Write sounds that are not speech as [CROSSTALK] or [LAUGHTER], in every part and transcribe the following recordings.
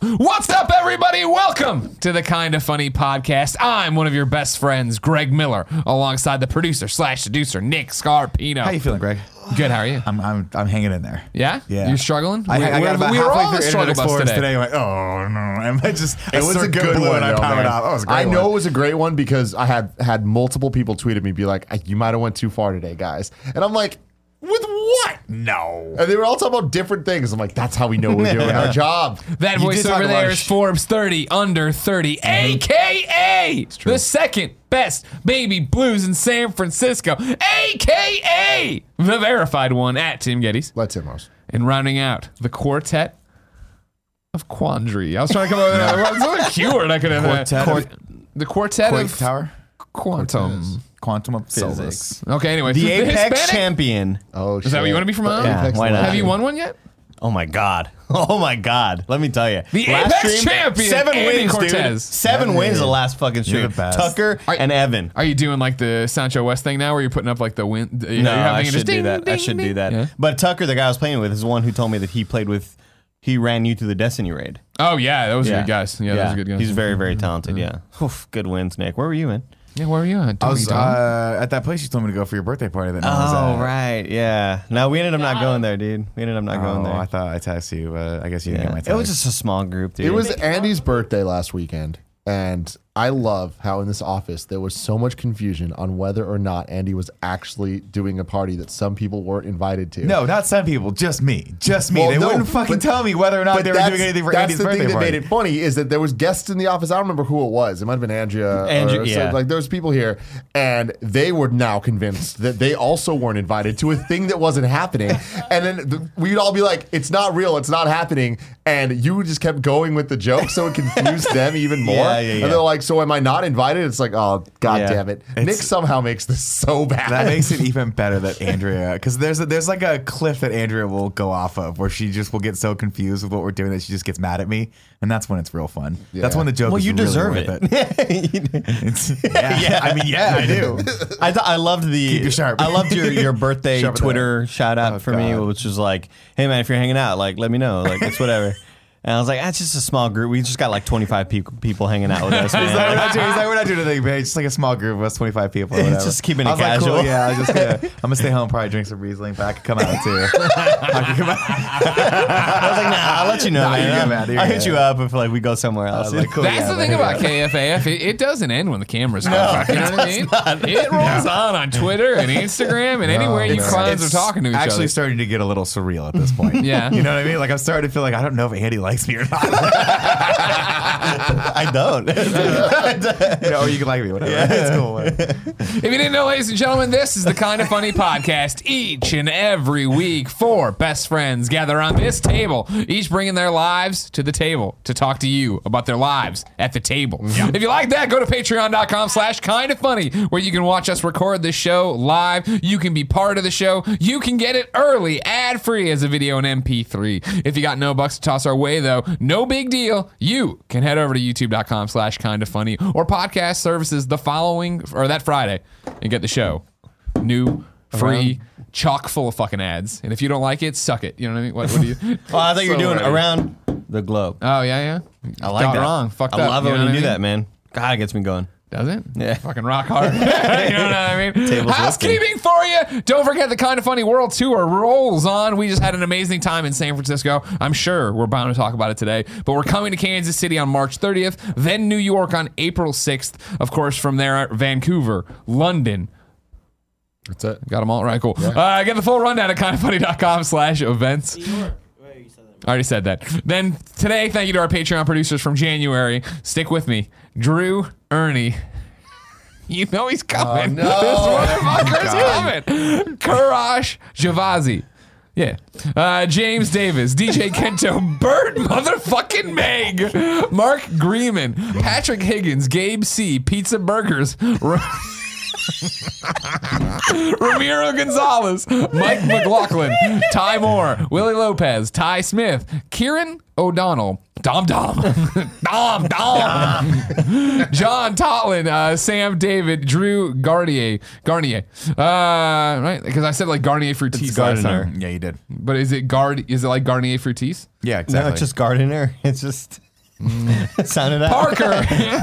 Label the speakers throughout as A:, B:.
A: What's up, everybody? Welcome to the Kind of Funny podcast. I'm one of your best friends, Greg Miller, alongside the producer slash seducer, Nick Scarpino.
B: How you feeling, Greg?
A: Good. How are you?
B: I'm I'm, I'm hanging in there.
A: Yeah?
B: Yeah.
A: You're struggling?
B: I,
A: we,
B: I
A: we're-
B: got about
A: we were
B: halfway
A: all on
B: through
A: the struggle
B: Internet
A: bus
B: Explorers
A: today.
B: today. I went, oh no! And I just
C: It was a good
B: blue
C: one.
B: and I
C: though,
B: powered
C: man.
B: off. That was a great
C: I
B: one.
C: know it was a great one because I had had multiple people tweet at me, be like, "I- "You might have went too far today, guys," and I'm like, "With what?"
B: No.
C: And they were all talking about different things. I'm like, "That's how we know we're doing our job."
A: That
B: You
A: voice
B: did talk
A: over
B: about
A: there
B: our
A: is
B: sh-
A: Forbes 30 under 30, aka the second best baby blues in San Francisco, aka the verified one at Tim Geddes,
C: Let's hit most.
A: and rounding out the quartet of Quandary. I was trying to come up with another- what's another keyword I could have. uh,
B: Quartet of-
A: the quartet
B: Quake
A: of
B: Tower, Mm-hmm.
A: Quantum.
B: quantum of physics.
D: Solus.
A: Okay, anyway, so
D: The Apex
A: Hispanic-
D: Champion.
C: Oh,
A: Is that what you want to be from? now on?
D: Yeah,
C: Apex
D: why not?
A: Have you won one yet?
D: Oh my god. [LAUGHS] Oh my god. Let me tell you.
A: The Apex Champion,
D: Seven
A: Andy
D: wins, dude.
A: Cortez.
D: Seven wins the last fucking
B: You're
D: stream.
B: the best.
D: Tucker
A: Are-
D: and Evan.
A: Are you doing like the Sancho West thing now, where you're putting up like the win? No,
D: No, I should do that. I should do that. But Tucker, the guy I was playing with, is the one who told me that he played with. He ran you through the Destiny raid.
A: Oh yeah, those are good guys. Yeah, those are good guys. Mm-hmm.
D: He's very, very talented. Yeah. Oof, good wins, Nick. Where were you in?
A: yeah, where are you at?
B: I was
A: Tony Don?
B: uh, at that place you told me to go for your birthday party. That no one was
D: Oh
B: at.
D: right, yeah. No, we ended up not going there, dude. We ended up not
B: Oh,
D: going there.
B: I thought I texted you, but I guess you didn't get my
D: yeah.
B: text.
D: It was just a small group, dude.
C: It was Andy's birthday last weekend, and I love how in this office there was so much confusion on whether or not Andy was actually doing a party that some people weren't invited to.
B: no, not some people, just me, just me.
C: Well,
B: they
C: no,
B: wouldn't fucking
C: but-
B: tell me whether or not they were doing anything for
C: that's
B: Andy's
C: the
B: birthday
C: thing that
B: party.
C: made it funny is that there was guests in the office. I don't remember who it was. It might have been Andrea.
D: Andrea,
C: or,
D: yeah.
C: so, like there was people here, and they were now convinced that they also weren't invited to a thing that
B: [LAUGHS]
C: wasn't happening. And then the, we'd all be like, "It's not real. It's not happening." And you just kept going with the joke, so it
B: [LAUGHS]
C: confused them even more.
D: Yeah, yeah, yeah.
C: And they're like, "So am I not invited?" It's like, "Oh god
D: Yeah.
C: damn it!" Nick
B: It's-
C: somehow makes this so bad.
D: [LAUGHS]
B: That
C: [LAUGHS]
B: makes [LAUGHS] it even better that Andrea, because there's a, there's like a cliff that Andrea will go off of where she just will get so confused with what we're doing that she just gets mad at me, and that's when it's real fun. That's when the joke.
D: well,
B: is
D: you
B: really
D: deserve
B: worth
D: it.
A: [LAUGHS]
D: [LAUGHS]
B: It's- yeah, I mean, yeah, I do.
D: I, th- I loved the
B: you sharp.
D: I loved your,
A: [LAUGHS]
D: your birthday
B: Sharpen that
D: Twitter shout out for me,
A: Oh,
B: God.
D: which was like, "Hey man, if you're hanging out, like let me know, like
A: [LAUGHS]
D: it's whatever." and I was like, "That's just a small group. We just got like 25 people people hanging out with
A: [LAUGHS]
D: us."
B: He's like, we're
D: Man.
B: not doing, he's like, we're not doing anything, babe. Just like a small group of us, 25 people. Or
D: It's
B: whatever.
D: just keeping
B: I
D: it
B: was like,
D: casual.
B: Cool, yeah, I'm just
D: [LAUGHS]
B: gonna, I'm gonna stay home, probably drink some Riesling, but I could come out too. I could come out.
D: I was like, "Nah, I'll let you know,
B: Nah,
D: man.
B: you're good, man. You're
D: I'll hit
B: good.
D: you up if like we go somewhere else."
B: like, cool.
A: That's
B: Oh, yeah,
A: the thing
B: but-
A: about KFAF. It, it doesn't end when the cameras go off. You know what I mean? It rolls on on Twitter and Instagram and anywhere you
B: It's-
A: clowns are
B: it's
A: talking to each
B: Actually,
A: other.
B: starting to get a little surreal at this
D: [LAUGHS]
B: point.
A: Yeah.
B: you know what I mean. Like I'm starting to feel like I don't know if Andy likes me or not.
D: [LAUGHS] I
A: [LAUGHS]
D: don't. [LAUGHS]
B: you know, or you can like me, whatever. It's cool. whatever.
A: If you didn't know, ladies and gentlemen, this is the kind of funny podcast. Each and every week, four best friends gather on this table, each bringing their lives to the table to talk to you about their lives at the table. If you like that, go to patreon.com slash kind of funny, where you can watch us record this show live. You can be part of the show. You can get it early, ad free as a video and MP3. If you got no bucks to toss our way, though, no big deal. You can head over to youtube.com slash kind of funny or podcast services the following or that Friday and get the show. New, free, chock full of fucking ads. And if you don't like it, suck it. You know what I mean? What, what do you?
D: [LAUGHS] Well, I thought you were
A: So
D: doing it
A: whatever.
D: around the globe.
A: Oh, yeah, yeah.
D: I like
A: Got
D: that.
A: wrong. Fucked
D: I
A: up.
D: love it
A: You know
D: when
A: what
D: you do
A: I mean?
D: that, man. God, it gets me going.
A: Does it?
D: Yeah.
A: Fucking rock hard. [LAUGHS] you know what I mean?
D: Table's
A: Housekeeping for you. Don't forget the Kind of Funny World Tour rolls on. We just had an amazing time in San Francisco. I'm sure we're bound to talk about it today. But we're coming to Kansas City on March 30th, then New York on April 6th. Of course, from there, Vancouver, London,
C: That's it.
A: Got them all. All right, cool. Uh, get the full rundown at kindoffunny.com slash events. I already said that. Then today, thank you to our Patreon producers from January. Stick with me. Drew, Ernie. [LAUGHS] You know [LAUGHS] he's coming.
C: no.
A: This motherfucker's coming. Karash Javazi. Yeah. Uh, James Davis, DJ Kento, Bert motherfucking Meg, Mark Greeman, Patrick Higgins, Gabe C, Pizza Burgers, [LAUGHS] Ro- Ramiro Gonzalez, Mike McLaughlin, Ty Moore, Willie Lopez, Ty Smith, Kieran O'Donnell, Dom Dom, [LAUGHS] Dom Dom, John Totlin, uh, Sam David, Drew Garnier, Garnier, uh, right? Because I said like Garnier Fructis last
D: Gardner.
A: time,
B: Yeah, you did.
A: but is it guard? Is it like Garnier Fructis?
B: Yeah, exactly.
D: No, [LAUGHS] it's just gardener. It's just
A: Mm.
D: [LAUGHS] Sound it out.
A: Parker,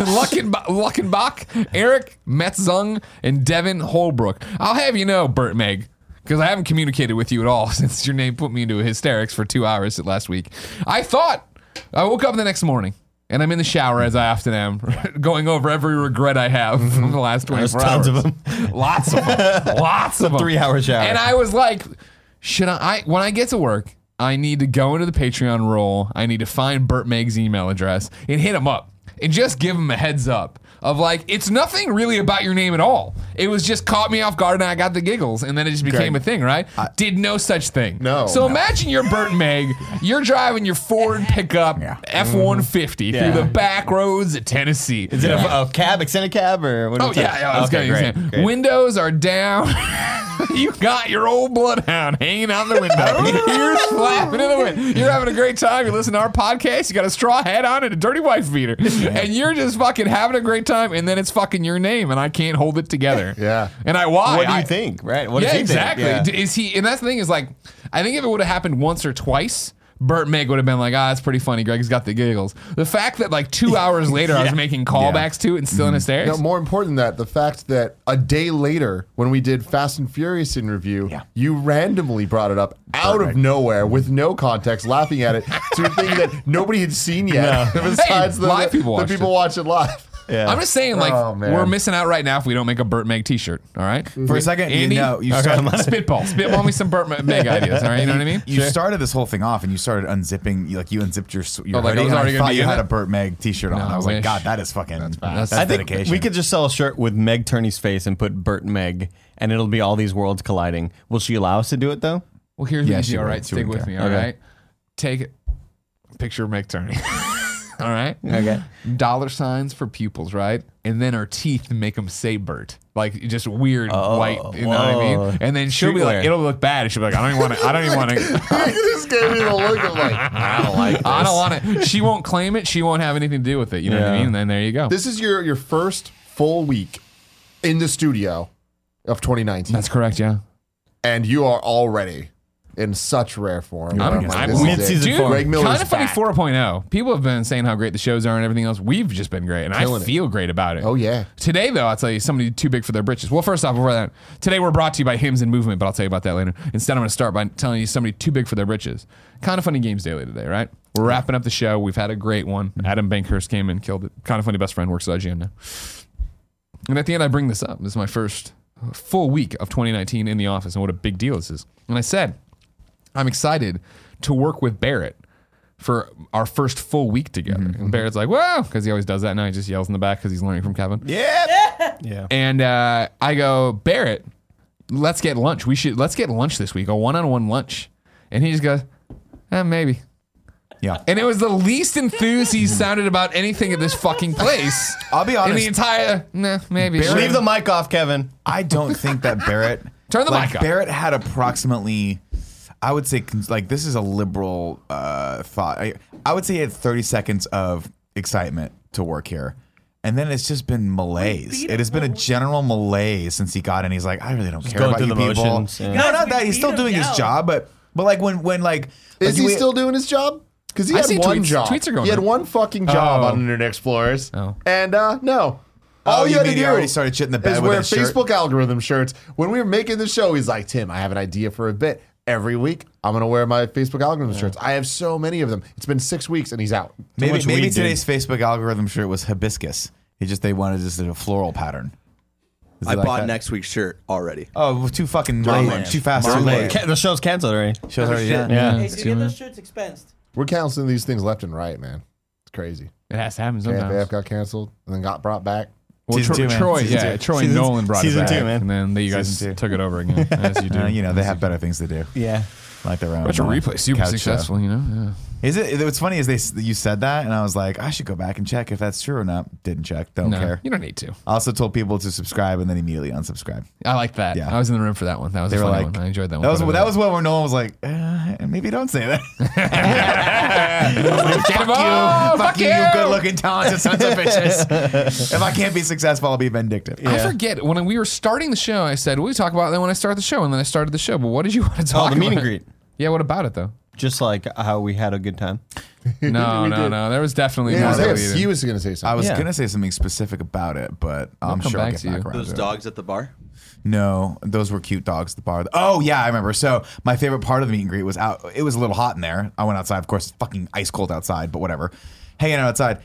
A: Luckenb- Luckenbach, Eric Metzung, and Devin Holbrook. I'll have you know, Bert Meg, because I haven't communicated with you at all [LAUGHS] since your name put me into hysterics for two hours last week. I thought I woke up the next morning. And I'm in the shower as I often am, [LAUGHS] going over every regret I have [LAUGHS] from the last 24
D: There's tons
A: hours.
D: of them.
A: Lots of
D: [LAUGHS]
A: them. Lots of them.
D: Three-hour shower.
A: And I was like, should I, I? When I get to work, I need to go into the Patreon role. I need to find Burt Meg's email address and hit him up and just give him a heads up of like, it's nothing really about your name at all. It was just caught me off guard and I got the giggles and then it just became
C: Greg,
A: a thing, right? Did no such thing.
C: No.
A: So
C: No.
A: imagine you're Burt Meg. You're driving your Ford pickup
B: Yeah.
A: F 150
D: Yeah.
A: through the back roads of Tennessee.
D: Is it a, a cab, extended cab, or what? are
A: Oh
D: we
A: yeah,
D: talking-
A: yeah, that's
D: okay,
A: good.
D: great,
A: Great,
D: great.
A: Windows are down. [LAUGHS] you got your old bloodhound hanging out the window. [LAUGHS]
D: [LAUGHS]
A: You're flapping in the wind. You're having a great time. You listen to our podcast. You got a straw hat on and a dirty wife beater, and you're just fucking having a great time. And then it's fucking your name, and I can't hold it
D: [LAUGHS]
A: together.
C: Yeah.
A: And I why?
D: What do
A: I-
D: you think? Right? What
A: yeah,
D: does he
A: exactly.
D: Think? Yeah.
A: D- Is he? And that's the thing is like, I think if it would have happened once or twice. Bert Meg would have been like, ah, that's pretty funny. Greg's got the giggles. The fact that like
D: [LAUGHS]
A: two hours later I was making callbacks to it and
D: Mm-hmm.
A: still in hysterics.
C: No, more important than that, the fact that a day later, when we did Fast and Furious in review,
B: Yeah.
C: you randomly brought it up out of nowhere with no context, laughing at it to a thing that nobody had seen yet. [LAUGHS] Besides the,
A: live
C: the
A: people
C: people,
A: watched
C: watch it live.
D: Yeah.
A: I'm just saying, like,
C: Oh, man.
A: we're missing out right now if we don't make a Burt Meg T-shirt. All right.
B: For a second, you
A: Andy?
B: know, you,
A: Okay,
B: start-
A: I'm on it. spitball, spitball me some Burt Meg ideas. All right, you know what I mean?
B: you started this whole thing off, and you started unzipping, you, like you unzipped your s- your
A: Oh, like, I
B: hoodie,
A: was
B: and
A: already
B: I
A: gonna
B: thought
A: be
B: you
A: in
B: had
A: it?
B: a Burt Meg T-shirt on.
A: No,
B: I was
A: wish.
B: like, God, that is fucking that's, that's,
A: I
D: think
B: dedication.
D: we could just sell a shirt with Meg Turney's face and put Bert Meg, and it'll be all these worlds colliding. Will she allow us to do it though?
A: Well, here's the
B: Yeah,
A: easy.
B: she
A: All
B: would.
A: right,
B: She
A: stick
B: wouldn't
A: with
B: care.
A: me. All right, take it. Picture of Meg Turney. [LAUGHS] all right.
D: Okay.
A: Dollar signs for pupils, right? And then her teeth make them say Bert, like just weird white. You know what I
D: whoa.
A: mean? And then she'll be like,
D: Streetwear.
A: "It'll look bad." And she'll be like, "I don't even want to. I don't even want to."
C: [LAUGHS] this gave me the look of like,
D: I don't like.
A: I don't want it. She won't claim it. She won't have anything to do with it. You know what I
D: Yeah.
A: mean? And then there you go.
C: this is your, your first full week in the studio of 2019,
A: That's correct. Yeah.
C: and you are already in such rare form.
A: I'm-
C: like,
A: I'm-
C: this is it.
D: Mid-season
A: Dude,
D: form.
C: Greg Miller's
A: kind of funny
C: back.
A: 4.0. People have been saying how great the shows are and everything else. We've just been great, and
C: Killing
A: I
C: it.
A: feel great about it.
C: Oh, yeah.
A: Today, though, I'll tell you somebody too big for their britches. Well, first off, before that, today we're brought to you by Hymns and Movement, but I'll tell you about that later. Instead, I'm going to start by telling you somebody too big for their britches. Kind of funny games daily today, right? We're wrapping up the show. We've had a great one. Adam Bankhurst came and killed it. Kind of funny best friend works at IGN now. And at the end, I bring this up. This is my first full week of 2019 in the office, and what a big deal this is. And I said, I'm excited to work with Barrett for our first full week together. And Barrett's like, "Wow," because he always does that. Now he just yells in the back because he's learning from Kevin.
D: Yeah.
A: And uh, I go, Barrett, let's get lunch. We should let's get lunch this week, a one-on-one lunch. And he just goes, eh, maybe.
B: yeah,
A: And it was the least enthused he sounded about anything at this fucking place.
B: [LAUGHS] I'll be
A: In the
B: honest.
A: entire, nah, maybe. sure."
D: Leave the mic off, Kevin.
B: I don't think that Barrett
A: Turn the
B: like,
A: mic up.
B: Barrett had approximately, I would say, cons- like this is a liberal uh, thought. I, I would say he had thirty seconds of excitement to work here, and then it's just been malaise. It has been a general malaise since he got in. He's like, I really don't care
D: going
B: about
D: through
B: you
D: the
B: people.
D: motions, yeah.
B: No,
E: Guys,
B: not
E: we
B: that he's
E: beat
B: still
E: him
B: doing his
E: down.
B: job, but but like when when like
C: Is
B: like,
C: he
B: you-
C: still doing his job? Because he
A: I
C: had
A: see
C: one
A: tweets.
C: job.
A: Tweets are going
C: he had
A: up.
C: one fucking job
A: Oh.
C: on Internet Explorers.
A: Oh.
C: And uh, no.
B: Oh,
C: All
B: you
C: you had
B: mean
C: to
B: he
C: do
B: already started shitting the bed
C: is
B: with
C: wear
B: his shirt?
C: Facebook algorithm shirts. When we were making the show, he's like, Tim, I have an idea for a bit. Every week, I'm going to wear my Facebook algorithm shirts. I have so many of them. It's been six weeks and he's out.
B: Maybe
D: much
B: maybe
D: weed, dude.
B: today's Facebook algorithm shirt was hibiscus. He just they wanted just a floral pattern. Is it
F: I
B: like
F: bought
B: that?
F: next week's shirt already.
B: Oh, well, too fucking late,
F: Merlin.
B: too fast.
F: Merlin.
B: too late.
D: Ca- the show's canceled already.
B: Show's already done.
A: Yeah.
E: Hey, did you get those shirts expensed?
C: We're canceling these things left and right, man. It's crazy.
A: It has to happen sometimes.
C: KFAF got canceled and then got brought back. [LAUGHS]
A: Well,
B: Season
A: Tro-
B: two, man.
A: Troy,
B: Season
A: yeah,
B: two.
A: Troy
D: Season-
A: Nolan brought
D: season
A: it back,
D: two, man.
A: and then they, you guys
B: Season two.
A: took it over
B: [LAUGHS]
A: again, as you do.
B: Uh, you know, they have better things to do.
D: Yeah.
B: Like their own.
A: Bunch of
B: uh,
A: replay, super
B: couch show.
A: successful, you know.
B: Is it? What's funny is they s- you said that, and I was like, I should go back and check if that's true or not. Didn't check. Don't
A: Yeah. No,
B: care.
A: you don't need to.
B: I also told people to subscribe and then immediately unsubscribe.
A: I like that.
B: Yeah.
A: I was in the room for that one. That was
B: They
A: a
B: were
A: funny
B: like,
A: one. I enjoyed that one.
B: That was
A: quite a
B: that
A: bit.
B: was one where no one was like, uh, maybe don't say that.
A: [LAUGHS] fuck you,
B: Fuck you, good looking, talented sons of
A: [LAUGHS]
B: bitches. if I can't be successful, I'll be vindictive.
A: I forget when we were starting the show. I said we talk about that when I start the show, and then I started the show. But what did you want to talk?
D: the meet and
A: about?
D: greet.
A: Yeah, what about it though?
D: Just like how we had a good time.
A: No, no,
C: We did.
A: no. There was definitely
C: It
A: more
C: was
A: that
C: him.
A: we didn't-
C: He was going to say something.
B: I was
D: Yeah.
B: gonna say something specific about it, but I'm
A: come
B: sure I'll
A: back
B: get
A: to you.
B: back around
A: Those
B: to
E: Those
B: it.
E: dogs at the bar?
B: No, those were cute dogs at the bar. Oh yeah, I remember. So my favorite part of the meet and greet was out. It was a little hot in there. I went outside. Of course, it's fucking ice cold outside, but whatever. Hanging out outside,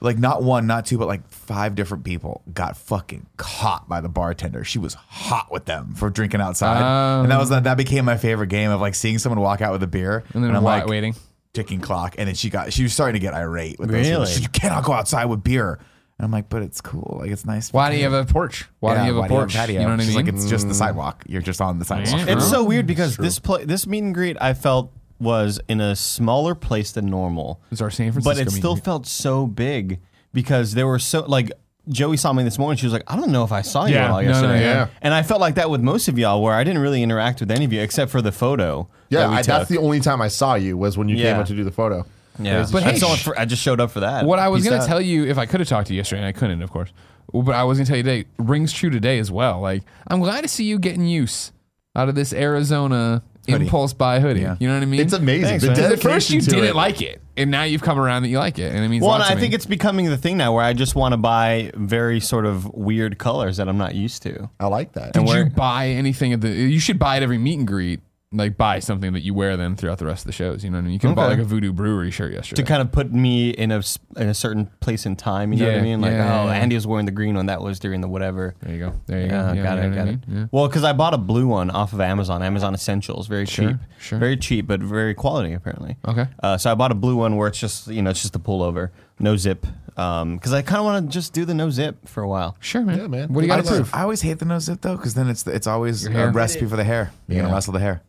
B: like not one, not two, but like five different people got fucking caught by the bartender. She was hot with them for drinking outside, and that was that. became my favorite game of like seeing someone walk out with a beer,
A: Um, And then
B: I'm
A: wa-
B: like
A: waiting.
B: ticking clock, and then she got she was starting to get irate with those people.
D: Really?
B: She said, you cannot go outside with beer. And I'm like, but it's cool. Like it's nice.
A: Why do you have a porch? Why
B: Yeah,
A: do you have a porch? You, know what I
B: She's
A: mean?
B: Like it's just the sidewalk. You're just on the sidewalk.
A: Yeah.
D: It's so weird because this pla this meet and greet I felt was in a smaller place than normal.
A: It's our San
D: but
A: Francisco
D: it
A: meet
D: still
A: and greet.
D: felt so big because there were so like Joey saw me this morning. She was like, "I don't know if I saw you
A: Yeah,
D: at all
A: no, no,
D: yesterday."
A: yeah.
D: And I felt like that with most of y'all, where I didn't really interact with any of you except for the photo. that
C: yeah,
D: we
C: I, that's
D: took.
C: the only time I saw you was when you came
D: Yeah.
C: up to do the photo.
D: yeah.
A: But
D: But
A: hey,
D: I, saw it
A: sh-
D: for, I just showed up for that.
A: What I was
D: Peace
A: gonna
D: out.
A: tell you, if I could have talked to you yesterday, and I couldn't, of course, but I was gonna tell you today rings true today as well. Like I'm glad to see you getting use out of this Arizona impulse buy hoodie.
B: Yeah.
A: You know what I mean?
C: It's amazing.
D: Thanks,
C: the
D: man.
A: At
C: dedication
A: first you
C: to
A: didn't
C: it.
A: like it, and now you've come around that you like it, and it means.
D: Well,
A: a lot
D: and
A: to
D: I
A: me.
D: think it's becoming the thing now where I just want to buy very sort of weird colors that I'm not used to.
C: I like that.
A: Did you
D: where-
A: buy anything at the? You should buy at every meet and greet. Like buy something that you wear then throughout the rest of the shows. You know what I mean? You can buy
D: Okay.
A: like a Voodoo Brewery shirt yesterday.
D: to kind of put me in a s- in a certain place in time. You know what
A: Yeah,
D: I mean? Like,
A: yeah,
D: oh,
A: yeah.
D: Andy was wearing the green one. That was during the whatever.
A: there you go. There you
D: Yeah,
A: go. Yeah,
D: got
A: you
D: it,
A: know what I
D: got it.
A: mean? Yeah.
D: Well, because I bought a blue one off of Amazon, Amazon Essentials, very cheap,
A: sure.
D: very cheap, but very quality apparently.
A: Okay.
D: Uh, so I bought a blue one where it's just you know it's just a pullover, no zip, because I kind of want to just do the no zip for a while.
A: Sure, man.
C: Yeah, man.
A: What do you got
B: I,
A: to prove?
B: just- I always hate the no zip though, because then it's it's always
A: hair.
B: a recipe for the hair. You're gonna wrestle the hair.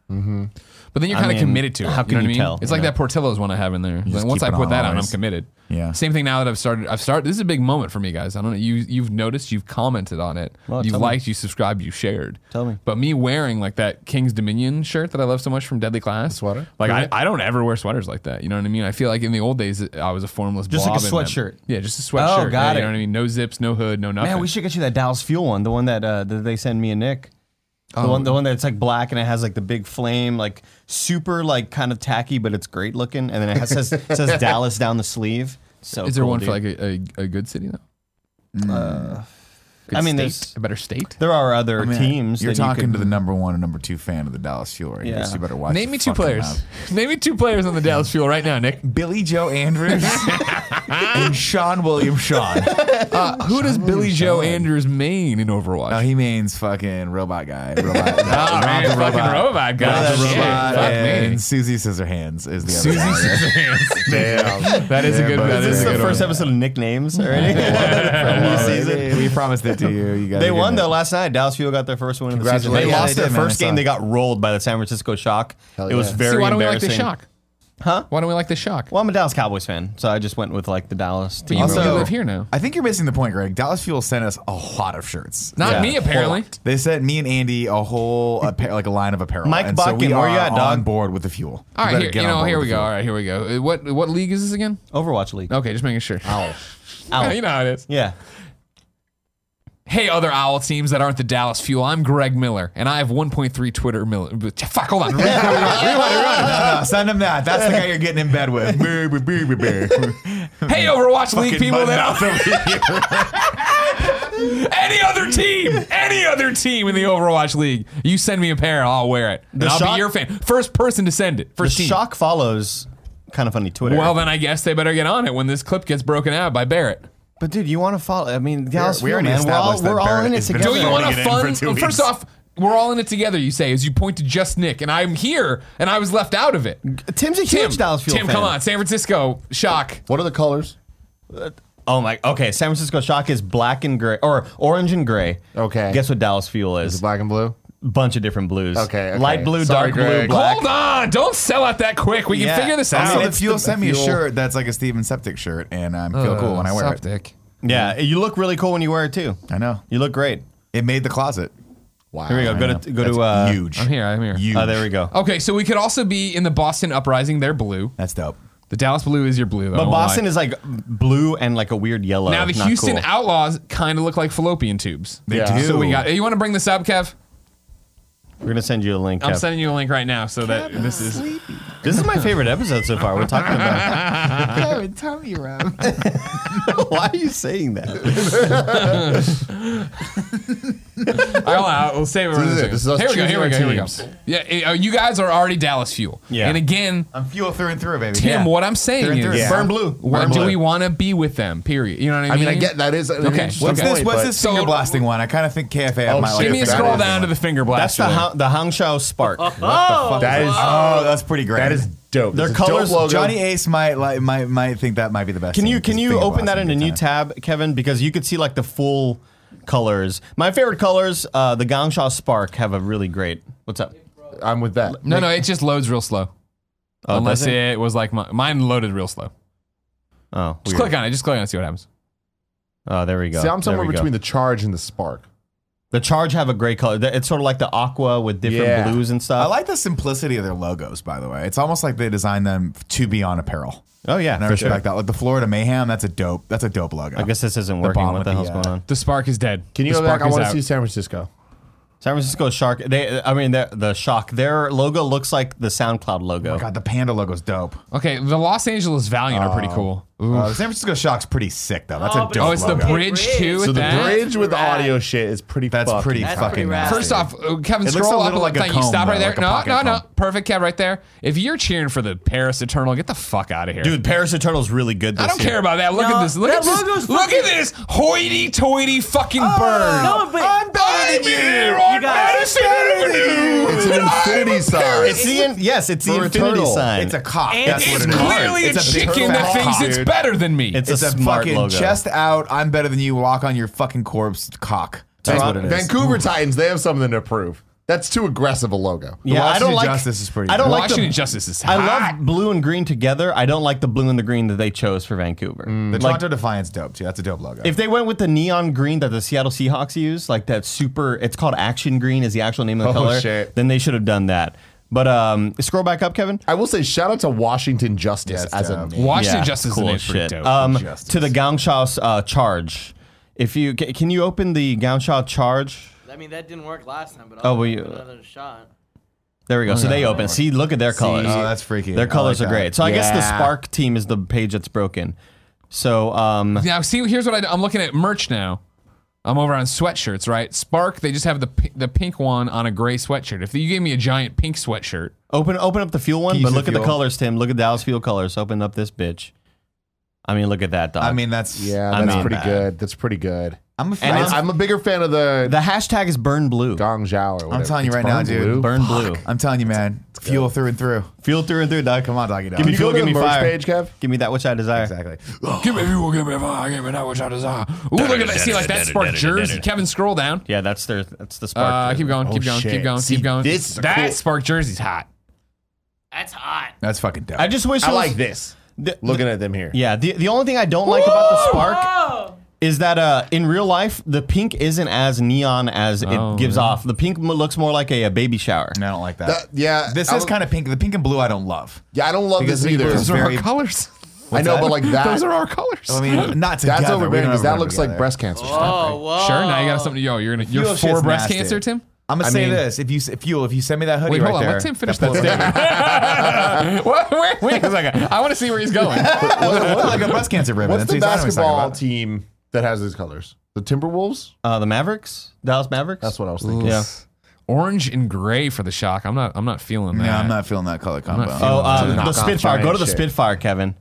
A: But then you're
D: I
A: kind of
D: mean,
A: committed to it.
D: how
A: you know
D: can
A: what I
D: you
A: mean?
D: tell,
A: It's
D: you
A: like
D: know?
A: that Portillo's one I have in there. Like,
B: just
A: once
B: keep
A: I
B: it
A: put
B: on
A: that on, I'm
B: always.
A: committed.
B: Yeah.
A: Same thing now that I've started. I've started. This is a big moment for me, guys. I don't know. You you've noticed. You've commented on it.
D: Well,
A: you've
D: tell me.
A: liked. You subscribed. You shared.
D: Tell me.
A: But me wearing like that King's Dominion shirt that I love so much from Deadly Class
C: sweater?
A: Like I, I don't ever wear sweaters like that. You know what I mean? I feel like in the old days I was a formless
D: Just like
A: blob
D: a
A: in them.
D: sweatshirt.
A: Yeah, just a sweatshirt.
D: Oh, got
A: yeah, You
D: it.
A: know what I mean? No zips, no hood, no nothing.
D: Man, we should get you that Dallas Fuel one, the one that uh, that they send me and Nick. The one, the one that's like black and it has like the big flame, like super, like kind of tacky, but it's great looking. And then it has, says says Dallas down the sleeve. So
A: Is there
D: cool,
A: one
D: dude. Uh,
A: for like a, a, a good city though? Good
D: I mean,
A: state?
D: there's-
A: a better state.
D: There are other
B: I mean,
D: teams.
B: You're
D: that you
B: talking
D: could-
B: to the number one and number two fan of the Dallas Fuel right here,
D: Yeah.
B: so you better watch.
A: Name
B: your
A: me two
B: fucking
A: players. [LAUGHS]
B: mouth.
A: Name me two players on the Dallas Fuel right now, Nick.
B: Billy Joe Andrews
A: [LAUGHS]
B: and Sean William Sean.
A: Uh, who does Billy Joe Andrews main in Overwatch? [LAUGHS]
B: No, Oh, he means fucking robot guy. Robot,
A: oh,
B: Rob
A: man,
B: the
A: fucking robot, guy.
B: Rob the
A: Shit,
B: robot
A: fuck me.
B: and Susie Scissorhands is the [LAUGHS]
A: Susie
B: other guy.
A: Scissorhands.
C: Damn.
A: That is a
B: Yeah,
A: good.
B: but
A: That
B: it's
A: is a
D: This is
A: good
D: the first
A: one.
D: episode of Nick Names already. [LAUGHS]
B: Well,
D: New season.
B: We promised it to you. You guys.
D: They won though last night. Dallas Fuel got their first win of the season. They
B: Congratulations. Yeah,
D: lost
B: they
D: their
B: did, man.
D: first
B: I saw
D: game. They
B: it.
D: got rolled by the San Francisco Shock.
C: Hell
D: It was
C: yeah.
D: very
A: See, why don't we like
D: embarrassing.
A: the shock?
D: Huh?
A: Why don't we like the shock?
D: Well, I'm a Dallas Cowboys fan, so I just went with like the Dallas team.
A: you
D: or whatever.
A: live here now.
B: I think you're missing the point, Greg. Dallas Fuel sent us a lot of shirts.
A: Not
D: Yeah.
A: me, apparently.
B: They sent me and Andy a whole
A: [LAUGHS]
B: appa- like a line of apparel.
D: Mike
B: and so
D: Bakken,
B: we
D: where
B: are
D: you at, dog?
B: on board with the fuel.
A: All right,
B: better
A: here,
B: get
A: you
B: on
A: know,
B: board
A: here
B: with
A: we
B: the
A: go.
B: fuel.
A: All right, here we go. Uh, What what league is this again?
D: Overwatch League.
A: Okay, just making sure. [LAUGHS]
D: Ow.
A: Yeah,
D: Ow.
A: you know how it is.
D: Yeah.
A: Hey, other Owl teams that aren't the Dallas Fuel. I'm Greg Miller, and I have 1.3 Twitter Miller. [LAUGHS] Fuck, hold on.
B: [LAUGHS] No, no, send him that. That's the guy you're getting in bed
A: [LAUGHS]
B: with. Baby, baby, baby.
A: hey, Overwatch League people that are [LAUGHS] any other team, any other team in the Overwatch League, you send me a pair, I'll wear it. And
D: The
A: I'll be
D: shock-
A: your fan. First person to send it.
D: The
A: First team.
D: Shock follows kind of funny Twitter.
A: Well, then I guess they better get on it when this clip gets broken out by Barrett.
D: but dude, you want to follow? I mean, Dallas
B: we
D: Fuel,
B: already
D: man. We're all,
B: established that
D: we're all in
B: Barrett
D: it
B: has been
D: together.
A: Don't you
B: Barely
A: want a
B: get in for
A: fun?
B: two
A: Well,
B: weeks.
A: First off, we're all in it together. You say as you point to just Nick, and I'm here, and I was left out of it.
D: Tim's a
A: Tim,
D: huge Dallas Fuel
A: Tim,
D: fan.
A: come on, San Francisco shock.
C: What are the colors?
D: Oh my. Okay, San Francisco Shock is black and gray or orange and gray.
C: Okay.
D: Guess what Dallas Fuel is?
C: Is it black and blue?
D: bunch of different blues.
C: Okay, okay.
D: Light blue,
C: Sorry,
D: dark blue,
C: Greg.
D: black.
A: Hold on, don't sell out that quick. We
D: Yeah.
A: can figure this
B: I
A: out.
B: mean, if Fuel
C: the
B: sent me a
C: Fuel.
B: shirt that's like a Steven Septic shirt, and I feel cool when I wear it.
A: Uh, Septic.
D: Yeah, you look really cool when you wear it too.
B: I know.
D: You look great.
B: It made the closet.
C: Wow.
D: Here we go. Go to go to uh,
B: That's huge.
A: I'm here. I'm here.
B: Huge.
D: Oh, there we go.
A: Okay, so we could also be in the Boston Uprising. They're blue.
B: That's dope.
A: The Dallas Blue is your blue. Though, I
D: But
A: won't lie.
D: Boston is like blue and like a weird yellow.
A: Now the
D: Not
A: Houston
D: cool.
A: Outlaws kind of look like fallopian tubes.
B: They
C: Yeah.
B: do.
A: So we got. You want to bring this up, Kev?
D: We're gonna send you a link.
A: I'm
D: Kev.
A: sending you a link right now so that this is.
D: this is my favorite episode so far. We're talking
C: [LAUGHS]
D: about.
B: Kevin, tummy rub.
D: Why are you saying that?
A: All right, hold on, we'll save it. for
C: This is
A: another
C: it. This is
A: second.
C: us
A: Here we go.
C: choosing
A: Here we
C: our
A: go. Here we go.
C: teams.
A: Yeah, it- uh, you guys are already Dallas fuel.
D: Yeah.
A: And again,
B: I'm fuel through and through, baby.
A: Tim,
B: Yeah.
A: what I'm saying
B: They're-
A: is,
B: they're- Yeah. Burn
C: blue.
A: Where
C: Burn
A: do
C: blue.
A: we want to be with them? Period. You know what I
C: I
A: mean?
C: mean, I get that is an
A: Okay.
C: interesting
A: What's
B: What's
C: point,
B: this? What's
C: but-
B: this
A: So-
B: finger blasting one? I kind of think KFA.
C: Oh,
B: might like
C: shit,
A: Give me a
B: this
C: That
A: scroll
B: one.
C: is-
A: down to the finger
D: That's
A: blaster.
D: the Hang, the Hangzhou Spark.
C: That is
B: Oh, that's pretty great.
C: that is dope.
D: Their
C: This is a dope
D: colors-
C: logo.
B: Johnny Ace might like might might think that might be the best.
D: Can
B: thing,
D: you can
B: just
D: you
B: finger
D: open that in
B: blasting
D: a
B: good
D: new
B: time.
D: tab, Kevin? Because you could see like the full colors. My favorite colors, uh, the Gangshaw Spark, have a really great. What's up?
C: I'm with that.
A: no, no, it just loads real slow.
D: Oh,
A: Unless
D: does
A: it?
D: it?
A: was like my, mine loaded real slow.
D: Oh,
A: Just
D: weird.
A: click on it. Just click on it. See what happens.
D: Oh, there we go.
C: See, I'm somewhere between
D: the
C: the charge and the spark.
D: the Charge have a great color. Th- It's sort of like the aqua with different
C: Yeah.
D: blues and stuff.
B: I like the simplicity of their logos, by the way. It's almost like they designed them to be on apparel.
D: Oh yeah,
B: And I
D: for sure.
B: respect that. Like the Florida Mayhem, that's a dope. That's a dope logo.
D: I guess this isn't working.
B: bomb
D: What
B: with
D: the
B: the,
D: hell's
B: uh,
D: going on?
A: The spark is dead.
C: Can you
A: the
C: go back?
A: spark
C: I
A: is
C: want to
A: out.
C: see San Francisco.
D: San Francisco Shark. They, I mean, the the shock. Their logo looks like the SoundCloud logo.
B: Oh God, the panda logo's dope.
A: Okay, the Los Angeles Valiant are
C: Oh.
A: pretty cool. Ooh.
B: Uh, the San Francisco Shock's pretty sick though. That's
E: Oh,
B: a
E: but
B: dope.
A: Oh, it's the
B: logo.
A: bridge
E: It
A: too.
E: is.
A: With
C: So the
A: that?
C: bridge with the
E: Rad.
C: audio shit is pretty.
B: That's
C: fucked.
B: pretty
E: That's
B: fucking.
E: pretty rad.
B: nasty.
A: First off, uh, Kevin,
B: It looks
A: scroll
B: a
A: up a little
B: little like a
A: thing. You
B: comb,
A: stop right
B: though,
A: there.
B: like a
A: no,
B: pocket
A: no, no.
B: comb.
A: Perfect, Kev, right there. If you're cheering for the Paris Eternal, get the fuck out of here.
D: Dude, Paris Eternal's really good. This
A: I don't
D: year.
A: care about that. Look at
E: No,
A: this. Look
E: that
A: at this.
E: logo's
A: Look
E: fucking- Oh,
A: at this hoity-toity fucking bird.
E: No, but
B: I'm better
A: I'm
B: than you.
A: here on
E: You guys-
A: Madison Avenue.
C: It's an infinity sign.
D: It's the in, yes, it's the
C: For
D: infinity
C: Eternal.
D: sign.
B: It's a cock.
E: And
B: That's
A: It's
B: what it is.
A: clearly a
B: It's
A: chicken that
B: perfect
A: thinks
B: cock.
A: it's better than me.
D: It's,
B: It's
D: a,
B: a
D: smart
B: fucking
D: logo.
B: chest out. I'm better than you. Walk on your fucking corpse cock. That's what it is.
C: Vancouver Titans. They have something to prove. That's too aggressive a logo.
D: yeah, I
B: Washington
D: don't like.
B: Justice is pretty
D: I don't
B: good.
D: like
A: Washington
D: the,
A: Justice is
D: I
A: hot.
D: love blue and green together. I don't like the blue and the green that they chose for Vancouver.
B: The Toronto Defiance dope too. That's a dope logo.
D: If they went with the neon green that the Seattle Seahawks use, like that super, it's called Action Green is the actual name of the
C: Oh,
D: color.
C: shit.
D: Then they should have done that. But um, scroll back up, Kevin.
C: I will say, shout out to Washington Justice
B: Yeah, it's
C: as a
B: dope.
C: name.
A: Washington
D: Yeah,
A: Justice
D: cool
A: is pretty
D: shit.
A: dope.
D: Um,
B: Justice.
D: to the Gangshaw uh, charge. If you ca- can you open the Gangshaw charge?
E: I mean, that didn't work last time, but
D: Oh,
E: I'll
D: well,
E: give
D: you-
E: it
A: uh,
E: another shot.
D: There we go. so they open. See, look at their colors.
B: Oh, that's freaky. I
D: Their
B: like
D: colors
B: that.
D: are great. So I guess the
B: Yeah.
D: Spark team is the page that's broken. So um,
A: now, see, here's what I do. I'm looking at merch now. I'm over on sweatshirts, right? Spark, they just have the pi- the pink one on a gray sweatshirt. If you gave me a giant pink sweatshirt,
D: open open up the fuel one,
B: Keys
D: but
B: to
D: look at the
B: fuel.
D: colors, Tim. Look at Dallas Fuel colors. Open up this bitch. I mean, look at that dog.
B: I mean, that's
C: Yeah,
D: I
C: that's
D: mean
C: pretty
D: that.
C: good. That's pretty good.
B: I'm a
D: And
C: I,
D: it's-
C: I'm a bigger fan of the,
D: the hashtag is burn blue.
C: Gong Zhao or whatever.
B: I'm telling you
C: It's
B: right now,
C: Burn
B: dude.
C: Blue.
D: Burn blue.
B: I'm telling you, man. Fuel through and through.
D: Fuel through and through, dog.
B: Come on, doggy dog.
D: Give
C: Can
D: me
C: you go
D: fuel,
C: to
D: give
C: the
D: me
C: merch
D: fire.
C: page, Kev?
D: Give me that which I desire.
B: Exactly.
A: give me fuel, give me fire, give me that which I desire. Ooh, look at that. See, like that Spark jersey. Kevin, scroll down.
D: Yeah, that's their. That's the spark.
A: Uh, keep going, keep going, keep
C: shit.
A: going,
C: See,
A: keep going.
C: this is a
A: that
C: cool-
A: Spark jersey's hot.
E: That's hot.
B: That's fucking dope.
D: I just wish.
C: I
D: it was-
C: like this.
D: the-
C: Looking at them here.
D: Yeah, the, the only thing I don't like about the spark
E: Oh,
D: is that uh, in real life the pink isn't as neon as
A: Oh,
D: it gives
A: yeah.
D: off. The pink mo- looks more like a, a baby shower.
B: I don't like that.
C: That- yeah,
B: This
C: I
B: is
C: was-
B: kind of pink. The pink and blue, I don't love.
C: Yeah, I don't love
B: Because
C: this
B: we
C: either.
B: were-
A: Those are
B: Very-
A: our colors.
C: I know, but like that.
A: Those are our colors.
B: I mean, not together.
C: that's
B: We
C: overbearing
B: don't
C: because
B: ever
C: that
B: go
C: looks like
B: together.
C: breast cancer.
E: whoa, whoa.
A: Sure, now you got something. Yo, you're gonna you're
B: Fuel
A: for
B: shit's
A: breast
B: nasty.
A: cancer, Tim.
B: I'm gonna
C: I
B: say
C: mean-
B: this: if you s- if fuel, if you send me that hoodie
A: Wait,
B: right
A: hold on.
B: there,
A: Let Tim finish the
B: that's-
A: statement. [LAUGHS] What- where- Wait a second. I want to see where he's going.
B: It's [LAUGHS] like a breast cancer ribbon.
C: What's
B: That's
C: the
B: what he's- I don't know what he's talking
C: basketball
B: about.
C: team that has these colors? The Timberwolves?
D: Uh, the Mavericks, Dallas Mavericks.
C: That's what I was thinking.
D: Yeah.
A: Orange and gray for the shock. I'm not. I'm not feeling that.
B: No, I'm not feeling that color combo.
A: feeling
D: Oh, uh,
C: It's a
D: the
C: knockoff
D: Spitfire. Go
C: giant
D: to the
C: shit.
D: Spitfire, Kevin.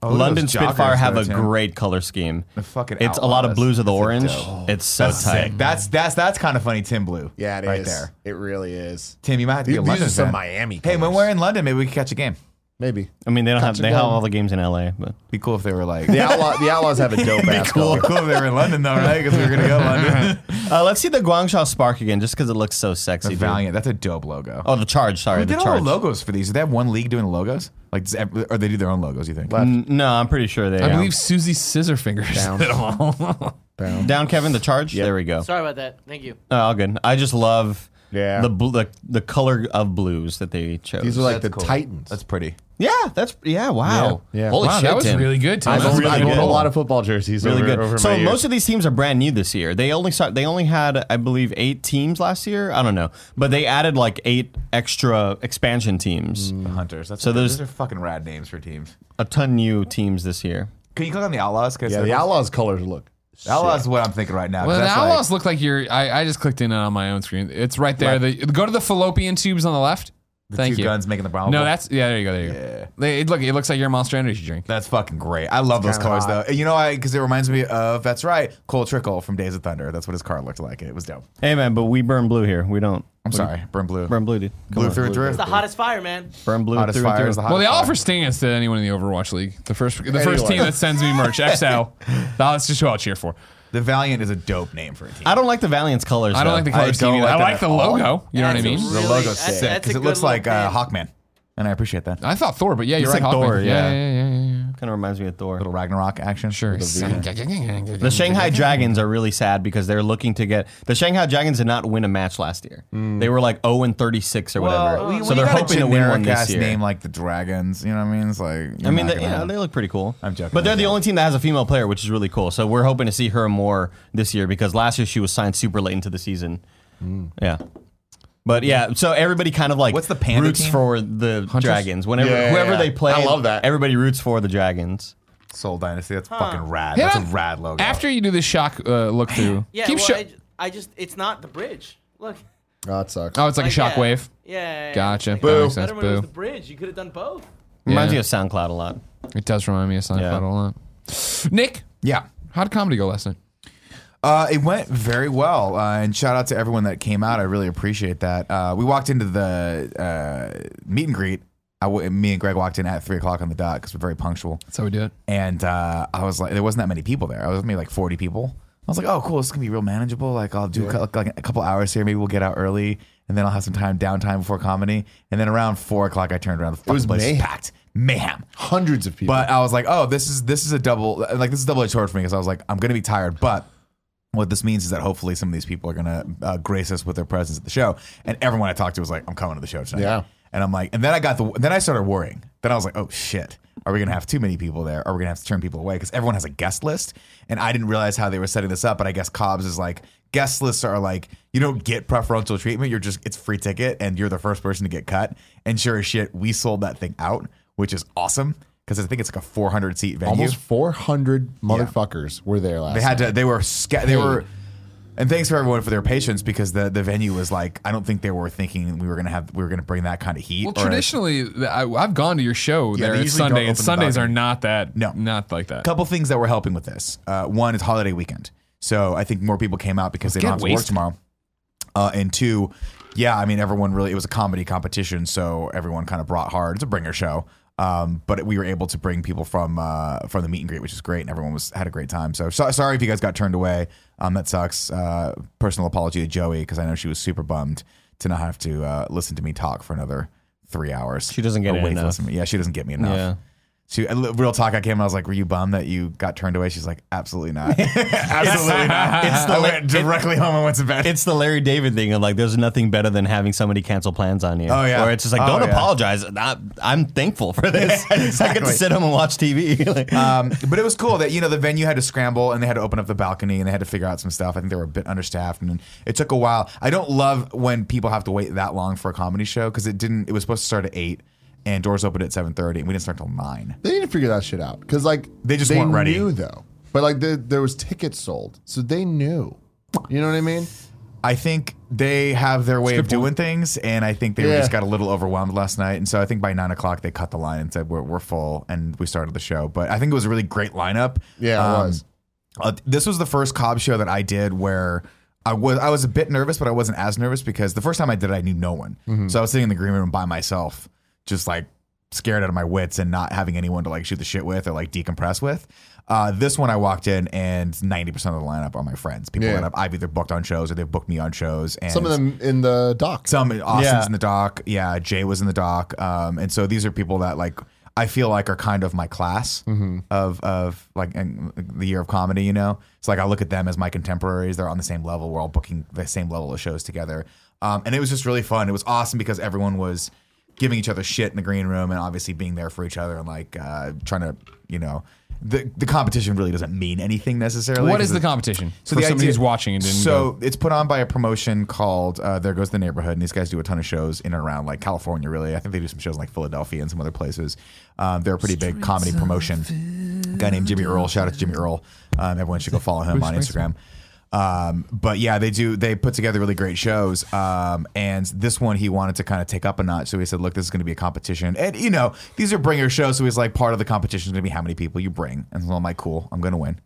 B: Oh, look at
D: London
B: those joggers
D: Spitfire have
B: there,
D: a
B: Tim.
D: great color scheme.
B: The fucking
D: it's a lot of
B: Outlaws.
D: blues of the
B: That's a
D: orange.
B: dope.
D: It's so
B: That's
D: tight.
B: sick. That's that's that's kind of funny, Tim Blue.
C: Yeah, it is.
B: right there.
C: It really is.
B: Tim, you might have to
C: These,
B: get London.
C: these are some
B: fan.
C: Miami.
B: Hey, when
C: colors.
B: we're in London, maybe we could catch a game.
C: maybe
D: I mean, they don't have
C: Gotcha,
D: they have
C: Gavin.
D: all the games in LA, but
B: Be cool if they were like.
C: the outlaw [LAUGHS] the Outlaws have a dope ass
B: cool,
C: color.
B: cool if they were in London though, right? Because we were gonna go to
C: [LAUGHS]
B: London. [LAUGHS]
D: uh, let's see the Guangzhou Spark again, just because it looks so sexy.
B: the
D: dude.
B: Valiant, that's a dope logo.
D: Oh, the Charge. Sorry,
B: Who
D: the
B: did all
D: Charge.
B: the logos for these? Do they have one league doing the logos? Like, does ev- or they do their own logos? You think? Mm,
D: N- no, I'm pretty sure they.
A: I
D: are.
A: believe Susie Scissorfingers. [LAUGHS] did all.
D: down, Kevin. The Charge. There we go.
E: Sorry about that. Thank you.
D: Oh, all good. I just love
C: Yeah.
D: the bl- the the color of blues that they chose.
C: These are like
B: That's
C: the
B: cool.
C: Titans.
B: That's pretty.
D: yeah, that's yeah, wow,
C: Yeah, yeah.
D: holy
A: Wow,
D: shit,
A: that was
D: Tim.
A: really good, Tim.
C: I
A: That's
C: own,
A: really
C: I own
A: good.
C: a lot of football jerseys.
D: really
C: over,
D: good.
C: Over
D: so
C: my
D: most
C: years.
D: of these teams are brand new this year. They only saw, they only had I believe eight teams last year. I don't know, but they added like eight extra expansion teams.
C: Mm.
B: The Hunters. That's
D: So those-
B: those are fucking rad names for teams.
D: A ton new teams this year.
B: Can you click on the Outlaws? 'Cause
C: yeah, the Outlaws colors look.
B: the Outlaws is what I'm thinking right now. 'cause
A: Well, the
B: that's like-
A: outlaws look like you're. I, I just clicked in on my own screen. It's right there. The, go to the fallopian tubes on the left. Thank
B: two
A: you.
B: guns making the problem.
A: No, that's yeah. There you go. There you go. They- It, look, it looks like your monster energy drink.
B: that's fucking great. I love those colors though. You know, I because it reminds me of that's right, Cole Trickle from Days of Thunder. That's what his car looked like. It was dope.
D: Hey man, but we burn blue here. We don't
B: I'm sorry, burn blue,
D: burn blue, dude. Come
B: blue
D: on.
B: through and through.
E: It's the hottest fire, man.
D: Burn blue
B: hottest
D: through and
B: fire
D: through.
B: is the hottest.
A: Well, they
B: fire.
A: offer stingers to anyone in the Overwatch League. The first, the first
C: Anyone.
A: team that sends me merch, XO. That's just who I'll cheer for.
B: The Valiant is a dope name for a team.
D: I don't like the Valiant's colors.
A: I don't
D: though.
A: like the
B: I
A: colors.
B: don't
A: team.
B: like
A: I
B: that
A: like
B: at
A: the
B: all.
A: logo. You know what I
E: That's
A: mean?
E: a
B: the
E: really-
B: logo's
E: that's-
B: sick
E: that's
B: because
E: a
B: it looks
E: good little
B: like uh,
E: name.
B: Hawkman, and I appreciate that
A: I thought Thor, but yeah, you're
D: It's
A: right.
D: like
A: Hawkman.
D: Thor,
A: yeah, yeah,
D: yeah.
A: yeah, yeah, yeah.
D: Kind of reminds me of Thor.
B: little Ragnarok action.
A: Sure.
D: The Shanghai Dragons are really sad because they're looking to get the Shanghai Dragons did not win a match last year.
C: Mm.
D: They were like 0 and 36 or whatever.
B: Well, we,
D: so they're hoping to win one this year.
B: Name like the Dragons, you know what I mean? It's like
D: I mean,
B: they,
D: they, yeah, they look pretty cool.
B: I'm joking.
D: But they're
B: I'm
D: the
B: joking.
D: only team that has a female player, which is really cool. So we're hoping to see her more this year because last year she was signed super late into the season.
C: Mm.
D: Yeah. But yeah, so everybody kind of like
B: What's the panda
D: roots
B: team?
D: for the Dragons. Whenever
C: Yeah, yeah,
D: whoever
C: yeah.
D: they play,
C: I love that.
D: Everybody roots for the Dragons.
B: Soul Dynasty. That's fucking rad.
A: Hit
B: That's a
A: up-
B: rad logo.
A: After you do the shock uh, look through,
E: [LAUGHS] Yeah,
A: keep
E: well,
A: sho-
E: I, ju- I just, it's not the bridge. Look.
C: Oh, that sucks.
A: Oh, it's like, a
E: yeah.
A: shock wave.
E: Yeah. yeah, yeah.
A: Gotcha. That
E: It's
C: Boo.
A: makes
E: Better
A: sense.
E: when it was
A: Boo.
E: the bridge. You could have done both.
D: Reminds
A: Yeah.
D: me of SoundCloud a lot.
A: It does remind me of Seinfeld
D: Yeah.
A: a lot. Nick,
B: yeah.
A: how'd comedy go last night?
B: Uh, it went very well, uh, and shout out to everyone that came out. I really appreciate that. Uh, we walked into the uh, meet and greet. I w- me and Greg walked in at three o'clock on the dot because we're very punctual.
A: That's how we do it.
B: And uh, I was like, there wasn't that many people there. I was maybe like 40 people. I was like, oh, cool. This is going to be real manageable. Like, I'll do cou- like a couple hours here. Maybe we'll get out early and then I'll have some time downtime before comedy. And then around four o'clock, I turned around. The fucking
C: was
B: place was
C: mayhem.
B: packed. Mayhem.
C: Hundreds of people.
B: But I was like, oh, this is this is a double like this is double edged sword for me because I was like, I'm gonna be tired, but what this means is that hopefully some of these people are gonna uh, grace us with their presence at the show. And everyone I talked to was like, I'm coming to the show tonight.
C: Yeah.
B: And I'm like, and then I got the then I started worrying. Then I was like, oh shit, are we gonna have too many people there? Are we gonna have to turn people away? Because everyone has a guest list, and I didn't realize how they were setting this up. But I guess Cobb's is like guest lists are like you don't get preferential treatment. You're just it's free ticket, and you're the first person to get cut. And sure as shit, we sold that thing out, which is awesome because I think it's like a 400 seat venue.
C: Almost 400 motherfuckers were there last
B: They had to. They were. Sca- they were. And thanks for everyone for their patience because the the venue was like I don't think they were thinking we were gonna have we were gonna bring that kind of heat.
A: Well,
B: or-
A: traditionally, th- I, I've gone to your show
B: Yeah,
A: there
B: they
A: it's
B: usually don't
A: Sunday,
B: open
A: and
B: the
A: Sundays
B: balcony.
A: are not that.
B: No.
A: not like that.
B: couple things that were helping with this. Uh, one is holiday weekend, so I think more people came out because they don't have
A: get
B: to work
A: wasted.
B: tomorrow. Uh, and two, yeah, I mean everyone really it was a comedy competition, so everyone kind of brought hard. It's a bringer show, um, but we were able to bring people from uh, from the meet and greet, which is great, and everyone was had a great time. So, so sorry if you guys got turned away. Um, that sucks. Uh, personal apology to Joey because I know she was super bummed to not have to uh, listen to me talk for another three hours.
D: She doesn't get
B: Or
D: it
B: wait to
D: enough.
B: listen to me. Yeah, she doesn't get me enough.
D: Yeah.
B: She a li- real talk. I came and I was like, "Were you bummed that you got turned away?" She's like, "Absolutely [LAUGHS] not. [LAUGHS] Absolutely not."
D: It's the
B: I
D: la-
B: went directly home and went to bed.
D: It's the Larry David thing of like, there's nothing better than having somebody cancel plans on you.
B: Oh, yeah.
D: Or it's just like,
B: Oh,
D: don't
B: yeah.
D: apologize. I, I'm thankful
B: [LAUGHS]
D: for this. [LAUGHS] I get
B: exactly.
D: to sit home and watch TV. [LAUGHS] Like,
B: um, but it was cool that you know the venue had to scramble and they had to open up the balcony and they had to figure out some stuff. I think they were a bit understaffed and it took a while. I don't love when people have to wait that long for a comedy show because it didn't. It was supposed to start at eight and doors opened at seven thirty and we didn't start till nine.
C: They need to figure that shit out because like
B: They just weren't ready.
C: Knew though, but like there there was tickets sold, so they knew. You know what I mean?
B: I think they have their way of doing things, and I think they
C: Yeah.
B: just got a little overwhelmed last night, and so I think by nine o'clock they cut the line and said we're, we're full, and we started the show. But I think it was a really great lineup.
C: Yeah, it
B: Um,
C: was.
B: uh, this was the first Cobb show that I did where I was I was a bit nervous, but I wasn't as nervous because the first time I did it, I knew no one,
C: Mm-hmm.
B: so I was sitting in the green room by myself, just like scared out of my wits and not having anyone to like shoot the shit with or like decompress with. Uh, this one I walked in and ninety percent of the lineup are my friends, people
C: Yeah.
B: that I've, I've either booked on shows or they've booked me on shows. And
C: Some of them in the dock.
B: some Austin's
D: Yeah.
B: in the doc. Yeah, Jay was in the doc. Um, and so these are people that like I feel like are kind of my class
A: Mm-hmm.
B: of of like and the year of comedy. You know, it's like I look at them as my contemporaries. They're on the same level. We're all booking the same level of shows together. Um, and it was just really fun. It was awesome because everyone was giving each other shit in the green room and obviously being there for each other and like uh, trying to, you know, the the competition really doesn't mean anything necessarily.
A: What is
B: 'cause
A: the
B: it-
A: competition?
B: so
A: for
B: the
A: somebody
B: idea-
A: who's watching and didn't
B: so
A: go.
B: it's put on by a promotion called uh, There Goes the Neighborhood, and these guys do a ton of shows in and around like California. Really, I think they do some shows in, like Philadelphia and some other places. Um, they're a pretty big comedy promotion. A guy named Jimmy Earl. Shout out to Jimmy Earl. Um, everyone should go follow him on Instagram. Um, but yeah, they do. They put together really great shows. Um, and this one he wanted to kind of take up a notch, so he said, "Look, this is going to be a competition." And you know, these are bringer shows, so he's like, part of the competition is going to be how many people you bring. And so I'm like, "Cool, I'm going to win."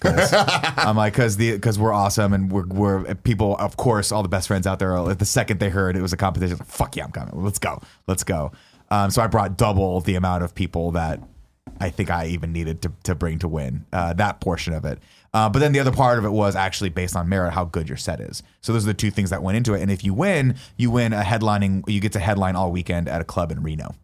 A: [LAUGHS]
B: [LAUGHS] I'm like, because the because we're awesome and we're we're people. Of course, all the best friends out there. Are, the second they heard it was a competition, like, fuck yeah, I'm coming. Let's go, let's go. Um, so I brought double the amount of people that I think I even needed to to bring to win uh, that portion of it. Uh, but then the other part of it was actually based on merit, how good your set is. So those are the two things that went into it. And if you win, you win a headlining. You get to headline all weekend at a club in Reno.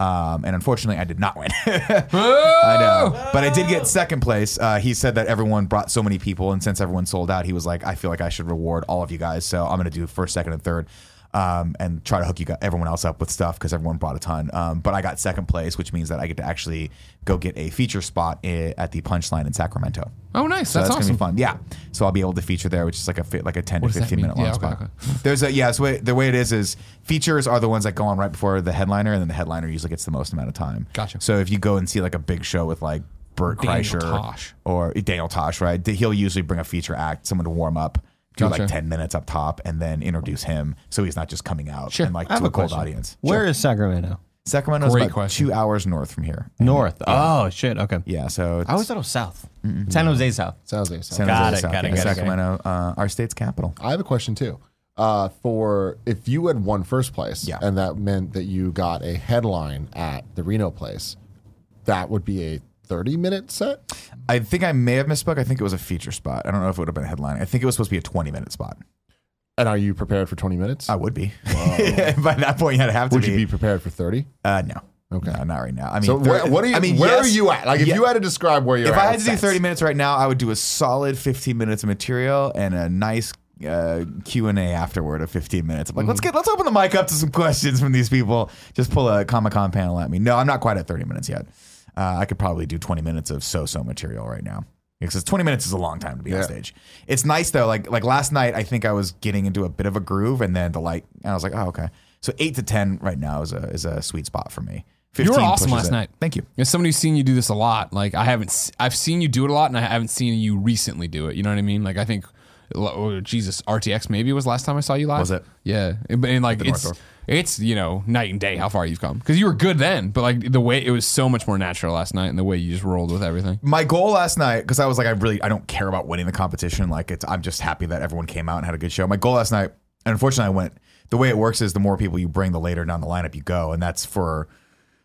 B: Um, and unfortunately, I did not win. [LAUGHS] I know, but I did get second place. Uh, he said that everyone brought so many people, and since everyone sold out, he was like, "I feel like I should reward all of you guys." So I'm gonna do first, second, and third, um, and try to hook you guys, everyone else up with stuff because everyone brought a ton. Um, but I got second place, which means that I get to actually go get a feature spot i- at the Punchline in Sacramento.
A: Oh, nice.
B: So
A: That's,
B: that's,
A: awesome.
B: gonna be fun. Yeah. So I'll be able to feature there, which is like a fi- like a ten
A: What does
B: to
A: that
B: fifteen
A: mean?
B: minute long
A: Yeah, okay,
B: spot.
A: okay.
B: There's a yeah. So it- the way it is is features are the ones that go on right before the headliner, and then the headliner usually gets the most amount of time.
A: Gotcha.
B: So if you go and see like a big show with like Burt
A: Daniel
B: Kreischer
A: Tosh.
B: or Daniel Tosh, right? th- He'll usually bring a feature act, someone to warm up. Do
A: Gotcha.
B: like ten minutes up top, and then introduce him, so he's not just coming out
A: Sure.
B: and like
A: I have
B: to a,
A: a
B: cold
A: question.
B: audience.
D: Where is Sacramento?
B: Sacramento's
A: Great
B: about
A: question.
B: two hours north from here.
D: North. Oh shit. Okay.
B: Yeah, so it's
D: I always thought it was south. San Jose south.
C: Sounds like sounds
B: San
D: Got
B: Jose,
D: it,
B: South
D: got it,
B: Bay,
D: got it, got it.
B: Sacramento, uh, our state's capital.
C: I have a question too. Uh, for if you had won first place,
B: Yeah.
C: and that meant that you got a headline at the Reno place, that would be a 30 minute set.
B: I think I may have misspoke. I think it was a feature spot. I don't know if it would have been a headline. I think it was supposed to be a 20 minute spot.
C: And are you prepared for 20 minutes?
B: I would be. [LAUGHS] By that point, you'd have Uh, to
C: would
B: be.
C: you be prepared for 30?
B: Uh, no.
C: Okay.
B: No, not right now. I mean,
C: So where,
B: thir-
C: what are you?
B: I mean,
C: where
B: yes.
C: are you at? Like, if
B: Yeah.
C: you had to describe where you're
B: If
C: at,
B: I had
C: with
B: to do
C: sets.
B: 30 minutes right now, I would do a solid 15 minutes of material and a nice uh, Q and A afterward of 15 minutes. I'm like,
A: Mm-hmm.
B: let's get let's open the mic up to some questions from these people. Just pull a Comic Con panel at me. No, I'm not quite at 30 minutes yet. Uh, I could probably do 20 minutes of so so material right now. Because 20 minutes is a long time to be on
C: Yeah.
B: stage. It's nice though. Like like last night, I think I was getting into a bit of a groove, and then the light, and I was like, oh okay. So eight to 10 right now is a is a sweet spot for me. 15
A: You were awesome
B: pushes
A: last
B: it.
A: night.
B: Thank you.
A: As somebody who's seen you do this a lot, like I haven't, s- I've seen you do it a lot, and I haven't seen you recently do it. You know what I mean? Like I think, oh, Jesus, RTX maybe was last time I saw you live.
B: Was it?
A: Yeah, and, and, like it's
B: North
A: it's you know night and day how far you've come because you were good then, but like the way it was so much more natural last night, and the way you just rolled with everything.
B: my goal last night because I was like, I really I don't care about winning the competition. Like it's I'm just happy that everyone came out and had a good show. My goal last night, and unfortunately, I went. The way it works is the more people you bring, the later down the lineup you go, and that's for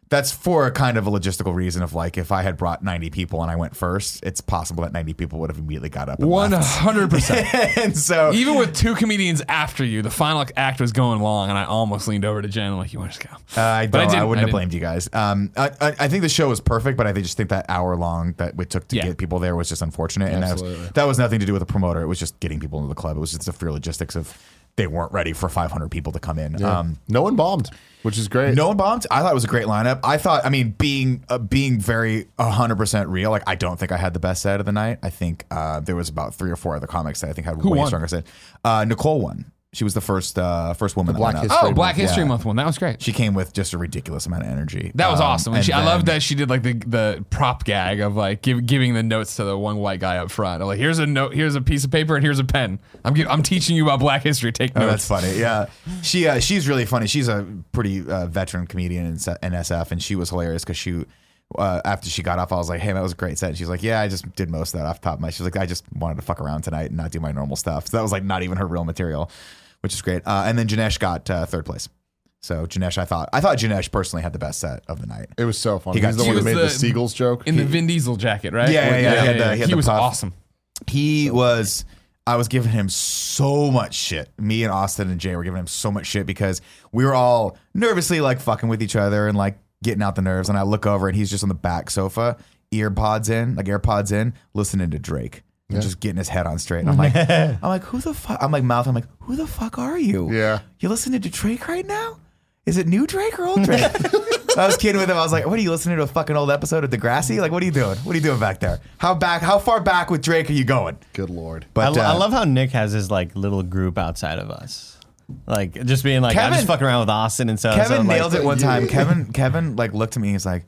B: that's for a kind of a logistical reason of like if I had brought 90 people and I went first, it's possible that 90 people would have immediately got up. And
A: One
B: left.
A: hundred
B: [LAUGHS]
A: percent.
B: and so
A: Even with two comedians after you, the final act was going long, and I almost leaned over to Jen like, "You want to just go?"
B: Uh, I,
A: But I didn't-
B: don't, I, wouldn't
A: I
B: have
A: didn't.
B: blamed you guys. Um, I, I, I think the show was perfect, but I think- just think that hour long that it took to
A: Yeah.
B: get people there was just unfortunate. And that
C: Absolutely.
B: was, that was nothing to do with the promoter. It was just getting people into the club. It was just the fear logistics of they weren't ready for 500 people to come in. Um,
C: no one bombed, which is great.
B: no one bombed. I thought it was a great lineup. I thought, I mean, being uh, being very 100% real, like I don't think I had the best set of the night. I think uh, there was about three or four other comics that I think had way
A: won?
B: stronger set. Uh, Nicole won. She was the first uh, first woman that
C: Black
B: went up.
C: History
A: Oh, Black
B: Month,
A: History
B: yeah.
A: Month one. That was great.
B: She came with just a ridiculous amount of energy.
A: That was
B: Um,
A: awesome. And
B: and
A: she, I
B: then-
A: love that she did like the the prop gag of like give, giving the notes to the one white guy up front. I'm like, here's a note, here's a piece of paper, and here's a pen. I'm gi- I'm teaching you about Black history. Take
B: Oh,
A: notes.
B: [LAUGHS] that's funny. Yeah, she uh, she's really funny. She's a pretty uh, veteran comedian in, S- in SF, and she was hilarious because she. Uh, after she got off, I was like, "Hey, that was a great set." And she's like, "Yeah, I just did most of that off the top of my." She's like, "I just wanted to fuck around tonight and not do my normal stuff." So that was like not even her real material, which is great. Uh, and then Janesh got uh, third place. So Janesh, I thought, I thought Janesh personally had the best set of the night.
C: It was so funny.
B: He got-
C: He's the
B: he
C: one that
A: was
C: made the,
A: the-
C: Seagulls joke.
A: In the
C: He-
A: Vin Diesel jacket, right?
B: Yeah, yeah, yeah. He had the- he
A: He,
B: had the
A: was
B: puff.
A: awesome.
B: He was. I was giving him so much shit. Me and Austin and Jay were giving him so much shit because we were all nervously like fucking with each other and like getting out the nerves. And I look over and he's just on the back sofa, ear pods in, like AirPods in, listening to Drake. and just getting his head on straight. And I'm like, I'm like, who the fuck? I'm like, mouth. I'm like, who the fuck are you?
C: Yeah.
B: you listening to Drake right now? Is it new Drake or old
D: [LAUGHS]
B: Drake? I was kidding with him. I was like, what are you listening to a fucking old episode of Degrassi? Like, what are you doing? What are you doing back there? How back? How far back with Drake are you going?
C: Good lord.
B: But
D: I, lo- I
B: uh,
D: love how Nick has his like little group outside of us. Like just being like, I'm
B: Kevin-
D: just fucking around with Austin and so.
B: Kevin nailed
D: [LAUGHS]
B: it one
C: you-
B: time. Kevin Kevin like looked at me. He's like,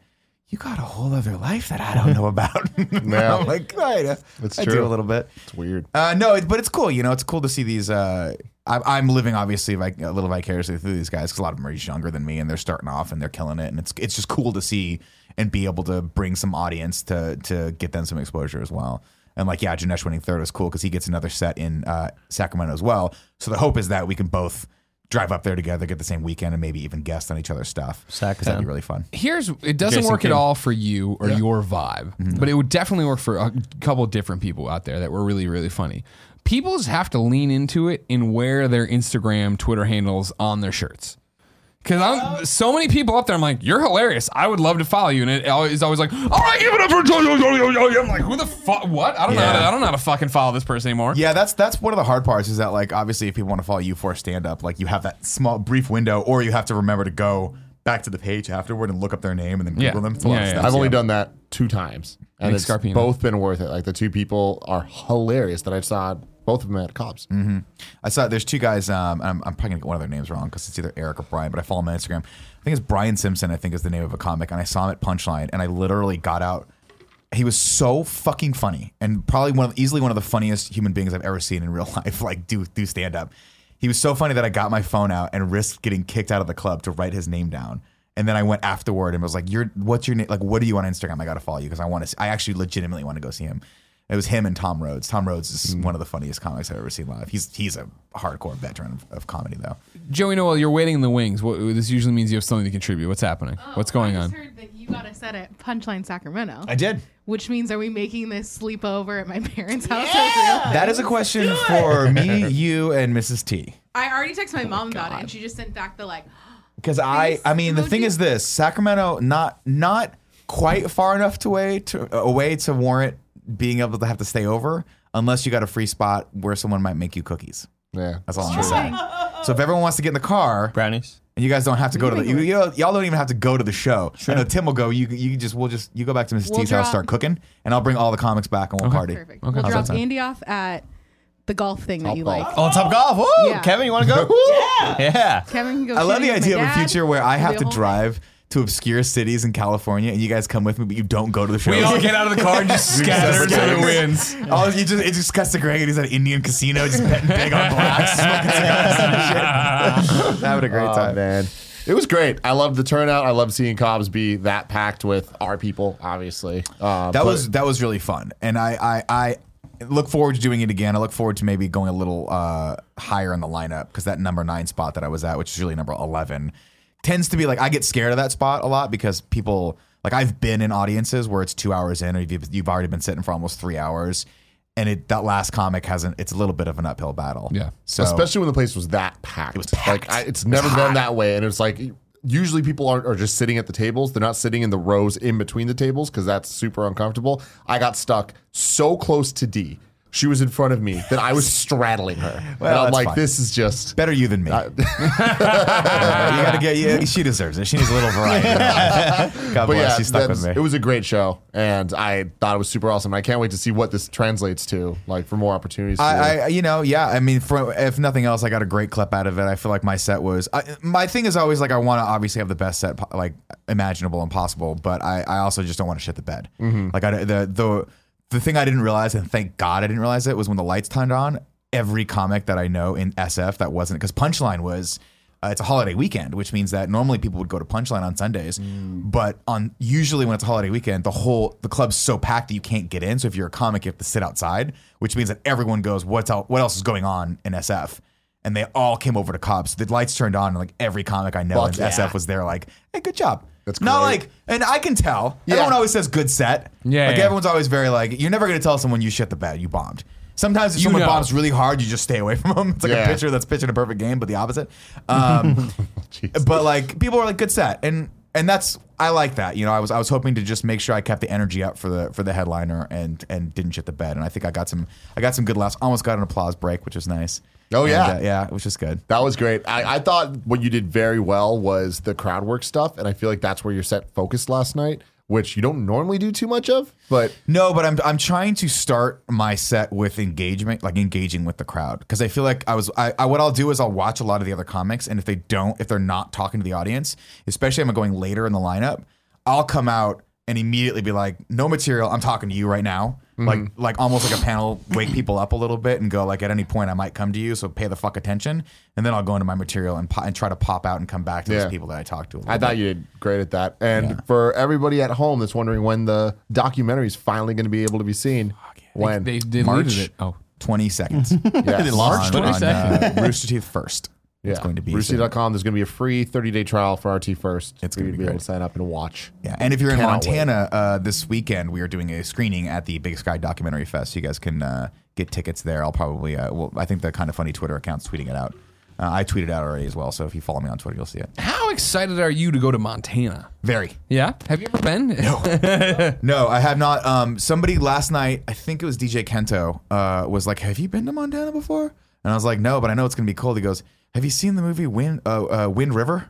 B: "You got a whole other life that I
D: [LAUGHS]
B: don't know about." [LAUGHS]
C: Yeah.
B: I'm like, "Right, I,
C: It's
B: I
C: true.
B: do a little bit."
C: It's weird.
B: Uh, no, it, but it's cool. You know, it's cool to see these. Uh, I, I'm living obviously like a little vicariously through these guys because a lot of them are just younger than me and they're starting off and they're killing it, and it's it's just cool to see and be able to bring some audience to to get them some exposure as well. And like, yeah, Janesh winning third is cool because he gets another set in uh, Sacramento as well. So the hope is that we can both drive up there together, get the same weekend, and maybe even guest on each other's stuff. 'Cause that'd
D: Sacramento.
B: be really fun.
A: Here's it doesn't
D: Jason
A: work
D: King.
A: at all for you or your vibe, but it would definitely work for a couple different people out there that were really really funny. People just have to lean into it and wear their Instagram, Twitter handles on their shirts. Because I'm so many people up there. I'm like, you're hilarious. I would love to follow you. And it always, it's always like, all right, give it up for Joe. Yo, yo, yo, yo, yo. I'm like, who the fuck? What? I don't know. How to,
B: Yeah.
A: I don't know how to fucking follow this person anymore.
B: Yeah, that's that's one of the hard parts is that like obviously if people want to follow you for stand up, like you have that small brief window, or you have to remember to go back to the page afterward and look up their name and then Google
A: Yeah.
B: them. It's a lot of
A: Yeah, yeah.
B: steps,
C: I've only
B: yeah.
C: done that two times, and
A: Nick
C: it's
A: Scarpino.
C: both been worth it. Like the two people are hilarious that I saw both of them at Cobb's.
B: Mm. I saw there's two guys. Um, I'm, I'm probably gonna get one of their names wrong because it's either Eric or Brian, but I follow him on Instagram. I think it's Brian Simpson. I think is the name of a comic, and I saw him at Punchline, and I literally got out. He was so fucking funny, and probably one of easily one of the funniest human beings I've ever seen in real [LAUGHS] life. Like do do stand up. He was so funny that I got my phone out and risked getting kicked out of the club to write his name down. And then I went afterward and was like, "You're what's your name? Like, what are you on Instagram? I gotta follow you because I want to. I actually legitimately want to go see him." It was him and Tom Rhodes. Tom Rhodes is one of the funniest comics I've ever seen live. He's he's a hardcore veteran of, of comedy though.
A: Joey Noel, you're waiting in the wings. What, this usually means you have something to contribute. What's happening? What's going
F: Oh, I
A: on?
F: just heard that you got a set at Punchline Sacramento,
B: did.
F: which means are we making this sleepover at my parents' house?
B: That is a question for me, you, and Mrs. T.
F: I already texted my mom about it, and she just sent back the like.
B: Because I
F: Face
B: I mean the thing
F: emoji?
B: is this Sacramento not not quite far enough to way to away to warrant being able to have to stay over unless you got a free spot where someone might make you cookies.
C: Yeah,
B: That's all I'm saying. So if everyone wants to get in the car,
D: brownies.
B: and you guys don't have to go to the you, you know, y'all don't even have to go to the show. I know Tim will go. You you just we'll just you go back to missus
F: We'll
B: T's house,
F: drop-
B: start cooking, and I'll bring all the comics back and we'll party.
F: Perfect. We'll
B: How's
F: drop
B: that sound?
F: Andy off at the golf thing that you
C: golf.
F: like.
D: Oh, top golf. Woo!
F: Yeah.
D: Kevin, you
B: [LAUGHS]
D: want to go? Yeah. Yeah.
F: Kevin can go.
B: I love
F: shooting
B: the
F: with my
B: idea of a
F: dad.
B: future where I
F: It'll
B: have
F: be a
B: to
F: whole
B: drive to obscure cities in California, and you guys come with me, but you don't go to the show.
A: We all get out of the car and just scatter to the winds.
B: [LAUGHS] Oh, you just it just cuts to Greg and he's at an Indian casino just betting big on blacks, Uh, smoking cigars and shit. [LAUGHS] Having a great
C: Oh,
B: time.
C: man. It was great. I loved the turnout. I love seeing Cobb's be that packed with our people, obviously. Uh,
B: that
C: but-
B: was that was really fun, and I I, I look forward to doing it again. I look forward to maybe going a little uh, higher in the lineup because that number nine spot that I was at, which is really number eleven, tends to be like I get scared of that spot a lot because people like I've been in audiences where it's two hours in, or you've, you've already been sitting for almost three hours, and it that last comic hasn't. It's a little bit of an uphill battle.
A: Yeah.
B: so
C: especially when the place was that packed. It
B: was packed.
C: Like I, it's never been that way, and it's like usually people aren't are just sitting at the tables. They're not sitting in the rows in between the tables because that's super uncomfortable. I got stuck so close to D. She was in front of me that I
B: [LAUGHS]
C: was straddling her,
B: Well,
C: and I'm
B: that's
C: like,
B: fine.
C: this is just.
B: better you than me. [LAUGHS] you gotta get. Yeah, she deserves it. She needs a little [LAUGHS] variety. God
C: But
B: bless.
C: yeah,
B: she's stuck
C: that's-
B: with me.
C: it was a great show, and I thought it was super awesome. I can't wait to see what this translates to, like for more opportunities. to do it.
B: I, I, you know, yeah. I mean, for, if nothing else, I got a great clip out of it. I feel like my set was. I, my thing is always like I want to obviously have the best set po- like imaginable and possible, but I, I also just don't want to shit the bed. Like I, the the the thing I didn't realize, and thank God I didn't realize it, was when the lights turned on. Every comic that I know in SF that wasn't because Punchline was. Uh, it's a holiday weekend, which means that normally people would go to Punchline on Sundays,
C: Mm.
B: but on usually when it's a holiday weekend, the whole the club's so packed that you can't get in. So if you're a comic, you have to sit outside, which means that everyone goes, "What's out? What else is going on in SF?" And they all came over to Cobb's. The lights turned on, and like every comic I know
C: Fuck
B: in
C: yeah.
B: SF was there. Like, hey, good job.
C: That's
B: not
C: great.
B: like, and I can tell.
C: Yeah.
B: Everyone always says good set.
A: Yeah,
B: like
A: yeah.
B: everyone's always very like, you're never gonna tell someone you shit the bed, you bombed. Sometimes if
A: You
B: someone
A: know.
B: bombs really hard, you just stay away from them. [LAUGHS] It's like
C: Yeah.
B: a
C: [LAUGHS]
B: pitcher that's pitching a perfect game, but the opposite. Um, but like people are like good set and and that's I like that. You know, I was I was hoping to just make sure I kept the energy up for the for the headliner and and didn't shit the bed. And I think I got some I got some good laughs. Almost got an applause break, which was nice.
C: Oh,
B: And,
C: yeah.
B: uh, yeah, it was just good.
C: That was great. I, I thought what you did very well was the crowd work stuff, and I feel like that's where your set focused last night, which you don't normally do too much of. But
B: No, but I'm I'm trying to start my set with engagement, like engaging with the crowd, because I feel like I was I, I what I'll do is I'll watch a lot of the other comics, and if they don't, if they're not talking to the audience, especially if I'm going later in the lineup, I'll come out and immediately be like, no material, I'm talking to you right now,
C: Mm-hmm.
B: like like almost like a panel, wake people up a little bit and go like at any point I might come to you, so pay the fuck attention, and then I'll go into my material and po- and try to pop out and come back to
C: Yeah.
B: those people that I talked to. A little
C: I
B: bit.
C: thought you did great at that. And for everybody at home that's wondering when the documentary is finally going to be able to be seen, when
A: They deleted
B: March.
A: it. Oh,
B: twenty
C: [LAUGHS]
B: seconds.
C: Yes.
B: March
A: 22nd.
B: uh, [LAUGHS] Rooster Teeth first. It's going to be soon.
C: Rooster.com. There's going to be a free 30 day trial for RT first.
B: It's
C: for you
B: gonna be
C: able
B: great.
C: to sign up and watch.
B: Yeah, and if you're in
C: Cannot wait.
B: Montana uh, this weekend, we are doing a screening at the Big Sky Documentary Fest. You guys can uh, get tickets there. I'll probably, uh, well, I think the kind of funny Twitter account's tweeting it out. Uh, I tweeted out already as well, so if you follow me on Twitter, you'll see it.
A: how excited are you to go to Montana?
B: Very.
A: Yeah, have you ever been? No.
B: No, I have not. Um, somebody last night, I think it was DJ Kento, uh, was like, "Have you been to Montana before?" And I was like, "No, but I know it's gonna be cold." He goes, "Have you seen the movie Wind uh, uh, Wind River?"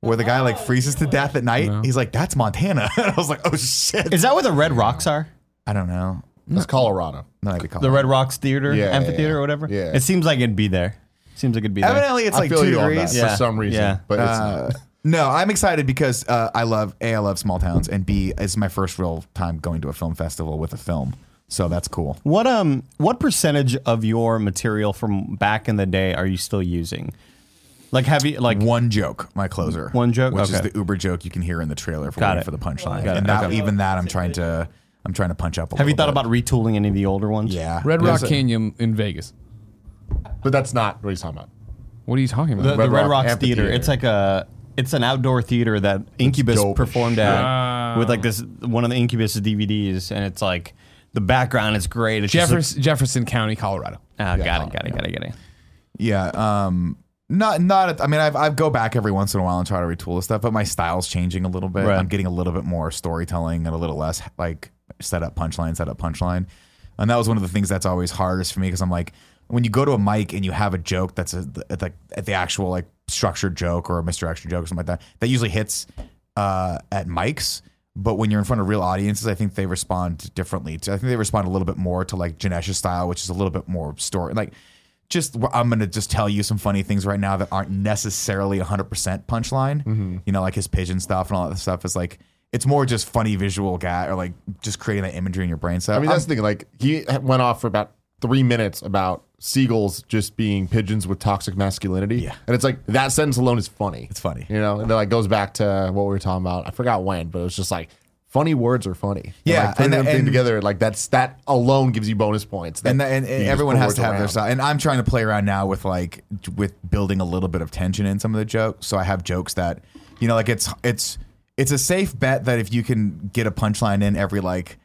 B: Where the guy like freezes to death at night. He's like, "That's Montana," [LAUGHS] and I was like, "Oh shit!"
D: Is that where the Red Rocks are?
B: I don't know.
C: That's Colorado.
B: No, that'd be cold.
D: The Red Rocks Theater,
C: Yeah, yeah,
D: amphitheater,
C: yeah.
D: or whatever.
C: Yeah.
D: It seems like it'd be there. Seems like it'd be there.
B: Evidently, it's
C: I
B: like
C: feel
B: two
C: you on
B: degrees.
C: that
D: Yeah.
C: for some reason.
D: Yeah.
C: But it's not.
B: Uh, no, I'm excited because uh, I love a I love small towns, and b it's my first real time going to a film festival with a film, so that's cool.
D: What um what percentage of your material from back in the day are you still using? Like have you like
B: One joke, my closer.
D: One joke?
B: which is
D: Okay.
B: the Uber joke you can hear in the trailer for
D: Got
B: waiting
D: it.
B: for the punchline,
D: Got it.
B: and that,
D: Okay.
B: even that I'm trying to I'm trying to punch up. a
D: have you thought
B: little
D: about retooling any of the older ones?
B: bit. Yeah,
A: [LAUGHS] Red Rock
B: There's a-
A: Canyon in Vegas.
C: but that's not what he's talking about.
A: What are you talking about?
D: The, the
C: Red
D: Red
C: Rock
D: Rocks Theater.
C: Amphitheater.
D: It's like a it's an outdoor theater that Incubus
C: dope as
D: performed at
A: shit.
D: with like this one of the Incubus DVDs, and it's like the background is great. It's just
A: Jefferson, Jefferson County, Colorado.
D: like, oh, got it, got it, got it, got it.
B: Yeah, um, not not. I mean, I've, I go back every once in a while and try to retool the stuff, but my style's changing a little bit.
D: Right.
B: I'm getting a little bit more storytelling and a little less like set up punchline, set up punchline. And that was one of the things that's always hardest for me because I'm like, when you go to a mic and you have a joke that's a, at the, at the actual like structured joke or a misdirection joke or something like that, that usually hits uh, at mics. But when you're in front of real audiences, I think they respond differently. To, I think they respond a little bit more to like Janesh's style, which is a little bit more story. Like, just I'm gonna just tell you some funny things right now that aren't necessarily 100 percent punchline.
C: Mm-hmm.
B: You know, like his pigeon stuff and all that stuff is like it's more just funny visual guy or like just creating that imagery in your brain. So
C: I mean, that's the thing. Like, he went off for about three minutes about seagulls just being pigeons with toxic masculinity.
B: Yeah.
C: And it's like, that sentence alone is funny.
B: It's funny.
C: You know, and then like goes back to what we were talking about. I forgot when, but it was just like, funny words are funny. And,
B: Yeah,
C: Like, putting
B: and-
C: them thing
B: and-
C: together, like, that's that alone gives you bonus points.
B: and, that, and,
C: you
B: and
C: just
B: everyone
C: put
B: has
C: words
B: to have their
C: around.
B: side. And I'm trying to play around now with like j- with building a little bit of tension in some of the jokes. So I have jokes that you know, like it's it's it's a safe bet that if you can get a punchline in every like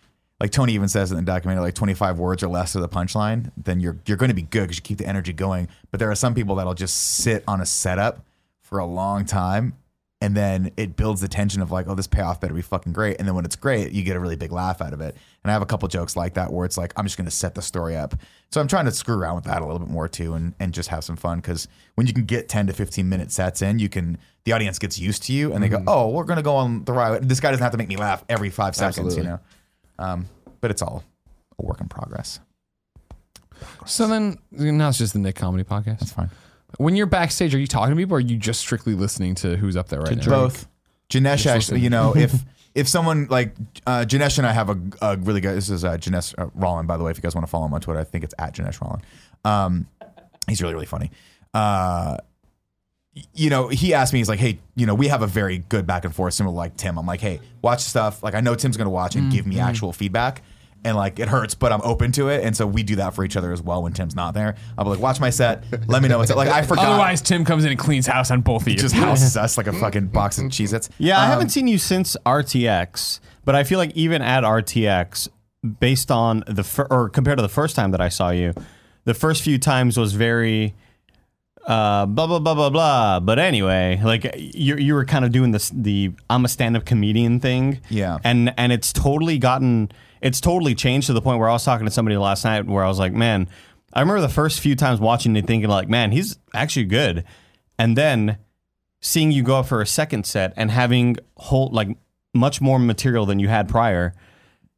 B: like Tony even says in the documentary, like 25 words or less of the punchline, then you're you're going to be good because you keep the energy going. But there are some people that'll just sit on a setup for a long time. And then it builds the tension of like, oh, this payoff better be fucking great. And then when it's great, you get a really big laugh out of it. And I have a couple jokes like that where it's like, I'm just going to set the story up. So I'm trying to screw around with that a little bit more too and, and just have some fun. Cause when you can get 10 to 15 minute sets in, you can, the audience gets used to you and they go, oh, we're going to go on the ride. This guy doesn't have to make me laugh every five seconds, you
C: Absolutely.
B: know? Um, but it's all a work in progress.
A: So then, now it's just the Nick Comedy Podcast.
B: It's fine.
A: When you're backstage, are you talking to people or are you just strictly listening to who's up there right now?
B: Both. Janesh, actually, you know, if if someone like uh, Janesh and I have a, a really good. This is uh, Janesh uh, Rollin, by the way. If you guys want to follow him on Twitter, I think it's at Janesh Rollin. Um, he's really really funny. Uh, you know, he asked me, he's like, hey, you know, we have a very good back and forth, similar like Tim. I'm like, hey, watch stuff. Like, I know Tim's going to watch and give me actual feedback. And like, it hurts, but I'm open to it. And so we do that for each other as well when Tim's not there. I'll be like, watch my set. Let me know what's up. Like, I forgot.
A: Otherwise, Tim comes in and cleans house on both of you.
B: Just houses us like a fucking box of Cheez Its.
D: Yeah, I haven't seen you since RTX, but I feel like even at RTX, based on the fir- or compared to the first time that I saw you, the first few times was very uh, blah blah blah blah blah. But anyway, like you you were kind of doing this the I'm a stand up comedian thing.
B: Yeah.
D: And and it's totally gotten it's totally changed to the point where I was talking to somebody last night where I was like, man, I remember the first few times watching it thinking like, man, he's actually good, and then seeing you go up for a second set and having whole like much more material than you had prior.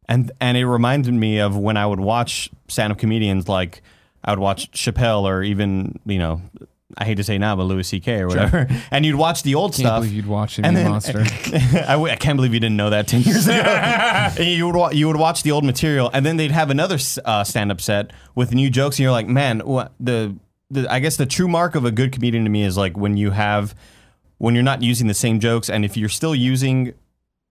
D: And and it reminded me of when I would watch stand up comedians like I would watch Chappelle or even, you know, I hate to say now, but Louis C.K. or whatever. [LAUGHS] And you'd watch the old
A: Can't
D: stuff.
A: believe you'd watch him,
D: and
A: you
D: then-
A: monster.
D: [LAUGHS] I, w- I can't believe you didn't know that 10 years ago. [LAUGHS] And you, would wa- you would watch the old material, and then they'd have another s- uh, stand up set with new jokes, and you're like, man, what the, the. I guess the true mark of a good comedian to me is like when you have. When you're not using the same jokes, and if you're still using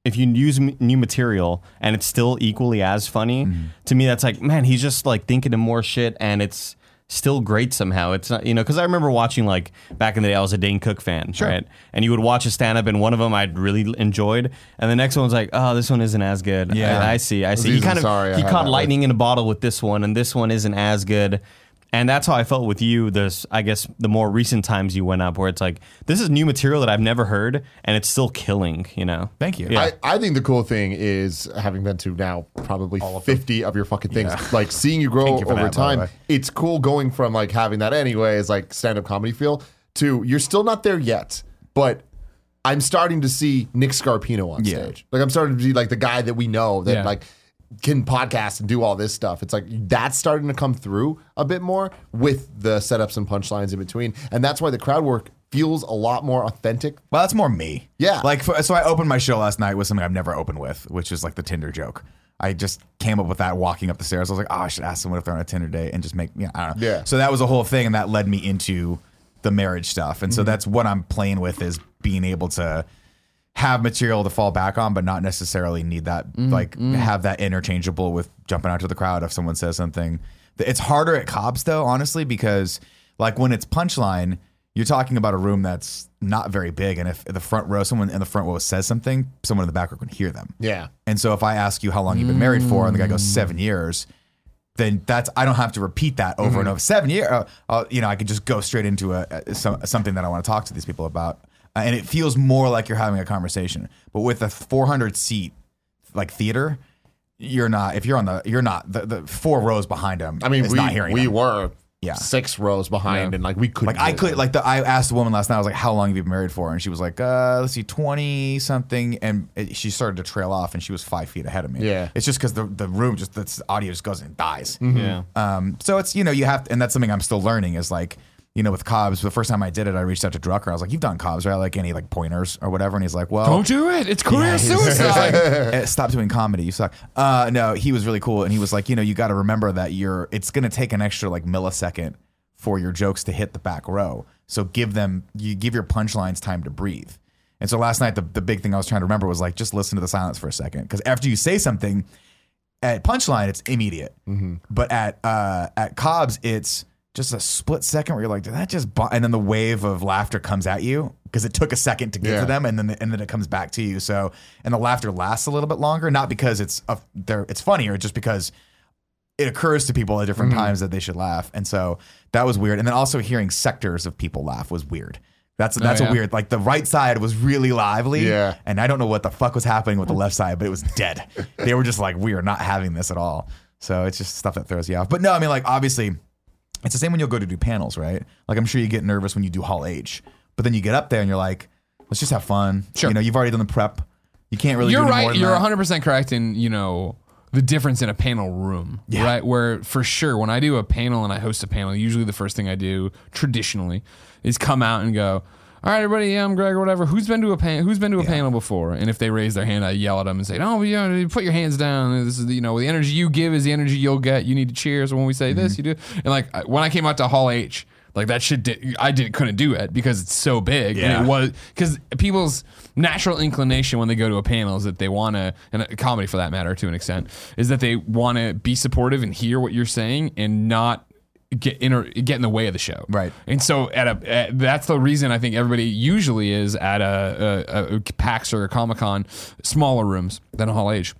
D: if you use m- new material and it's still equally as funny, to me that's like, man, he's just like thinking of more shit and it's still great somehow. It's not, you know, because I remember watching like back in the day, I was a Dane Cook fan, right? And you would watch a stand up and one of them I'd really l- enjoyed, and the next one was like, oh, this one isn't as good.
B: Yeah.
D: I, I see, I see. He
C: Aziz
D: kind of
C: Ansari, I
D: he
C: had
D: caught
C: that
D: lightning in a bottle with this one, and this one isn't as good. And that's how I felt with you. This, I guess, the more recent times you went up, where it's like, this is new material that I've never heard, and it's still killing. You know,
B: Thank you.
C: I, I think the cool thing is having been to now probably 50 of your fucking things, like
B: [LAUGHS]
C: seeing you grow
B: Thank you for
C: over
B: that, by the way.
C: time. It's cool going from like having that anyways, like stand up comedy feel to you're still not there yet, but I'm starting to see Nick Scarpino on
B: Yeah.
C: stage. Like I'm starting to be like the guy that we know that
A: Yeah.
C: like can podcast and do all this stuff. It's like that's starting to come through a bit more with the setups and punchlines in between. And that's why the crowd work feels a lot more authentic
B: Well, that's more me.
C: Yeah.
B: Like, for, so I opened my show last night with something I've never opened with, which is like the Tinder joke. I just came up with that walking up the stairs. I was like, oh, I should ask someone if they're on a Tinder date and just make, you know, I don't know.
C: Yeah.
B: So that was a whole thing, and that led me into the marriage stuff. And so
C: Mm-hmm.
B: that's what I'm playing with is being able to have material to fall back on, but not necessarily need that, like, have that interchangeable with jumping out to the crowd if someone says something. It's harder at Cobb's, though, honestly, because, like, when it's punchline, you're talking about a room that's not very big. And if the front row, someone in the front row says something, someone in the back row can hear them.
C: Yeah.
B: And so if I ask you how long you've been married for, and the guy
C: Mm.
B: goes seven years, then that's I don't have to repeat that over
C: Mm.
B: and over. Seven years, uh, uh, you know, I could just go straight into a, a some, something that I want to talk to these people about, Uh, and it feels more like you're having a conversation. But with a 400 seat like theater, you're not. If you're on the, you're not the, the four rows behind him.
C: I mean,
B: is
C: we,
B: not hearing
C: we
B: them.
C: were
B: Yeah.
C: six rows behind, and like we couldn't.
B: Like I
C: hear
B: could
C: them.
B: like the I asked the woman last night I was like how long have you been married for and she was like uh let's see twenty something and it, she started to trail off and she was five feet ahead of me
C: Yeah.
B: it's just because the the room just that's audio just goes and dies
D: yeah.
B: um so it's you know you have to, and that's something I'm still learning is like you know with Cobbs the first time I did it I reached out to Drucker I was like you've done Cobbs right like any like pointers or whatever and he's like well
A: Don't do it. It's career
B: yeah, he's- [LAUGHS]
A: suicide.
B: he's like, "Eh, Stop doing comedy. You suck. Uh, no, he was really cool, and he was like, you know, you got to remember that you're. It's gonna take an extra like millisecond for your jokes to hit the back row. So give them, you give your punchlines time to breathe. And so last night, the the big thing I was trying to remember was like, just listen to the silence for a second, because after you say something, at punchline it's immediate, but at uh, at Cobb's it's. Just a split second where you're like, did that just? Bu-? And then the wave of laughter comes at you because it took a second to get
C: Yeah.
B: to them, and then and then it comes back to you. So and the laughter lasts a little bit longer, not because it's a, they're, it's funnier, just because it occurs to people at
A: Mm-hmm.
B: different times that they should laugh, and so that was weird. And then also hearing sectors of people laugh was weird. That's that's
A: Oh, yeah.
B: a weird. Like the right side was really lively,
C: Yeah.
B: and I don't know what the fuck was happening with the left side, but it was dead. they were just like, we are not having this at all. So it's just stuff that throws you off. But no, I mean, like obviously, it's the same when you'll go to do panels, right? Like I'm sure you get nervous when you do Hall H, but then you get up there and you're like, let's just have fun.
A: Sure.
B: You know, you've already done the prep. You can't really.
A: You're
B: do any More
A: right.
B: than
A: You're
B: that.
A: 100 percent correct in you know the difference in a panel room, right? Where for sure, when I do a panel and I host a panel, usually the first thing I do traditionally is come out and go. All right, everybody. Yeah, I'm Greg or whatever. Who's been to a pan- Who's been to a panel before? And if they raise their hand, I yell at them and say, "Oh, yeah, put your hands down. This is the, you know the energy you give is the energy you'll get. You need to cheers when we say this. You
B: Mm-hmm.
A: do." And like I- when I came out to Hall H, like that shit, did, I didn't couldn't do it because it's so big and
B: Yeah.
A: it was because people's natural inclination when they go to a panel is that they want to, and a comedy for that matter to an extent, is that they want to be supportive and hear what you're saying and not get in or get in the way of the show.
B: Right.
A: And so at a at, that's the reason I think everybody usually is at a, a, a PAX or a Comic Con smaller rooms than a Hall H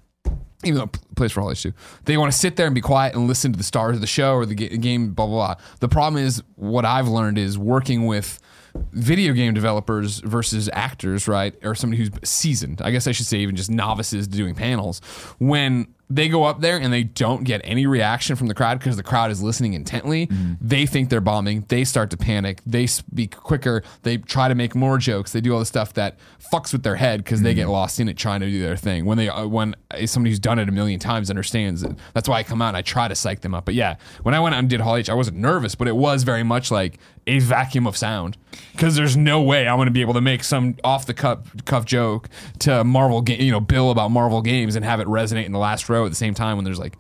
A: even though it plays for all age too, they want to sit there and be quiet and listen to the stars of the show or the ga- game, blah, blah, blah. The problem is, what I've learned is working with video game developers versus actors, right? Or somebody who's seasoned. I guess I should say, even just novices doing panels. When they go up there and they don't get any reaction from the crowd because the crowd is listening intently. They think they're bombing. They start to panic. They speak quicker. They try to make more jokes. They do all the stuff that fucks with their head because they get lost in it trying to do their thing. When they uh, when uh, somebody who's done it a million times understands it, that's why I come out and I try to psych them up. But yeah, when I went out and did Hall H, I wasn't nervous, but it was very much like a vacuum of sound because there's no way I'm going to be able to make some off the cuff cuff joke to Marvel game, you know, Bill about Marvel games and have it resonate in the last row at the same time when there's like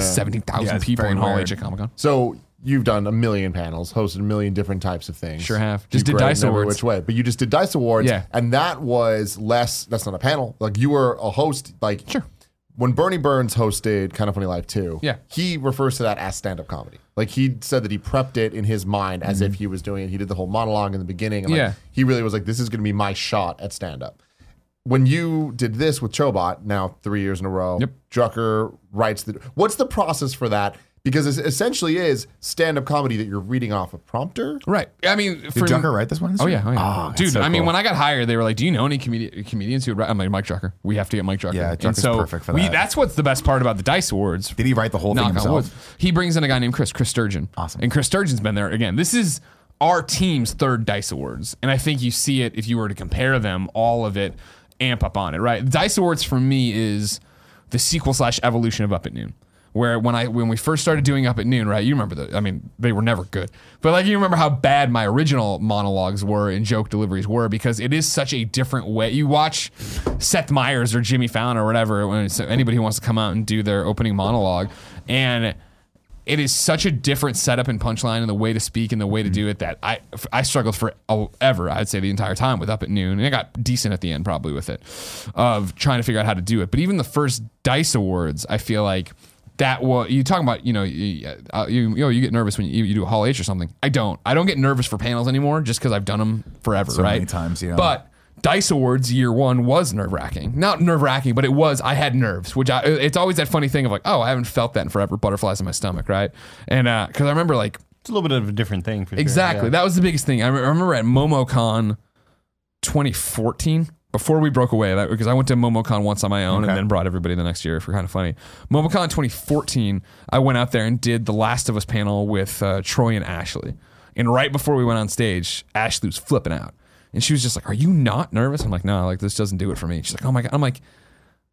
A: seventeen thousand
B: Yeah, it's
A: people
B: very
A: in Hall
B: weird.
A: H at Comic Con.
C: So you've done a million panels, hosted a million different types of things.
A: Sure have. Just
C: You've
A: did
C: read
A: Dice
C: in every
A: Awards.
C: Which way? But you just did Dice Awards.
A: Yeah.
C: And that was less. That's not a panel. Like you were a host. Like sure. When Bernie Burns hosted Kind of Funny Life too.
A: Yeah.
C: he refers to that as stand-up comedy. Like he said that he prepped it in his mind as if he was doing it. He did the whole monologue in the beginning. And like,
A: Mm-hmm. Yeah.
C: he really was like, "This is going to be my shot at stand-up." When you did this with Chobot, now three years in a row,
A: Yep.
C: Drucker writes the. What's the process for that? Because it essentially is stand-up comedy that you're reading off a prompter.
A: Right. I mean,
B: Did
A: for
B: Junker write this Ah, one?
A: Oh yeah, oh, yeah.
B: that's
A: dude.
B: so
A: I mean,
B: cool.
A: when I got hired, they were like, "Do you know any comedi- comedians who?" Write? I'm like, "Mike Drucker. We have to get Mike Drucker."
B: Yeah,
A: And
B: Drucker's perfect for
A: we-
B: that.
A: that's what's the best part about the Dice Awards.
B: Did he write the whole thing
A: Knock on wood.
B: himself?
A: He brings in a guy named Chris, Chris Sturgeon.
B: Awesome.
A: And Chris Sturgeon's been there again. This is our team's third Dice Awards. And I think you see it if you were to compare them, all of it, amp up on it, right? Dice Awards for me is the sequel slash evolution of Up at Noon. Where when I when we first started doing Up at Noon, right? You remember the I mean, they were never good. But like you remember how bad my original monologues were and joke deliveries were because it is such a different way. You watch Seth Meyers or Jimmy Fallon or whatever, when it's- anybody who wants to come out and do their opening monologue and it is such a different setup and punchline and the way to speak and the way to
B: Mm-hmm.
A: do it that I I struggled for ever I'd say the entire time with up at noon and I got decent at the end probably with it of trying to figure out how to do it but even the first Dice Awards I feel like that was you talking about you know you, uh, you, you know you get nervous when you, you do a Hall H or something I don't I don't get nervous for panels anymore just because I've done them forever
B: So
A: right
B: many times, you know.
A: but Dice Awards year one was nerve wracking. Not nerve wracking, but it was. I had nerves, which I, it's always that funny thing of like, oh, I haven't felt that in forever. Butterflies in my stomach, right? And because I remember like
D: It's a little bit of a different thing for sure,
A: exactly
D: yeah.
A: that was the biggest thing. I re- I remember at MomoCon 2014 before we broke away that because I went to MomoCon once on my own and then brought everybody the next year for kind of funny. MomoCon 2014, I went out there and did the Last of Us panel with uh, Troy and Ashley. And right before we went on stage, Ashley was flipping out. And she was just like, "Are you not nervous?" I'm like, "No, like this doesn't do it for me." She's like, "Oh my god." I'm like,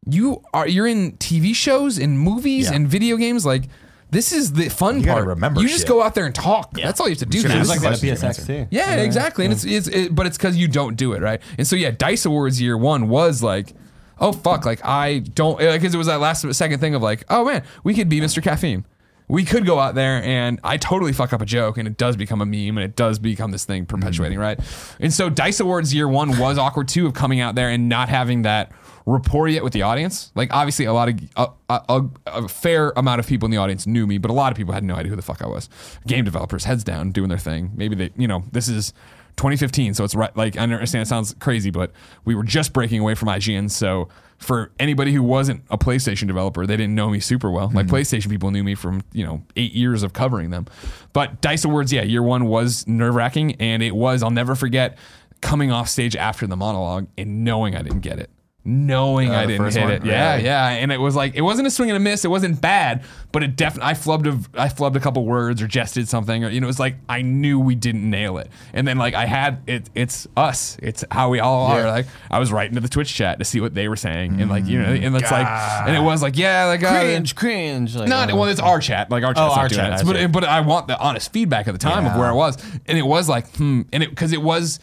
A: "You are you're in TV shows and movies
B: Yeah.
A: and video games like this is the fun
B: You gotta
A: part.
B: remember
A: you just
B: shit.
A: go out there and talk. That's all you have to do.
B: Sure,
A: now.
D: It was
B: This
D: like
B: is
D: that
B: less
D: at PSX
B: expensive.
D: too.
A: Yeah, exactly. And it's, it's it, but it's because you don't do it right. And so yeah, Dice Awards year one was like, oh fuck, like I don't because it was that last second thing of like, oh man, we could be Mr. Caffeine. We could go out there and I totally fuck up a joke and it does become a meme and it does become this thing perpetuating, right? And so Dice Awards year one was awkward too of coming out there and not having that rapport yet with the audience. Like obviously a lot of a, a, a- a fair amount of people in the audience knew me, but a lot of people had no idea who the fuck I was. Game developers, heads down, doing their thing. Maybe they, you know, this is 2015, so it's right. Like I understand it sounds crazy, but we were just breaking away from IGN, so for anybody who wasn't a PlayStation developer, they didn't know me super well. Like PlayStation people knew me from you know eight years of covering them. But Dice Awards, yeah, year one was nerve wracking, and it was. I'll never forget coming off stage after the monologue and knowing I didn't get it. Knowing I
B: Uh, the
A: didn't
B: first
A: hit
B: one?
A: it, yeah,
B: Really?
A: yeah, and it was like it wasn't a swing and a miss. It wasn't bad, but it definitely I flubbed a I flubbed a couple words or jested something, or you know, it was like I knew we didn't nail it. And then like I had it. It's us. It's how we all are.
C: Yeah.
A: Like I was right into the Twitch chat to see what they were saying, and like you know, and it's like, and it was like yeah, like uh,
D: Cringe, cringe. Like,
A: not
D: uh,
A: well. It's our chat. Like our chat's
D: Oh,
A: not
D: our
A: doing
D: chat,
A: that.
D: I see.
A: But but I want the honest feedback at the time of where I was, and it was like hmm, and it because it was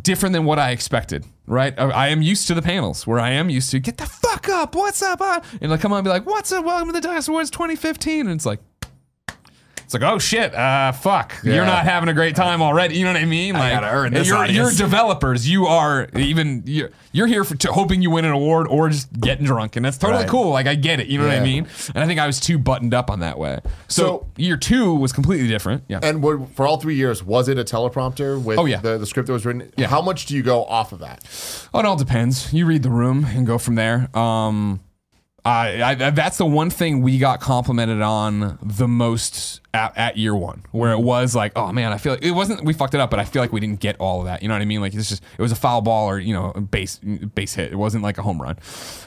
A: different than what I expected. Right, I, I am used to the panels where I am used to get the fuck up. What's up? Uh, and like come on, and be like, what's up? Welcome to the Dice Awards 2015, and it's like. It's like, oh shit, uh, fuck! You're
C: Yeah.
A: not having a great time already. You know what I mean? Like,
B: gotta earn this
A: you're, you're
B: audience.
A: developers. You are even you're, you're here for to, hoping you win an award or just getting drunk, and that's totally
B: Right.
A: cool. Like, I get it. You know what I
C: Yeah.
A: mean? And I think I was too buttoned up on that way. So,
C: So-
A: year two was completely different. Yeah.
C: And what, for all three years, was it a teleprompter with
A: Oh, yeah.
C: the, the script that was written?
A: Yeah.
C: How much do you go off of that?
A: Oh, it all depends. You read the room and go from there. Um, I, I, that's the one thing we got complimented on the most at, at year one, where it was like, oh man, I feel like it wasn't we fucked it up, but I feel like we didn't get all of that. You know what I mean? Like it's just it was a foul ball or you know a base base hit. It wasn't like a home run.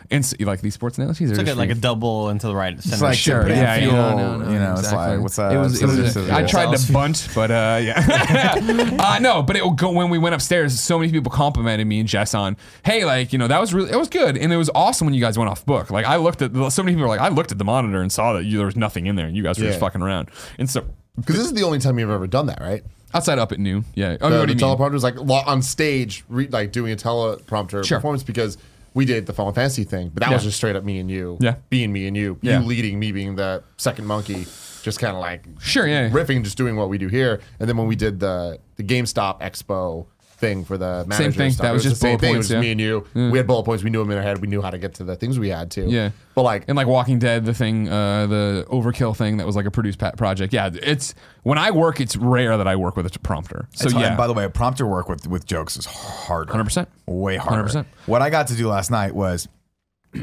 A: And so, you like these sports analogies are
D: Took it
A: just
D: like a
A: free-
D: double into the right center.
B: It's like
A: Sure,
B: sure,
A: yeah,
B: yeah,
A: yeah,
B: fuel,
A: no, no, no,
B: you know, it's
A: exactly.
B: like what's up?
A: It was, it was,
B: Scissors,
A: I
B: yeah.
A: tried to bunt, but uh,
B: [LAUGHS]
A: yeah, uh, no. But it will go when we went upstairs. So many people complimented me and Jess on, hey, like you know that was really it was good, and it was awesome when you guys went off book. Like I looked at so many people were like I looked at the monitor and saw that you, there was nothing in there, and you guys were just
C: Yeah.
A: fucking around. And so
C: Because this is the only time you've ever done that, right?
A: outside up at noon, yeah. Oh,
C: The,
A: what do
C: the
A: you mean?
C: teleprompter was like lo- on stage, re- like doing a teleprompter
A: Sure.
C: performance because we did the Final Fantasy thing, but that was
A: Yeah.
C: just straight up me and you,
A: Yeah.
C: being me and you,
A: Yeah.
C: you leading, me being the second monkey, just kind of like
A: Sure, yeah.
C: riffing, just doing what we do here. And then when we did the the GameStop Expo thing for the manager
A: thing.
C: stuff,
A: That
C: it
A: was just
C: the same
A: bullet
C: thing. It
A: points,
C: was just
A: yeah.
C: me and you. We had bullet points. We knew them in our head. We knew how to get to the things we had to.
A: Yeah.
C: but like
A: and like Walking Dead, the thing, uh, the Overkill thing that was like a produced pa- project. Yeah, it's when I work, it's rare that I work with a prompter. So
B: It's hard-
A: yeah,
B: And by the way, prompter work with with jokes is harder.
A: 100%.
B: Way harder.
A: 100%.
B: What I got to do last night was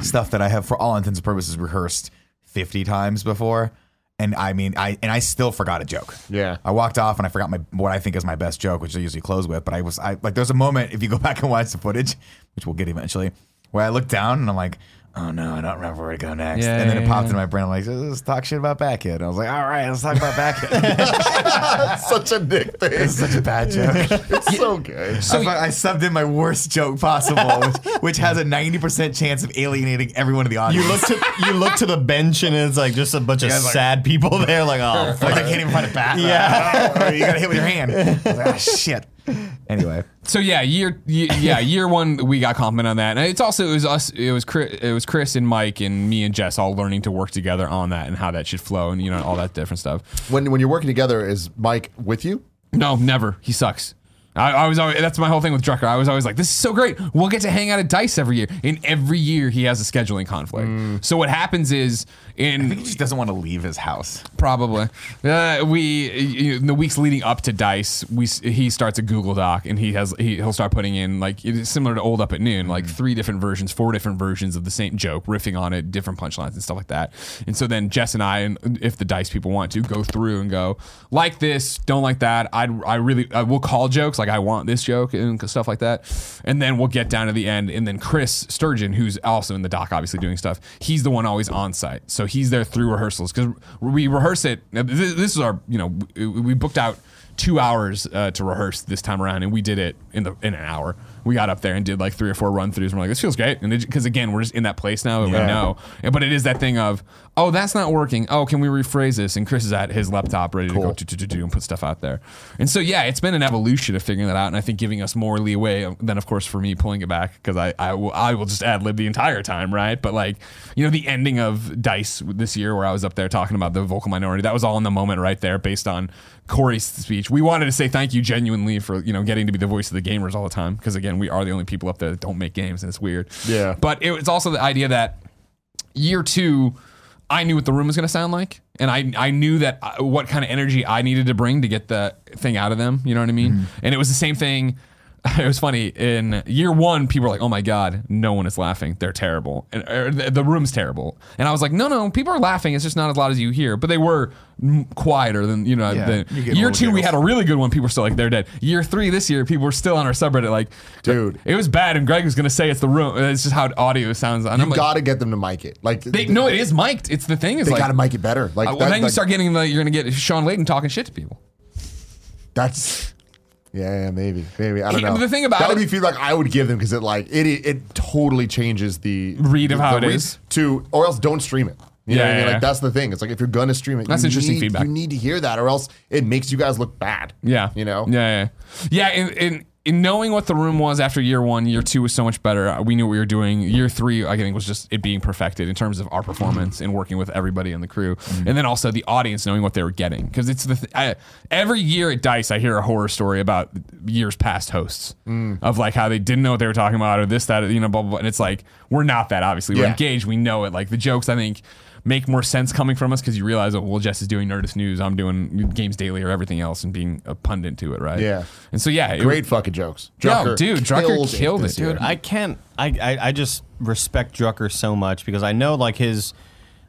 B: stuff that I have for all intents and purposes rehearsed 50 times before. And I mean, I and I still forgot a joke.
C: Yeah.
B: I walked off and I forgot my what I think is my best joke, which I usually close with. But I was I like, there's a moment if you go [LAUGHS] back and watch the footage, which we'll get eventually, where I look down and I'm like, oh no, I don't remember where to go next.
A: Yeah,
B: and then
A: yeah,
B: it popped
A: yeah.
B: into my brain. I'm like, let's talk shit about Backhit. And I was like, all right, let's talk about Backhit.
C: [LAUGHS] such a dick thing.
B: it's such a bad joke.
C: [LAUGHS] It's so good.
B: I, fu- I subbed in my worst joke
D: [LAUGHS]
B: possible, which, which has a 90% chance of alienating everyone in the audience.
D: You look to you look to the bench and it's like just a bunch of
B: Yeah, it's like-
D: sad people there. Like oh,
B: like
D: fuck.
B: I can't even find it back.
D: Yeah.
B: [LAUGHS] Or you got to hit with your hand. I was
D: [LAUGHS]
B: like, ah, shit. Anyway,
A: So yeah, year ye- yeah year one we got compliment on that, and it's also it was us it was Chris, it was Chris and Mike and me and Jess all learning to work together on that and how that should flow and you know all that different stuff.
C: When when you're working together, is Mike with you?
A: No, never. He sucks. I, I was always that's my whole thing with Drucker. I was always like, this is so great. We'll get to hang out at Dice every year, and every year he has a scheduling conflict. So what happens is in
B: he just doesn't want to leave his house.
A: Probably. Uh, we you- in the weeks leading up to Dice, we s- he starts a Google Doc and he has he, he'll start putting in like it is similar to Old Up at Noon, like three different versions, four different versions of the same joke, riffing on it, different punchlines and stuff like that. And so then Jess and I, and if the Dice people want to, go through and go like this, don't like that. I I really I will call jokes like I want this joke and stuff like that. And then we'll get down to the end, and then Chris Sturgeon, who's also in the doc, obviously doing stuff, he's the one always on site, so he's there through rehearsals because we rehearse it. now, th- This is our, you know, we we booked out two hours uh, to rehearse this time around, and we did it in the in an hour. We got up there and did like three or four run throughs. and We're like, this feels great, and because again, we're just in that place now that we
C: Yeah.
A: know. And- But it is that thing of, oh, that's not working. Oh, can we rephrase this? And Chris is at his laptop ready to go
C: Cool.
A: do, do, do, do, and put stuff out there. And so yeah, it's been an evolution of figuring that out, and I think giving us more leeway uh, than of course for me pulling it back because I I will I will just ad lib the entire time, right? But like you know the ending of Dice this year where I was up there talking about the vocal minority, that was all in the moment right there, based on Corey's speech. We wanted to say thank you genuinely for you know getting to be the voice of the gamers all the time because again we are the only people up there that don't make games and it's weird.
C: Yeah.
A: But it was also the idea that year two, I knew what the room was going to sound like, and I I knew that uh, what kind of energy I needed to bring to get the thing out of them. You know what I mean?
B: Mm-hmm.
A: And it was the same thing. [LAUGHS] It was funny in year one. People were like, "Oh my god, no one is laughing. They're terrible, and or, the, the room's terrible." And I was like, "No, no, people are laughing. It's just not as loud as you hear." But they were mm, quieter than you know.
B: Yeah,
A: than-
B: you get
A: year
B: little
A: two, we had
B: giggles.
A: a really good one. People were still like, "They're dead." Year three, this year, people were still on our subreddit like,
C: Dude.
A: it was bad." And Greg was going to say it's the room. It's just how audio sounds. And I'm
C: You
A: like,
C: got to get them to mic it. Like
A: they, no, it is mic'd. It's the thing. Is
C: They
A: like,
C: got to mic it better. Like
A: Uh, well,
C: that-
A: then you
C: like,
A: start getting the, you're gonna get Sean Layton talking shit to people.
C: That's yeah, yeah, maybe, maybe. I don't
A: Yeah,
C: know.
A: but the thing about
C: that would
A: it-
C: be feedback I would give them because it like it it totally changes the
A: Read of
C: the-
A: how
C: the
A: it
C: read
A: is.
C: to or else don't stream it. You know
A: Yeah,
C: what I mean?
A: yeah, yeah.
C: Like that's the thing. It's like if you're gonna stream it,
A: That's
C: you
A: interesting
C: need-
A: feedback.
C: You need to hear that, or else it makes you guys look bad.
A: Yeah,
C: you know.
A: Yeah, yeah, yeah. And, and, and knowing what the room was after year one, year two was so much better. Uh, We knew what we were doing. Year three, I think, was just it being perfected in terms of our performance and working with everybody in the crew, and then also the audience knowing what they were getting because it's the th- I, every year at Dice, I hear a horror story about years past hosts of like how they didn't know what they were talking about or this that you know blah blah. blah. And it's like we're not that obviously. We're
C: Yeah.
A: engaged. We know it. Like the jokes, I think. make more sense coming from us because you realize, oh, well, Jess is doing Nerdist News, I'm doing Games Daily or everything else, and being a pundit to it, right?
C: Yeah.
A: And so yeah, it-
C: Great fucking jokes.
A: No, dude, Drucker killed it,
C: this year.
A: dude.
D: I can't. I, I I just respect Drucker so much because I know like his,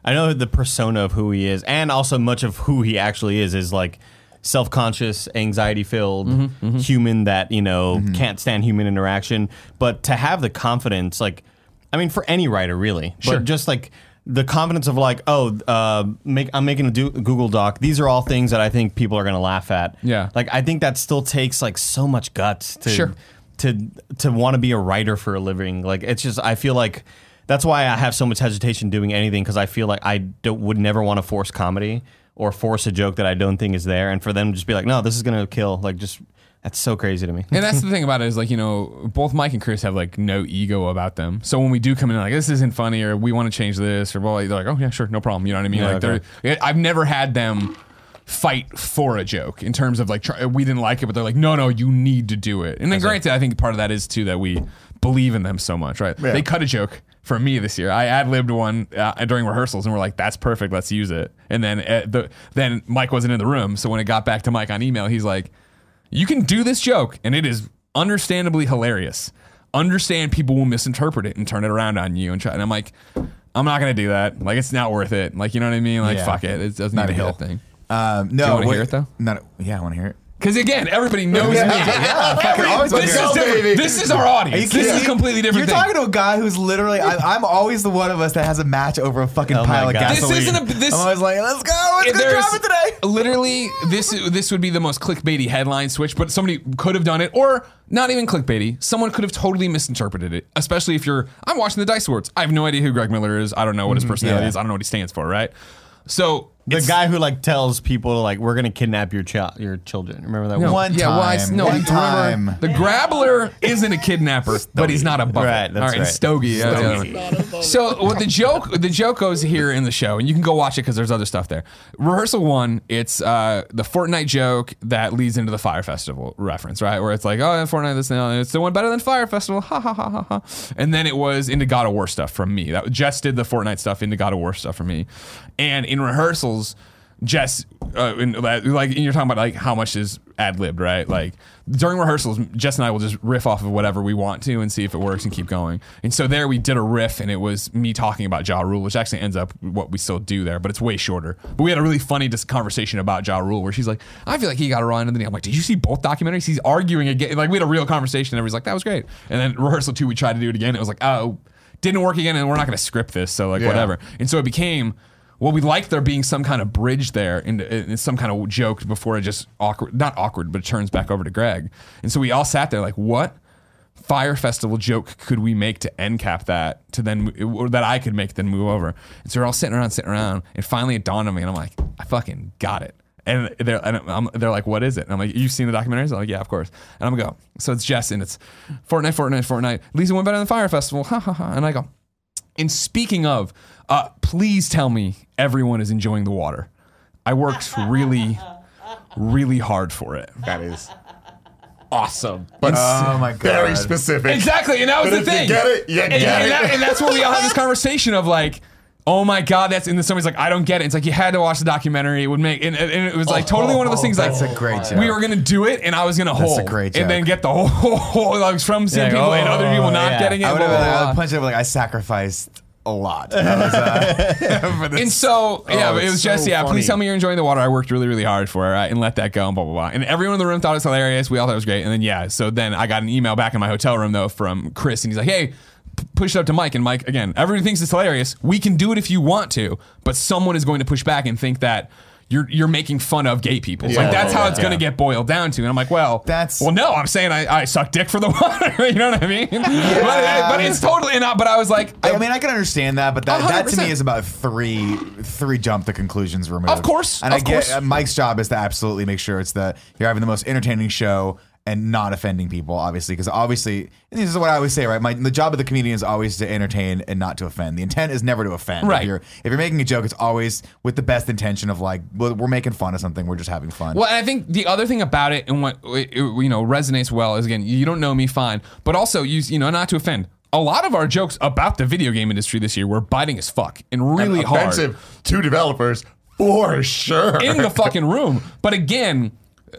D: I know the persona of who he is, and also much of who he actually is is like self-conscious, anxiety-filled
A: Mm-hmm,
D: human that you know can't stand human interaction. But to have the confidence, like, I mean, for any writer really,
A: Sure.
D: but just like. The confidence of like, oh, uh, make, I'm making a do- Google Doc. These are all things that I think people are gonna laugh at.
A: Yeah.
D: like I think that still takes like so much guts to
A: Sure.
D: to to want to be a writer for a living. Like it's just I feel like that's why I have so much hesitation doing anything because I feel like I don't would never want to force comedy or force a joke that I don't think is there, and for them to just be like, no, this is gonna kill. Like just that's so crazy to me.
A: And that's the thing about it is like, you know, both Mike and Chris have like no ego about them. So when we do come in like this isn't funny or we want to change this or well, they're like, oh yeah, sure, no problem. You know what I mean?
D: Yeah,
A: like
D: okay.
A: they're I've never had them fight for a joke in terms of like try, we didn't like it, but they're like, no, no, you need to do it. And then granted, I think part of that is too that we believe in them so much, right? They cut a joke for me this year. I ad libbed one uh, during rehearsals, and we're like, that's perfect, let's use it. And then uh, the then Mike wasn't in the room, so when it got back to Mike on email, he's like. You can do this joke, and it is understandably hilarious. Understand people will misinterpret it and turn it around on you, and try. And I'm like, I'm not gonna do that. Like, it's not worth it. Like, you know what I mean? Like,
B: Yeah.
A: fuck it. It doesn't even
B: Not a
A: be
B: hill.
A: that thing.
B: Um, no,
A: wanna
B: what-
A: hear it, though?
B: Not, yeah, I want to hear it.
A: Because again, everybody knows
C: [LAUGHS]
A: me.
B: [LAUGHS] fucking always wanna
A: this,
B: hear
A: is
B: it.
A: different.
C: baby.
A: this is our audience. This is a completely different
B: You're
A: thing.
B: talking to a guy who's literally. I, I'm always the one of us that has a match over a fucking
D: Oh my
B: pile of
D: God. This
B: gasoline.
A: isn't a- this-
B: I'm always like, let's go. It's good
A: There's-
B: drama today.
A: Literally, this this would be the most clickbaity headline switch, but somebody could have done it, or not even clickbaity. Someone could have totally misinterpreted it, especially if you're. I'm watching the Dice Awards. I have no idea who Greg Miller is. I don't know what his personality
B: Mm-hmm. yeah.
A: is. I don't know what he stands for. Right. So
D: The
A: it's-
D: guy who like tells people like we're gonna kidnap your child, your children. Remember that
A: No,
D: one?
B: One
A: yeah, well, I s-
B: time,
A: no,
B: one
A: remember,
B: time.
A: The Grabbler isn't a kidnapper, but he's not a bucket.
D: Right, that's
A: All right,
D: right.
A: Stogie. yeah, yeah. So what the joke the joke goes here in the show, and you can go watch it because there's other stuff there. Rehearsal one, it's uh, the Fortnite joke that leads into the Fire Festival reference, right? Where it's like, oh, Fortnite this and that, and it's the one better than Fire Festival, ha ha ha ha ha. And then it was into God of War stuff from me. That Jess did the Fortnite stuff into God of War stuff for me, and in rehearsals. Jess, uh, in, like and you're talking about like how much is ad libbed, right? Like during rehearsals, Jess and I will just riff off of whatever we want to and see if it works and keep going. And so there we did a riff, and it was me talking about Ja Rule, which actually ends up what we still do there, but it's way shorter. But we had a really funny dis- conversation about Ja Rule where she's like, I feel like he got a run. And then I'm like, Did you see both documentaries? He's arguing again. Like we had a real conversation, and everybody's like, That was great. And then rehearsal two, we tried to do it again. It was like, Oh, didn't work again, and we're not going to script this. So like,
C: Yeah.
A: whatever. And so it became well, we liked there being some kind of bridge there and, and some kind of joke before it just awkward, not awkward, but it turns back over to Greg. And so we all sat there like, what fire festival joke could we make to end cap that to then or that I could make then move over? And so we're all sitting around, sitting around, and finally it dawned on me, and I'm like, I fucking got it. And they're and I'm, they're like, what is it? And I'm like, you've seen the documentaries? I'm like, yeah, of course. And I'm gonna go. So it's Jess and it's Fortnite, Fortnite, Fortnite. Lisa went better than Fire Festival. Ha ha ha. And I go, and speaking of, uh, please tell me everyone is enjoying the water. I worked really, really hard for it. uh,
C: That is
A: Awesome.
C: but
B: Oh my god.
C: very specific.
A: Exactly, and that was
C: But
A: the
C: if you
A: thing.
C: get it, you
A: and,
C: get
A: and
C: it.
A: that- and that's where we all had this conversation of like, oh my god, that's and then somebody's like, I don't get it. It's like you had to watch the documentary. It would make and, and- and it was like totally one of those things.
B: That's
A: like
B: a great joke.
A: We were gonna do it, and I was gonna hold
B: a great
A: and then get
B: joke.
A: the [LAUGHS] whole, like from seeing
D: Yeah,
A: people and
D: oh,
A: other people not
D: yeah.
A: getting it.
B: I would
A: blah,
B: have
A: blah, blah.
B: I would punch it up like I sacrificed a lot.
A: [LAUGHS]
B: That was, uh, for this.
A: And so, yeah, but it
C: Oh, it's
A: was just,
C: so
A: yeah,
C: funny.
A: please tell me you're enjoying the water. I worked really, really hard for it, right? And let that go and blah, blah, blah. And everyone in the room thought it was hilarious. We all thought it was great. And then, yeah, so then I got an email back in my hotel room, though, from Chris, and he's like, hey, p- push it up to Mike. And Mike, again, everybody thinks it's hilarious. We can do it if you want to, but someone is going to push back and think that. You're, you're making fun of gay people. Like that's how it's gonna get boiled down to. And I'm like, well,
B: That's-
A: well, no. I'm saying I, I suck dick for the [LAUGHS] water. you know what I mean? But, but it's totally not. But I was like,
B: I mean, I can understand that, but that, that to
A: 100%.
B: me is about three three jump to conclusions removed.
A: Of course,
B: and
A: of
B: I get
A: course.
B: uh, Mike's job is to absolutely make sure it's the you're having the most entertaining show and not offending people, obviously, because obviously and this is what I always say, right? My the job of the comedian is always to entertain and not to offend. The intent is never to offend.
A: Right.
B: If you're if you're making a joke, it's always with the best intention of like well, we're making fun of something, we're just having fun.
A: Well, and I think the other thing about it and what it, it, you know resonates well is again, you don't know me fine, but also you you know not to offend. a lot of our jokes about the video game industry this year were biting as fuck and really hard
C: offensive to developers for sure.
A: in the fucking room. But again,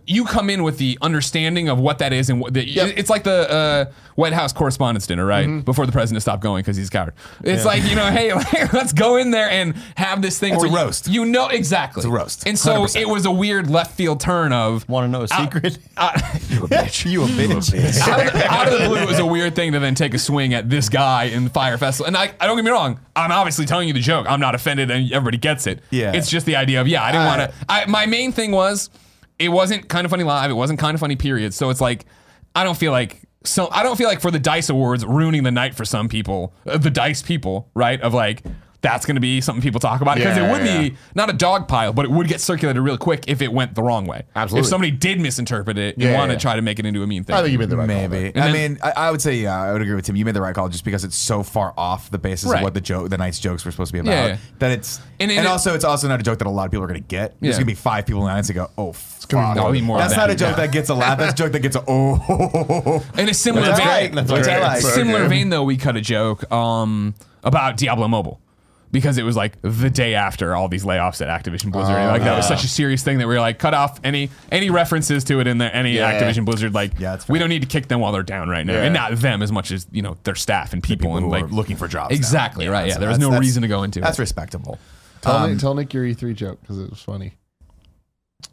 A: you come in with the understanding of what that is and what the, it's like the uh, White House Correspondents' Dinner, right?
B: Mm-hmm.
A: Before the president stopped going because he's a coward. It's like you know, hey, [LAUGHS] like, let's go in there and have this thing.
B: It's
A: where
B: a
A: you-
B: roast.
A: You, know exactly. It's
B: a roast.
A: And so
B: 100%.
A: it was a weird left field turn of
D: Want to know a secret?
A: out, [LAUGHS]
D: you a bitch.
A: out, of the, out of the blue, it was a weird thing to then take a swing at this guy in the Fire Festival. And I, I don't get me wrong, I'm obviously telling you the joke. I'm not offended, and everybody gets it.
B: Yeah.
A: it's just the idea of yeah, I didn't want to. I my main thing was it wasn't kind of funny live. It wasn't kind of funny period. So it's like I don't feel like. So I don't feel like for the Dice Awards ruining the night for some people, uh, the Dice people, right? Of like that's going to be something people talk about because
C: Yeah,
A: it would
C: yeah.
A: be not a dog pile, but it would get circulated real quick if it went the wrong way.
C: Absolutely.
A: If somebody did misinterpret it and
C: Yeah, yeah,
A: want to
C: yeah.
A: try to make it into a mean thing.
C: [LAUGHS] I think you made the right call.
B: Maybe. I mean, I, I would say yeah. I would agree with Tim. You made the right call just because it's so far off the basis
A: Right.
B: of what the joke, the night's jokes were supposed to be about.
A: Yeah, yeah.
B: That it's
A: And-
B: and,
A: and it-
B: also it's also not a joke that a lot of people are gonna get.
A: Yeah.
B: There's gonna be five people in the audience that go, oh, fuck.
A: more than- That'll be more
B: That's
A: than
B: not
A: that,
B: a joke that gets a laugh. That's a joke that gets a oh. [LAUGHS]
A: In a similar
B: That's
A: vein,
B: right. That's
A: in a
B: right.
A: similar
C: Okay.
A: vein though, we cut a joke um, about Diablo Mobile because it was like the day after all these layoffs at Activision Blizzard. like that was such a serious thing that we were like, cut off any any references to it in there, any
C: Yeah.
A: Activision Blizzard. Like,
B: Yeah, that's
A: we
B: fair.
A: don't need to kick them while they're down right now,
C: Yeah.
A: and not them as much as you know their staff and people,
B: People
A: and
B: who
A: like
B: are looking for jobs. now.
A: Exactly right. Yeah,
B: so
A: there was
B: that's-
A: no
B: that's-
A: reason to go into
B: That's
A: it.
B: respectable.
C: Tell,
B: Um,
C: Nick, tell Nick your E3 joke because it was funny.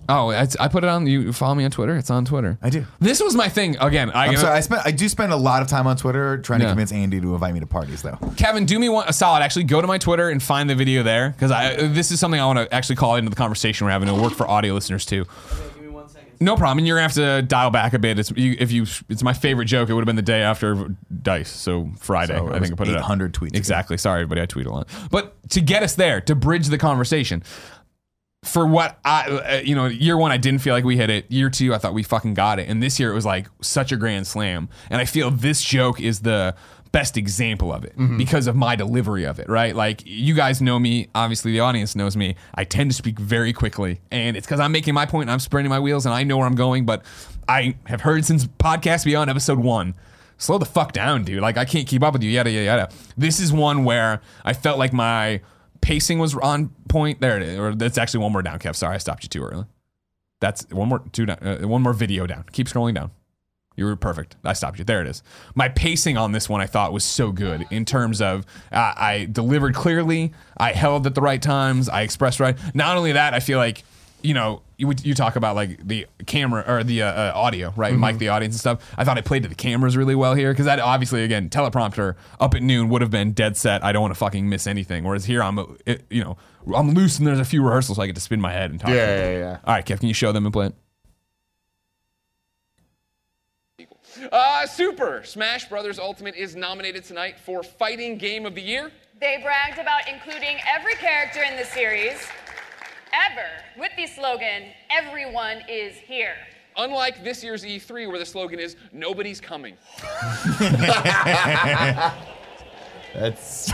A: Oh, it's, I put it on. You follow me on Twitter. It's on Twitter.
B: I do.
A: This was my thing again. I,
B: I'm sorry. I spent. I do spend a lot of time on Twitter trying
A: Yeah.
B: to convince Andy to invite me to parties, though.
A: Kevin, do me one a solid. Actually, go to my Twitter and find the video there because I this is something I want to actually call into the conversation we're having. It'll work for audio listeners too.
E: Give me one second.
A: No problem. And you're gonna have to dial back a bit. It's you, if you. It's my favorite joke. It would have been the day after Dice, so Friday.
B: So it
A: I
B: was
A: think I put it up.
B: 800 tweets ago.
A: Exactly. Sorry, everybody. I tweet a lot. But to get us there, to bridge the conversation, for what I, uh, you know, year one I didn't feel like we hit it. Year two I thought we fucking got it, and this year it was like such a grand slam. And I feel this joke is the best example of it because of my delivery of it. Right? Like you guys know me, obviously the audience knows me. I tend to speak very quickly, and it's because I'm making my point and I'm sprinting my wheels and I know where I'm going. But I have heard since podcast beyond episode one slow the fuck down, dude. Like I can't keep up with you. Yada yada yada. This is one where I felt like my pacing was on point. There it is. Or that's actually one more down, Kev. Sorry, I stopped you too early. That's one more two down. Uh, one more video down. Keep scrolling down. You were perfect. I stopped you. There it is. My pacing on this one I thought was so good in terms of uh, I delivered clearly. I held at the right times. I expressed right. Not only that, I feel like you know you, you talk about like the camera or the uh, uh, audio right mic
C: Mm-hmm.
A: the audience and stuff i thought i played to the cameras really well here because that obviously again teleprompter up at noon would have been dead set i don't want to fucking miss anything whereas here i'm uh, it, you know i'm loose and there's a few rehearsals so i get to spin my head and talk to
C: Yeah,
A: people.
C: yeah, yeah.
A: all right kev can you show them and play it
G: Uh, Super Smash Brothers Ultimate is nominated tonight for Fighting Game of the Year.
H: They bragged about including every character in the series ever with the slogan, Everyone is here.
G: Unlike this year's E3, where the slogan is "Nobody's coming."
D: That's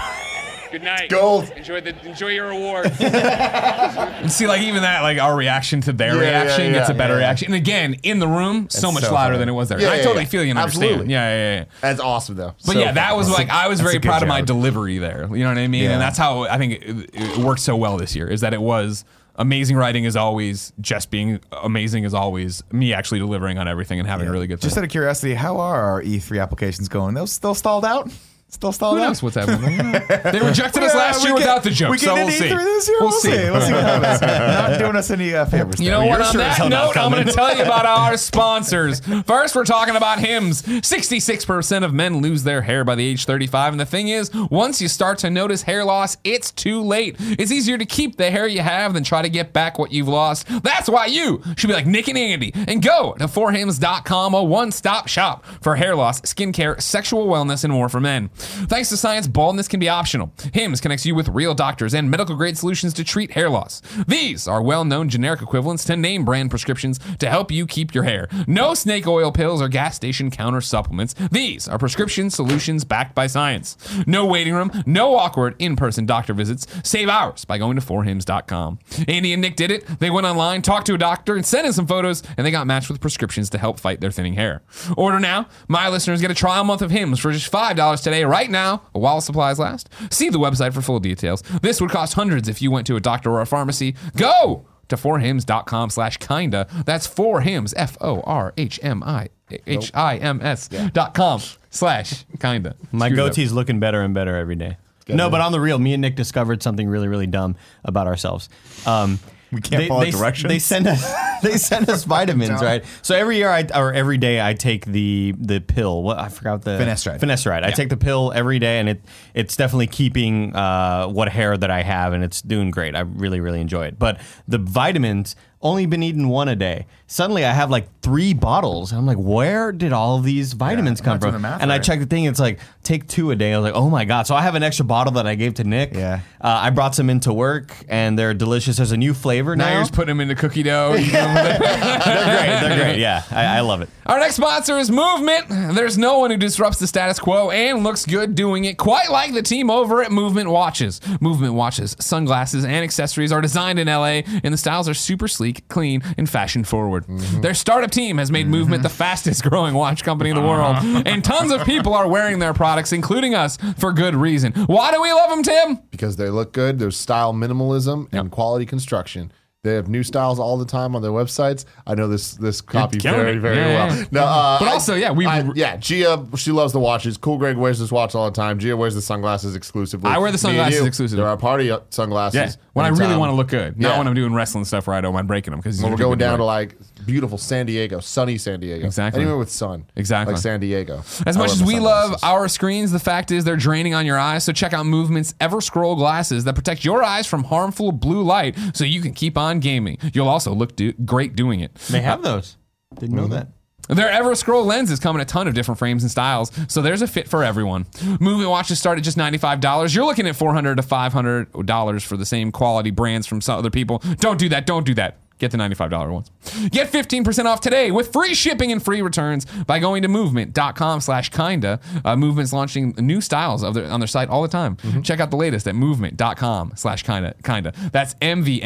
G: Good night.
C: gold.
G: Enjoy the enjoy your award.
A: And [LAUGHS] see, like even that, like our reaction to their
C: Yeah, yeah,
A: reaction
C: yeah,
A: gets a better
C: yeah.
A: reaction. And again, in the room, so much
D: so
A: louder
D: funny.
A: than it was there.
C: Yeah,
A: I
C: yeah,
A: totally
C: yeah.
A: feel you and understand.
C: Absolutely.
A: Yeah, yeah, yeah.
C: That's awesome though.
A: But yeah, that was like I was very
B: a good
A: proud of my
B: joke.
A: delivery there. You know what I mean?
B: Yeah.
A: And that's how I think it, it worked so well this year is that it was amazing writing as always, just being amazing as always, me actually delivering on everything and having a really good.
B: Just
A: time.
B: out of curiosity, how are our E3 applications going? Those still stalled out? Still stalled
A: Who
B: out?
A: knows what's
B: [LAUGHS]
A: happening? they rejected us
B: Yeah,
A: last
B: we
A: year
B: get-
A: without the joke,
B: We
A: so
B: get
A: we'll
B: an
A: see.
B: E3 this year. We'll, see. We'll see what happens.
A: [LAUGHS]
B: Not doing us any uh, favors.
A: You
B: there.
A: know
D: Well,
A: what?
D: you're
A: On
D: sure as
A: that
D: hell not
A: note, I'm
D: coming.
A: going to tell you
D: [LAUGHS]
A: about our sponsors. First, we're talking about hymns. 66% of men lose their hair by the age 35. And the thing is, once you start to notice hair loss, it's too late. It's easier to keep the hair you have than try to get back what you've lost. That's why you should be like Nick and Andy and go to 4hims.com, a one stop shop for hair loss, skincare, sexual wellness, and more for men. Thanks to science, baldness can be optional. Hims connects you with real doctors and medical grade solutions to treat hair loss. These are well known generic equivalents to name brand prescriptions to help you keep your hair. No snake oil pills or gas station counter supplements. These are prescription solutions backed by science. No waiting room, no awkward in person doctor visits. Save hours by going to 4hims.com. Andy and Nick did it. They went online, talked to a doctor, and sent in some photos, and they got matched with prescriptions to help fight their thinning hair. Order now. My listeners get a trial month of Hims for just $5 today right now while supplies last. See the website for full details. This would cost hundreds if you went to a doctor or a pharmacy. Go to forhims.com slash kinda. That's forhims, F O R H M I H I M S dot com slash kinda.
D: My
A: Screwed up.
D: goatee's looking better and better every day. No, but on the real, me and Nick discovered something really, really dumb about ourselves. Um, we
B: can't follow
D: they,
B: directions?
D: They send us, [LAUGHS] they send us vitamins, right? So every year, I or every day, I take the the pill. What I forgot the
B: Finasteride.
D: Finasteride. I take the pill every day, and it it's definitely keeping uh, what hair that I have, and it's doing great. I really, really enjoy it. But the vitamins only been eating one a day. Suddenly, I have like three bottles, and I'm like, where did all these vitamins
B: I'm
D: come
B: not doing
D: from?
B: the math
D: and I
B: right.
D: check checked the thing. It's like take two a day. I was like, oh my god. So I have an extra bottle that I gave to Nick.
B: Yeah.
D: Uh, I brought some into work, and they're delicious. There's a new flavor
A: Now
D: now.
A: you're just putting them into cookie dough. eating 'em.
D: they're great. They're great. Yeah, I, I love it.
A: Our next sponsor is Movement. There's no one who disrupts the status quo and looks good doing it, quite like the team over at Movement Watches. Movement Watches, sunglasses, and accessories are designed in LA, and the styles are super sleek, clean, and fashion forward.
C: Mm-hmm.
A: Their startup team has made Movement the fastest growing watch company in the
C: [LAUGHS]
A: world, and tons of people are wearing their products, including us, for good reason. Why do we love them, Tim?
C: because they look good. There's style minimalism and quality construction. They have new styles all the time on their websites. I know this this copy
A: killing
C: very
A: it.
C: very
A: Yeah,
C: well.
A: yeah.
C: No, uh,
A: But
C: I-
A: also, yeah, we-
C: I- yeah Gia she loves the watches. Cool Greg wears this watch all the time. Gia wears the sunglasses exclusively.
A: I wear the
C: Me and
A: sunglasses
C: you,
A: exclusively.
C: They're our party uh, sunglasses.
A: When I really
C: Anytime.
A: want to look good, not
C: um, Yeah.
A: when I'm doing wrestling stuff where I don't mind breaking them because
C: When we're going down to like beautiful San Diego, sunny San Diego,
A: Exactly.
C: anywhere with sun,
A: Exactly.
C: like San Diego.
A: As
C: I
A: much
C: wear
A: as
C: my
A: we
C: sunglasses.
A: love our screens, the fact is they're draining on your eyes. So check out Movement's Ever Scroll glasses that protect your eyes from harmful blue light so you can keep on gaming. You'll also look do- great doing it.
D: They have those. Didn't know that.
A: Their Ever Scroll lenses come in a ton of different frames and styles, so there's a fit for everyone. Movement watches start at just $95. You're looking at $400 to $500 for the same quality brands from some other people. Don't do that. Don't do that. Get the $95 ones. Get 15% off today with free shipping and free returns by going to movement.com slash kinda. Uh, Movement's launching new styles of their, on their site all the time. Check out the latest at movement.com slash kinda. kinda. That's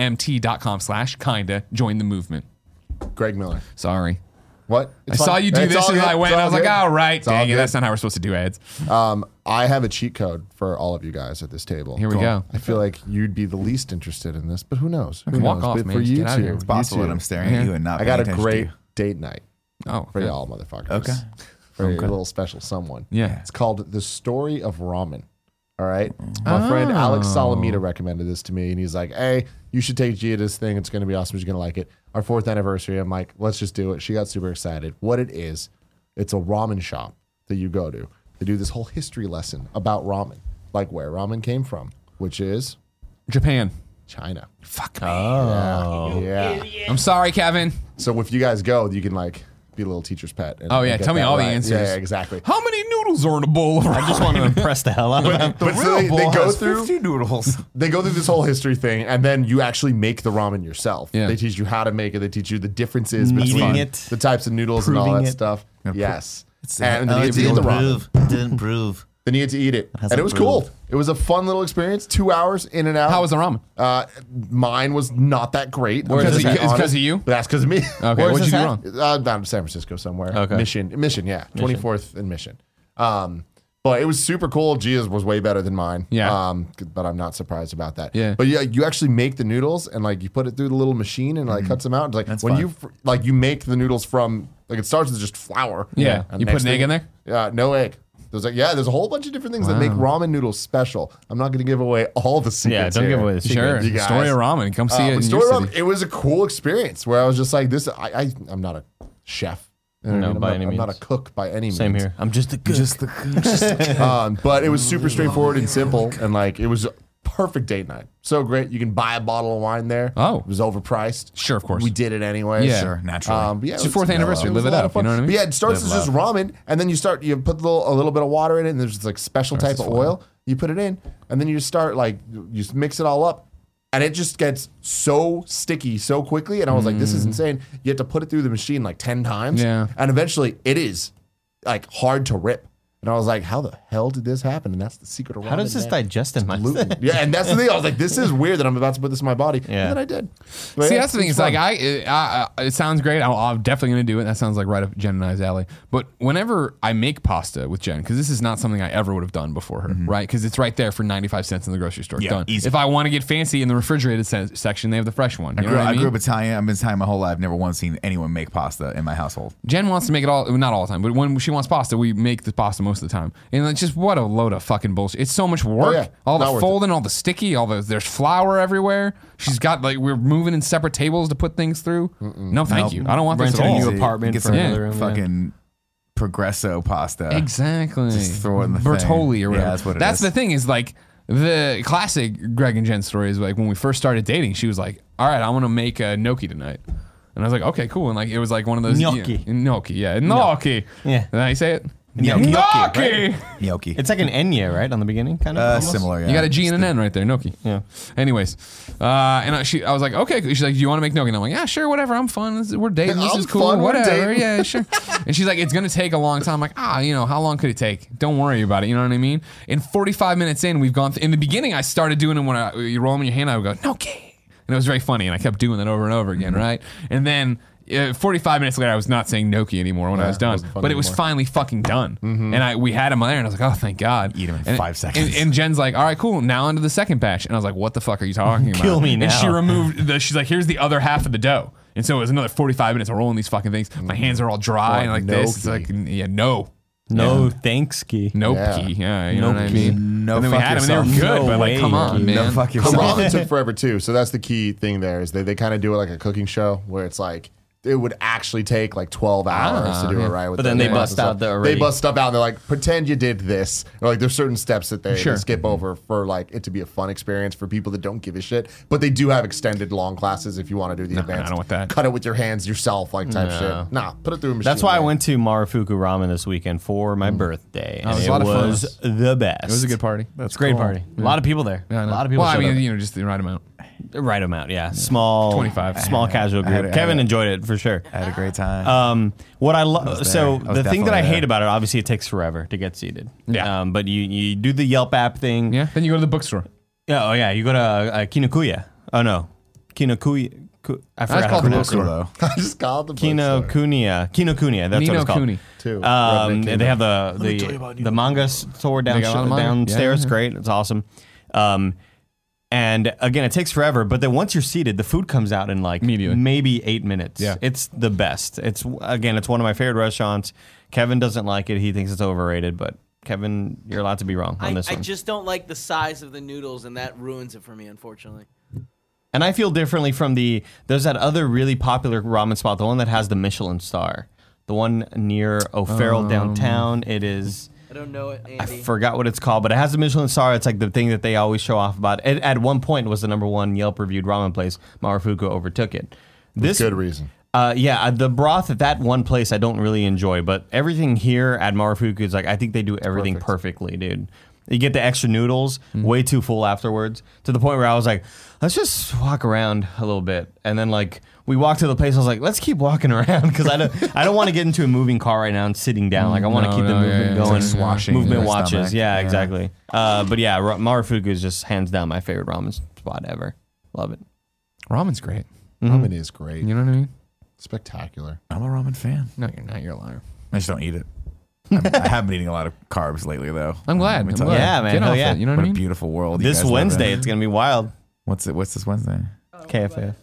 A: mvmt.com slash kinda. Join the movement.
C: Greg Miller.
A: Sorry.
C: What
A: I saw you do this and I went. and I was like, all right, dang it, that's not how we're supposed to do ads.
C: Um, I have a cheat code for all of you guys at this table.
A: Here we Go on. go.
C: I feel like you'd be the least interested in this, but who knows? Who
A: walk
C: knows?
A: off,
C: But
A: man.
C: For
A: Just
C: you
A: get outta
C: two,
A: here. It's
B: It's
C: you
B: possible
C: two.
B: that I'm staring at you and not.
C: I
B: paying
C: got a
B: attention to
C: great
B: you.
C: date night
A: Oh,
C: for
A: yeah.
C: y'all, motherfuckers.
B: Okay.
C: For a little special someone.
A: Yeah.
C: It's called The Story of Ramen. All right.
A: Oh.
C: My friend Alex Salamita recommended this to me, and he's like, hey, you should take Gia to this thing. It's going to be awesome. She's going to like it. Our fourth anniversary. I'm like, let's just do it. She got super excited. What it is, it's a ramen shop that you go to. They do this whole history lesson about ramen, like where ramen came from, which is
A: Japan.
C: China.
A: Fuck
C: Oh. Yeah.
A: I'm sorry, Kevin.
C: So if you guys go, you can like be a little teacher's pet. and-
A: Oh, yeah,
C: and get
A: tell me
C: that
A: all the answers.
C: Yeah, exactly.
A: How many noodles are in a bowl of
D: I just want to impress the hell out of them.
C: But so they, they go through
B: 50 noodles.
C: [LAUGHS] they go through this whole history thing, and then you actually make the ramen yourself.
A: Yeah.
C: They teach you how to make it. They teach you the differences
D: Kneading
C: between
D: it.
C: the types of noodles and all
D: Proving
C: that
D: it.
C: stuff. yes,
B: It's-
C: and
B: oh,
C: then you
B: it
C: get to eat the
B: didn't
C: ramen.
B: prove. Didn't prove.
C: Then you get to eat it,
D: has
C: and
D: a
C: it was
D: proof.
C: cool. It was a fun little experience. Two hours in and out.
A: How was the ramen?
C: Uh, mine was not that great. I'm
A: Where is
C: gonna
A: this
C: be
A: at? It's 'cause
C: honest.
A: of you?
C: That's because of me.
A: Okay,
D: Where's
A: what'd you
D: this
A: do
D: at?
A: wrong?
C: Uh, down in San Francisco somewhere.
A: Okay.
C: Mission, Mission, yeah, twenty fourth and Mission. Um, but it was super cool. Gia's was way better than mine.
A: Yeah.
C: Um, but I'm not surprised about that.
A: Yeah.
C: But yeah, you actually make the noodles and like you put it through the little machine and
A: Mm-hmm.
C: like cuts them out. It's like when
B: fun.
C: you fr- like you make the noodles from like it starts with just flour.
A: Yeah.
C: And
A: You put
C: next
A: an egg in there?
C: Yeah. no egg. There's like yeah, there's a whole bunch of different things that make ramen noodles special. I'm not going to give away all the secrets.
D: Yeah, don't give
C: here.
D: away the
A: Sure.
D: secrets.
C: You guys.
A: Story of ramen. Come see
C: Uh,
A: it
C: but
A: in
C: Story
A: your
C: Rob,
A: city.
C: it was a cool experience where I was just like, this. I, I I'm not a chef. You know what
D: No,
C: I mean? I'm
D: by
C: not,
D: any
C: I'm not a
D: means.
C: cook by any
D: Same
C: means.
D: here. I'm just a good.
B: Just the.
C: [LAUGHS] Um, but it was super straightforward and simple, and like it was a perfect date night. So great, you can buy a bottle of wine there.
A: Oh.
C: it was overpriced.
A: Sure, of course.
C: We did it anyway.
A: Yeah.
B: Sure, naturally.
C: Um, but yeah,
A: It's
C: it
A: your
C: was-
A: fourth
C: no,
A: anniversary.
C: was a
A: Live it
C: lot of
A: up,
C: fun.
A: you know what I mean?
C: But yeah, it starts as just ramen, and then you start you put a little, a little bit of water in it, and there's this, like special type of oil. You put it in, and then you start like you just mix it all up, and it just gets so sticky so quickly. And I was like,
A: Mm.
C: this is insane. You have to put it through the machine like ten times,
A: Yeah.
C: and eventually it is like hard to rip. And I was like, how the hell did this happen? And that's the secret of
D: How does this digest in my
C: gluten? yeah, and that's the thing. I was like, this is weird that I'm about to put this in my body.
D: Yeah.
C: And then I did.
A: See, that's the thing. It's like I, I, I it sounds great. I'll, I'm definitely gonna do it. That sounds like right up Jen and I's alley. But whenever I make pasta with Jen, because this is not something I ever would have done before her, right? Because it's right there for 95 cents in the grocery store.
B: Yeah,
A: done.
B: easy.
A: If I want to get fancy in the refrigerated se- section, they have the fresh one. You
B: I
A: know
B: grew,
A: what I
B: I
A: mean?
B: grew up Italian. I've been Italian my whole life. Never once seen anyone make pasta in my household.
A: Jen wants to make it all, not all the time, but when she wants pasta, we make the pasta most of the time. And it's just what a load of fucking bullshit. It's so much work.
C: Oh, yeah.
A: All
C: Not worth
A: the
C: it.
A: folding, all the sticky, all the, there's flour everywhere. She's got like, we're moving in separate tables to put things through. No, thank you. I don't want this at
D: Renting a
A: all.
D: new
B: Easy.
D: apartment
B: Get
D: for
B: some
D: another room, yeah.
B: fucking progresso pasta.
A: Exactly.
B: Just throw in the
A: Bertoli
B: thing.
A: or whatever.
B: Yeah, that's what it is.
A: the thing is like the classic Greg and Jen story is like when we first started dating, she was like, "All right, I'm gonna make a gnocchi tonight." And I was like, okay, cool. And like, it was like one of those
D: Gnocchi.
A: Yeah, gnocchi, yeah. Gnocchi.
D: Yeah.
A: Did I say it?
D: Gnocchi.
A: Gnocchi!
D: Gnocchi,
B: Gnocchi.
D: [LAUGHS] It's like an Enya, right? On the beginning, kind of.
B: uh,
D: almost?
B: similar. Yeah.
A: You got a G and an N right there, gnocchi.
D: Yeah.
A: Anyways, uh, and I, she, I was like, okay. She's like, do you want to make gnocchi? And I'm like, yeah, sure, whatever. I'm fun. This, is- we're dating. This
C: I'm
A: is cool.
C: fun, we're
A: whatever.
C: dating.
A: Yeah, sure. and she's like, it's gonna take a long time. I'm like, ah, you know, how long could it take? Don't worry about it. You know what I mean? And 45 minutes in, we've gone. Th- in the beginning, I started doing it when I, you roll them in your hand. I would go gnocchi, and it was very funny. And I kept doing that over and over again, right? And then. Uh, 45 minutes later, I was not saying Noki anymore when I was done,
C: wasn't
A: but
C: fun
A: it was
C: anymore.
A: finally fucking done. And I we had him there, and I was like, oh, thank God.
B: Eat 'em in
A: And-
B: five
A: and-
B: seconds.
A: and Jen's like, all right, cool. Now onto the second batch. And I was like, what the fuck are you talking about?
D: Kill me now.
A: And she removed the, she's like, here's the other half of the dough. And so it was another 45 minutes of rolling these fucking things.
D: Mm.
A: My hands are all dry and like this. It's like, n- yeah, no.
D: No thanks, key.
A: Nope.
C: Yeah.
A: key. Yeah, you know
D: Nope
A: what I
D: key.
A: mean?
B: No
A: and then we
B: fuck
A: had them and they were
B: yourself.
A: good,
D: No
A: but like,
D: way,
A: come on,
D: key.
A: man.
B: No fuck yourself.
C: Ramen took forever too, so that's the key thing. There is they, they kind of do it like a cooking show where it's like it would actually take like twelve hours to do it right. With
D: Ah, But then
C: the
D: they
C: glass
D: bust
C: and
D: out
C: stuff.
D: the already-
C: They bust stuff out. and They're like, pretend you did this. Or like there's certain steps that they, they
A: Sure.
C: skip over for like it to be a fun experience for people that don't give a shit. But they do have extended long classes if you want to do the
A: Nah, I
C: advanced.
A: don't want that.
C: Cut it with your hands yourself, like type shit. Nah, put it through a machine.
D: That's why I
C: man.
D: went to Marufuku Ramen this weekend for my birthday, and
A: was
D: it
A: a lot of fun.
D: was the best.
A: It was a good party.
D: It's a great party. A lot of people there.
A: Yeah, I
D: a
A: know.
D: lot of people.
A: Well, I
D: showed
A: mean,
D: up.
A: you know, just the right
D: [LAUGHS]
A: amount.
D: the right amount. Yeah, small.
A: 25.
D: Small casual
B: had
D: group.
B: it- I had
D: Kevin
B: it.
D: enjoyed it for sure.
B: I [LAUGHS] had a great time.
D: Um, what I love,
B: was
D: so
B: there. I was
D: the thing that I
B: definitely
D: hate
B: there.
D: about it, obviously, it takes forever to get seated.
A: Yeah.
D: Um, but you you do the Yelp app thing.
A: Yeah. Then you go to the bookstore.
D: Yeah. Oh yeah. You go to uh, uh, Kinokuya. Oh no, Kinokuya. Ku- I forgot how
A: called
D: to pronounce
B: Cool,
D: it.
B: though.
C: [LAUGHS] I just called the bookstore,
D: Kinokuniya. Kinokuniya. That's what
A: Nino
D: it's called.
A: Cooney.
C: too.
D: Um,
C: Redneck
D: they have the the, the manga store down,
A: They got a lot of manga.
D: downstairs.
A: Yeah, yeah.
D: Great, it's awesome. Um, and again, it takes forever, but then once you're seated, the food comes out in like
A: Immediately.
D: maybe eight minutes.
A: Yeah.
D: it's the best. It's again, it's one of my favorite restaurants. Kevin doesn't like it; he thinks it's overrated. But Kevin, you're allowed to be wrong on
E: I,
D: this
E: I
D: one.
E: just don't like the size of the noodles, and that ruins it for me, unfortunately.
D: and I feel differently from the. There's that other really popular ramen spot, the one that has the Michelin star, the one near O'Farrell downtown. It is.
E: I don't know it,
D: I
E: Andy.
D: forgot what it's called, but it has a Michelin star. It's like the thing that they always show off about. It, at one point, was the number one Yelp reviewed ramen place. Marufuku overtook it. This
C: good reason.
D: Uh, yeah, uh, the broth at that one place I don't really enjoy, but everything here at Marufuku is like I think they do everything perfectly, dude. You get the extra noodles,
A: Mm-hmm.
D: way too full afterwards, to the point where I was like, let's just walk around a little bit, and then like we walked to the place. I was like, let's keep walking [LAUGHS] around because I don't, I don't want to get into a moving car right now and sitting down. Like I want to
A: No,
D: keep the
A: Mm, no, yeah,
D: movement
A: yeah. It's like
D: going,
A: swashing
D: movement
A: your
D: watches.
B: stomach.
D: Yeah,
B: Yeah.
D: exactly. Uh, but yeah, Ra- Marufuku is just hands down my favorite ramen spot ever. Love it.
A: Ramen's great.
D: Mm-hmm.
C: Ramen is great,
A: You know what I mean?
C: spectacular.
B: I'm a ramen fan.
A: No, you're not. You're a liar.
B: I just don't
A: [LAUGHS]
B: eat it. I'm, I have been eating a lot of carbs lately, though.
A: I'm glad. I'm
B: Let me tell
A: glad.
B: you.
D: Yeah, man.
A: Get
D: Hell
A: off
D: yeah.
A: it. You know what
B: What
A: I
B: a
A: mean?
B: beautiful world. you
D: This
B: guys live
D: Wednesday,
B: in.
D: it's gonna be wild.
B: What's it? What's this Wednesday?
D: KFF.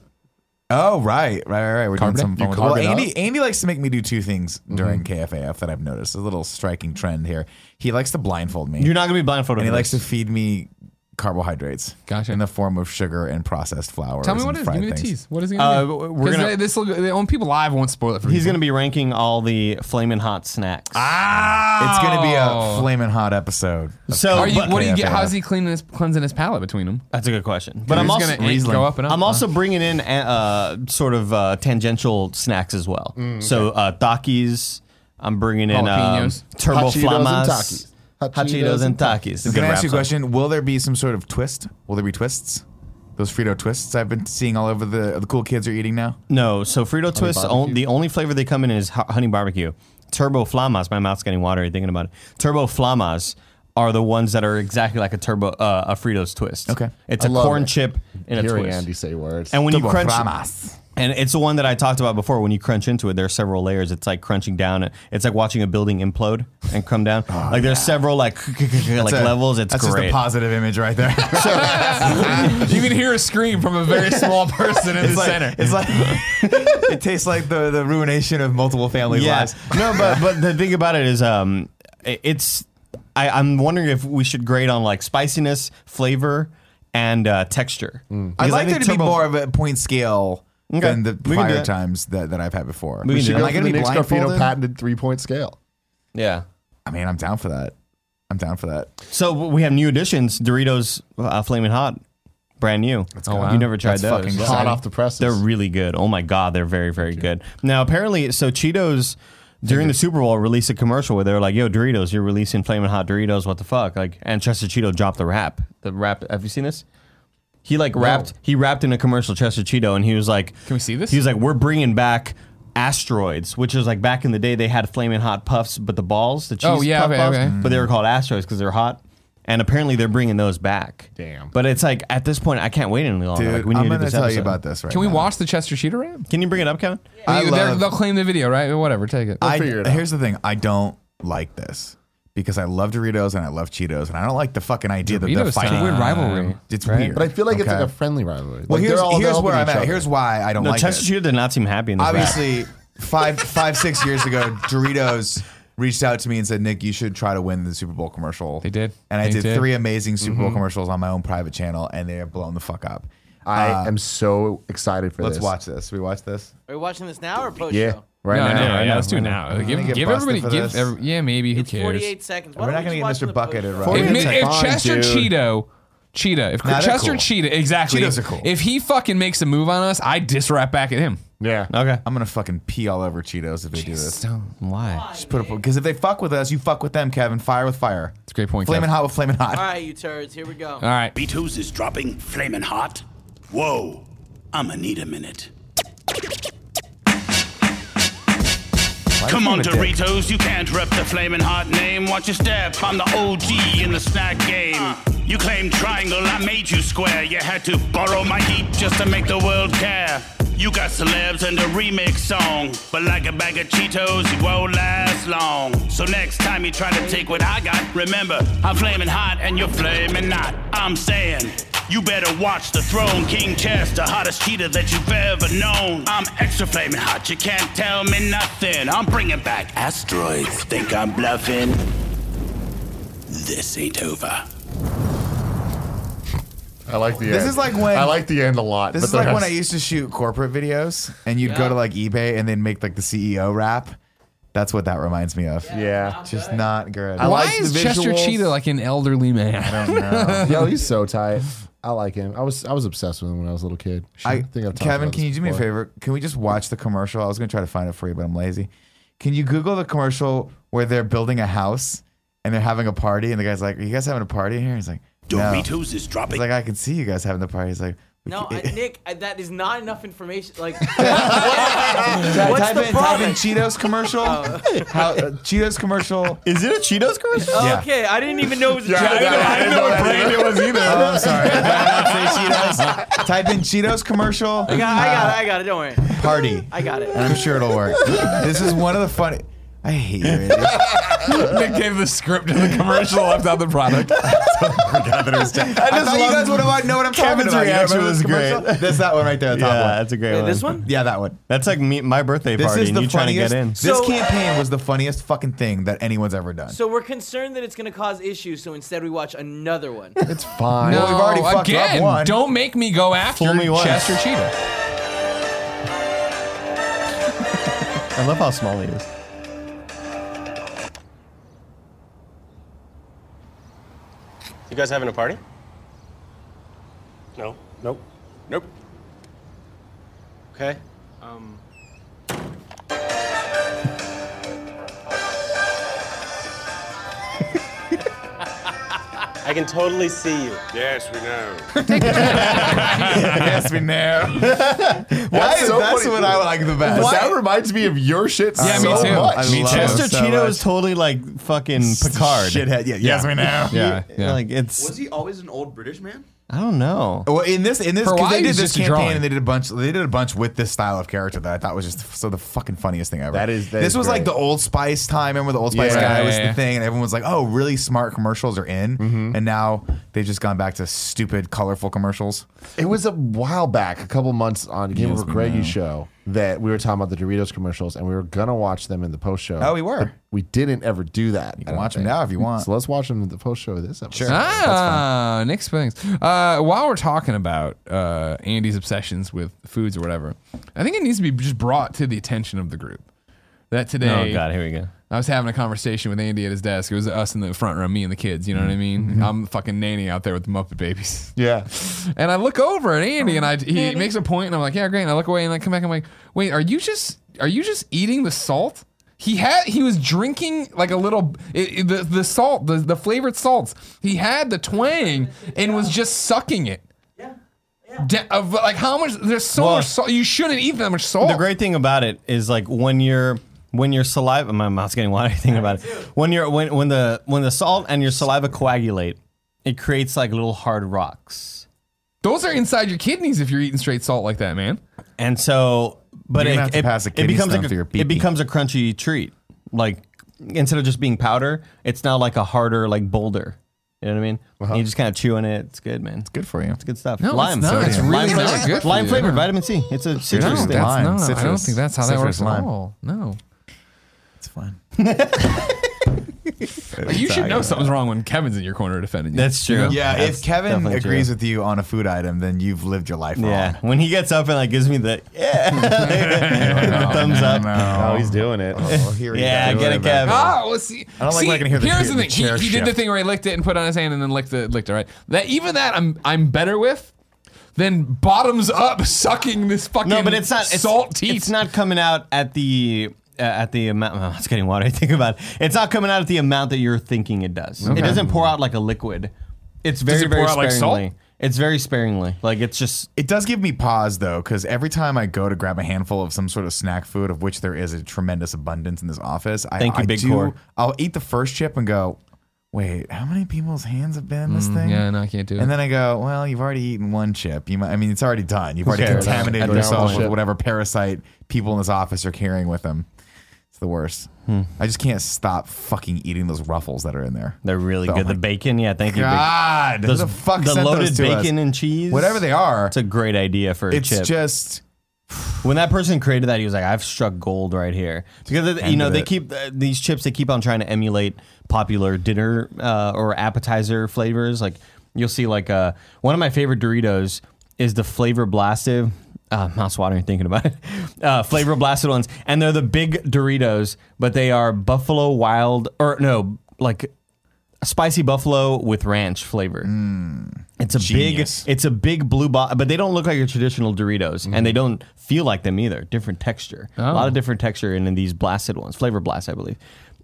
B: Oh right, right, right, right. We're
A: Carb
B: doing
A: day?
B: some
C: You
B: fun. With
C: carb
B: well,
C: it
B: Andy, Andy likes to make me do two things during KFAF that I've noticed. A little striking trend here. He likes to blindfold me,
D: You're not gonna be blindfolded.
B: and he
D: for
B: likes to
D: this.
B: feed me carbohydrates.
A: Gotcha.
B: In the form of sugar and processed flour.
A: Tell me what it
B: and
A: is.
B: fried
A: Give me the
B: things.
A: tease. What is it gonna
D: Uh,
A: be?
D: we're
A: 'Cause
D: gonna-
A: they- this'll- they- when people live, won't spoil it for
D: He's
A: people.
D: gonna be ranking all the flamin' hot snacks.
A: Ah,
B: It's gonna be a flaming hot episode.
D: so
A: Are you,
D: but-
A: what do you get?
B: Yeah.
A: How's he cleaning his cleansing his palate between them?
D: that's a good question. But I'm
A: He's
D: also
A: gonna go up and up.
D: I'm
A: huh?
D: also bringing in uh, sort of uh, tangential snacks as well. So uh, Takis, I'm bringing in um,
A: Jalapenos.
D: turbo
C: Hachitos and
D: flamas,
C: Takis.
D: hachitos and Takis.
B: Can I ask
D: Good
B: you a
D: wrap-up.
B: question? Will there be some sort of twist? Will there be twists? Those Frito twists I've been seeing all over the the cool kids are eating now.
D: No, so Frito Twist, on,
C: barbecue?
D: the only flavor they come in is ho- honey barbecue. Turbo Flamas. My mouth's getting watery thinking about it. Turbo Flamas are the ones that are exactly like a turbo uh, a Fritos twist.
B: Okay.
D: it's
C: I
D: a
C: love
D: corn
C: it.
D: chip in a
C: Hearing
D: twist.
C: Andy say words.
D: And when you
B: Turbo
D: crunch,
B: Flamas.
D: and it's the one that I talked about before. When you crunch into it, there are several layers. It's like crunching down. It's like watching a building implode and come down. like there's several like like
B: Oh, [LAUGHS] That's a-
D: levels. It's
B: that's
D: great.
B: just a positive image right
D: [LAUGHS]
B: there.
A: You can hear a scream from a [LAUGHS] very small person in the
B: it's like,
A: center.
B: It's like [LAUGHS] it tastes like the, the ruination of multiple family
D: Yes.
B: lives.
D: no, but but the thing about it is, um, i- it's I, I'm wondering if we should grade on like spiciness, flavor, and uh, texture.
B: Mm. I'd
D: Because I
B: like
D: think
B: there to be
D: turbo-
B: more of a point scale
D: Okay.
B: than the
D: We can do
B: prior
D: that.
B: times that, that I've had before.
D: We can do
C: should
D: Am
C: go
D: I
C: for the Nick Scarpino patented three point scale.
D: Yeah.
B: I mean, I'm down for that. I'm down for that.
D: So we have new additions: Doritos uh, Flaming Hot, brand new. Oh
A: go.
D: You never tried
B: That's
D: those.
B: fucking
C: Hot off the presses.
D: They're really good. Oh my god, they're very very good. Now apparently, so Cheetos during the Super Bowl released a commercial where they were like, "Yo, Doritos, you're releasing flaming hot Doritos. What the fuck?" Like, and Chester Cheeto dropped the rap. The rap. Have you seen this? He like rapped. He rapped in a commercial, Chester Cheeto, and he was like,
A: Can we see this?
D: He was like, "We're bringing back." Asteroids, which is like back in the day, they had flaming hot puffs, but the balls, the cheese
A: Oh, yeah,
D: puff
A: okay,
D: balls,
A: okay.
D: but they were called asteroids because they're hot. And apparently, they're bringing those back.
C: Damn.
D: But it's like at this point, I can't wait any longer.
B: Dude,
D: like, we need
B: I'm
D: to
B: going
D: do
B: to
D: this
B: tell you
D: episode.
B: about this right
A: Can we
B: now.
A: watch the Chester Cheetah rap?
D: Can you bring it up, Kevin?
B: I
A: You- they're-
B: love-
A: they'll claim the video, right? Whatever, take it.
B: I,
C: figure it out.
B: Here's the thing. I don't like this because I love Doritos and I love Cheetos and I don't like the fucking idea that they're
A: Doritos
B: fighting.
A: time. Weird rivalry.
B: It's weird.
C: But I feel like it's
B: Okay.
C: like a friendly rivalry.
B: Well,
C: Like, they're
B: here's,
C: all
B: here's
C: helping
B: where
C: each
B: I'm at.
C: other.
B: Here's why I don't
D: No,
B: like
D: Chester
B: this.
D: Cheetah did not seem happy in this.
A: [LAUGHS]
D: Obviously,
B: Obviously, five, five, six years ago, Doritos reached out to me and said, "Nick, you should try to win the Super Bowl commercial."
A: They did.
B: and I
A: They
B: did,
A: did. Mm-hmm.
B: three amazing Super Bowl commercials on my own private channel, and they have blown the fuck up.
C: I
B: Uh,
C: am so excited for
B: let's
C: this.
B: watch this. We watch this.
E: Are we watching this now or post
C: Yeah,
E: show?
C: right
A: no,
C: now.
A: no,
C: right
A: yeah,
C: now.
A: let's do it now. give
B: get
A: give
B: busted
A: every-
B: for
A: give
B: this.
A: every- yeah, maybe. Who
E: It's
A: cares?
E: 48 seconds. Why
B: We're
E: don't
B: not
E: we
B: gonna
E: just
B: get Mr.
E: watch them in the
B: Bucketed,
E: post
B: right?
E: show?
A: If,
C: Forty-eight's
A: if,
C: like fine,
A: Chester
C: dude.
A: Cheeto, Cheetah, if
B: Nah, they're
A: Chester
B: cool.
A: Cheetah, exactly.
B: Cheetos are cool.
A: If he fucking makes a move on us, I diss rap back at him.
C: Yeah.
D: okay.
B: I'm gonna fucking pee all over Cheetos if they do this.
D: Why?
B: Just put because if they fuck with us, you fuck with them, Kevin. Fire with fire. It's
A: a great point,
B: Flaming
A: Kev.
B: hot with flaming hot.
E: All right, you turds. Here we go.
A: All right.
I: B2's is dropping flamin' hot. Whoa, I'ma need a minute.
B: Why
I: Come
B: do you
I: on,
B: have a dick?
I: Doritos, you can't rep the flamin' hot name. Watch your step, I'm the OG in the snack game. You claim triangle, I made you square. You had to borrow my heat just to make the world care. You got celebs and a remix song, but like a bag of Cheetos, it won't last long. So next time you try to take what I got, remember, I'm flamin' hot and you're flamin' not. I'm saying, you better watch the throne, King Chester, hottest cheetah that you've ever known. I'm extra flaming hot, you can't tell me nothing. I'm bringing back asteroids. Think I'm bluffing? This ain't over.
C: I like the end.
B: This is like when-
C: I like the end a lot.
B: This
C: but
B: is
C: the
B: like when
C: rest-
B: I used to shoot corporate videos, and you'd go
E: Yeah.
B: to like eBay and then make like the CEO rap. That's what that reminds me of.
C: Yeah.
B: It's just not good.
C: I
A: Why
C: like
A: is
C: the
A: Chester
C: visuals.
A: Cheetah like an elderly man?
B: don't know.
C: Yo, he's so tight. I like him. I was I was obsessed with him when [LAUGHS] I was a little kid.
B: I,
C: think I've talked
B: Kevin,
C: about
B: can you
C: this
B: do me a
C: before.
B: favor? Can we just watch the commercial? I was going to try to find it for you, but I'm lazy. Can you Google the commercial where they're building a house and they're having a party, and the guy's like, "Are you guys having a party here?" He's like, "No." He's
I: Doritos is dropping.
B: like, "I can see you guys having the party." He's like,
E: [LAUGHS] No, I,
B: "It- it-
E: Nick, I, that is not enough information. Like,
J: [LAUGHS]
B: Type
E: what's the
B: in, type in
E: problem?
B: Cheetos commercial. How, uh, Cheetos commercial.
D: Is it a
B: [LAUGHS]
D: Cheetos commercial?
B: Yeah.
E: Okay, I didn't even know it was a joke.
C: I didn't know what brand it was either.
B: Oh, I'm sorry. Did I not say Cheetos? [LAUGHS] Type in Cheetos commercial.
E: I got, I got it. I got it. Don't worry.
B: Party.
E: I got it.
B: And I'm sure it'll work. This is one of the funny. I hate you. Andy.
A: Nick gave the script and the commercial, left out the [LAUGHS] product.
B: I, thought you guys would have know what I'm
D: Kevin's
B: talking about. You
D: reaction
B: remember this
D: was great.
B: commercial? That's that one right there, the top
D: Yeah,
B: one.
D: that's a great
E: Wait,
D: one.
E: this one?
B: yeah, that one.
D: That's like me, my birthday
B: This
D: party,
B: is
D: and
B: the
D: you trying to
B: funniest.
D: get in.
B: This
E: So-
B: campaign was the funniest fucking thing that anyone's ever done.
E: So we're concerned that it's going to cause issues, so instead we watch another one.
C: It's fine.
A: No,
B: we've already fucked up
A: again,
B: one.
A: don't make me go after
D: Fool me once.
A: Chester Cheetah.
D: I love how small he is.
J: You guys having a party? No. Nope. Nope. Okay. Um. [LAUGHS] I can totally see you.
K: Yes, we know.
B: yes, we know.
C: [LAUGHS] Why
B: that's
C: so
B: that's
C: funny.
B: what I like the best.
C: Why- That reminds me of your shit Yeah, so me too. much. I love
D: Chester
C: it so
D: Cheeto
C: much.
D: is totally
B: [LAUGHS]
D: like fucking Picard.
B: shithead. Yeah, yes, we know.
D: Yeah, Like it's.
L: Was he always an old British man?
D: I don't know.
B: Well, in this, in this,
D: For a
B: 'cause
D: while,
B: they
D: he
B: did
D: was
B: this
D: just a
B: campaign
D: drawing.
B: and they did a bunch. They did a bunch with this style of character that I thought was just so the fucking funniest thing ever.
C: That is- that
B: this
C: is
B: was like
C: great.
B: the Old Spice time. Remember the Old Spice
C: Yeah.
B: guy
C: Yeah,
B: was
C: yeah, yeah.
B: the thing, and everyone was like, "Oh, really smart commercials are in,"
C: Mm-hmm.
B: and now they've just gone back to stupid, colorful commercials.
C: It was a while back, a couple months on Game
B: Yes,
C: Over
B: we
C: Greggy
B: know.
C: show that we were talking about the Doritos commercials, and we were gonna watch them in the post show.
B: Oh, we were.
C: We didn't ever do that. You
B: can watch them now if you want.
C: So let's watch them in the post show of this episode.
A: Ah, Nick Spinks. Uh, while we're talking about uh, Andy's obsessions with foods or whatever, I think it needs to be just brought to the attention of the group that today.
D: Oh, God, here we go.
A: I was having a conversation with Andy at his desk. It was us in the front room, me and the kids. You know what I mean? I'm the fucking nanny out there with the Muppet Babies. [LAUGHS]
C: Yeah.
A: And I look over at Andy, and I he makes a point, and I'm like, yeah, great. And I look away, and I come back, and I'm like, wait, are you just are you just eating the salt? He had he was drinking like a little it, it- the the salt the the flavored salts. He had the twang and was just sucking it. Yeah. of like how much? There's so
D: Well-
A: much salt. You shouldn't eat that much salt.
D: The great thing about it is like when you're when your saliva my mouth's getting watery thinking about it. When you're when when the when the salt and your saliva coagulate, it creates like little hard rocks.
A: Those are inside your kidneys if you're eating straight salt like that, man.
D: And so but
A: You're
D: it,
A: gonna have to
D: it-
A: pass a
D: it
A: kidney
D: becomes
A: stone
D: like a,
A: through your pee-pee.
D: it becomes a crunchy treat. Like instead of just being powder, it's now like a harder like boulder. You know what I mean?
A: Uh-huh.
D: You just kind of chew on it. It's good, man. It's
B: good for you. It's
D: good stuff.
A: No, it's
D: lime.
A: not. It's
D: Lime
A: really
D: flavored.
A: not good for
D: Lime
A: you.
D: flavored vitamin C. It's a citrus
A: no,
D: thing.
A: that's not. I don't think that's how that works at all. No.
B: It's
C: [LAUGHS]
B: fine.
A: you should know something's wrong when Kevin's in your corner defending you.
D: That's true.
A: You know?
B: Yeah,
D: That's
B: if Kevin
D: definitely
B: agrees
D: true.
B: with you on a food item, then you've lived your life
D: Yeah. [LAUGHS]
B: wrong.
D: When he gets up and like gives me the yeah, the thumbs up.
B: No.
C: he's doing it.
B: here [LAUGHS] he
D: yeah,
B: goes.
D: get it, Kevin.
A: Ah, well, see,
B: I don't like
A: see,
B: when I can hear the
A: here's
B: chair-
A: the,
B: the
A: thing.
B: chair
A: he, he did the
B: shift.
A: thing where he licked it and put it on his hand and then licked it, licked it. Right. That even that I'm I'm better with than bottoms up sucking this fucking
D: no, but it's not it's,
A: salt teeth.
D: It's not coming out at the. Uh, at the amount, [LAUGHS] oh, it's getting watery. Think about it. It's not coming out at the amount that you're thinking it does.
A: Okay.
D: It doesn't pour out like a liquid. It's very,
B: Does it pour
D: very
B: out like salt?
D: sparingly. It's very sparingly. Like it's just.
B: It does give me pause though, because every time I go to grab a handful of some sort of snack food, of which there is a tremendous abundance in this office, I,
D: Thank you,
B: I
D: Big
B: do-
D: Core.
B: I'll eat the first chip and go, "Wait, how many people's hands have been in this
A: Mm,
B: thing?"
A: yeah, no, I can't do it.
B: And then I go, "Well, you've already eaten one chip. You might, I mean, it's already done. You've already
D: cares?
B: contaminated
D: At this
B: yourself
D: point.
B: with whatever parasite people in this office are carrying with them. It's the worst.
D: Hmm.
B: I just can't stop fucking eating those ruffles that are in there.
D: They're really
B: Oh
D: good.
B: my
D: The bacon, yeah. Thank you. Big-
B: God, who
D: those,
B: the fuck
D: the
B: sent those
D: loaded
B: to us?
D: bacon and cheese,
B: Whatever they are,
D: It's a great idea for a
B: it's
D: chip.
B: just
D: when that person created that, he was like, "I've struck gold right here." Because you
B: End
D: know
B: of
D: they
B: it.
D: keep uh, these chips. They keep on trying to emulate popular dinner uh, or appetizer flavors. Like you'll see, like uh, one of my favorite Doritos is the flavor blasted. Uh, mouse watering thinking about it. [LAUGHS] Uh, flavor blasted ones, and they're the big Doritos, but they are buffalo wild or no, like spicy buffalo with ranch flavor.
A: Mm.
D: It's a
B: Genius.
D: big, it's a big blue box, but they don't look like your traditional Doritos, and
A: Mm-hmm.
D: they don't feel like them either. Different texture, a
A: Oh.
D: lot of different texture in, in these blasted ones, flavor blast, I believe.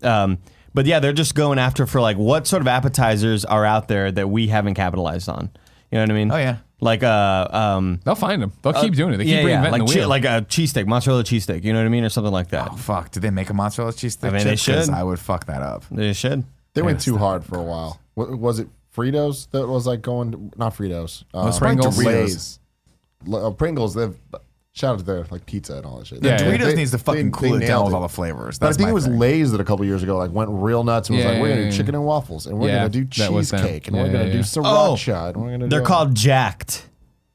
D: Um, but yeah, they're just going after for like what sort of appetizers are out there that we haven't capitalized on. You know what I mean?
B: Oh, yeah.
D: Like uh, um,
A: They'll find them. They'll keep doing it. They keep
D: yeah,
A: reinventing
D: yeah, like
A: the
D: che-
A: wheel. Oh,
D: like a cheesesteak, mozzarella cheesesteak. You know what I mean, or something like that.
B: Fuck, did they make a mozzarella cheese stick?
D: I mean, they
B: chip? 'Cause
D: should.
B: I would fuck that up.
D: They should.
C: They went too hard for a while. What, was it Fritos that was like going? Not Fritos.
D: uh,
C: Um,
B: was Pringles.
C: Lay's. L- uh, Pringles. They've shout out to their like pizza and all that shit.
B: Yeah, Doritos
C: They-
B: needs to fucking cool it
C: nailed
B: down with all the flavors.
C: But I
B: That's
C: think
B: my
C: it was
B: thing.
C: Lay's that a couple years ago like went real nuts and was
A: Yeah,
C: like, "We're
A: yeah,
C: gonna
A: yeah,
C: do
A: yeah.
C: chicken and waffles, and we're
A: Yeah,
C: gonna do
A: that was them.
C: cheesecake, and
A: Yeah,
C: we're gonna
A: yeah,
C: do
A: yeah.
C: sriracha, and we're gonna."
D: They're
C: do
D: called jacked.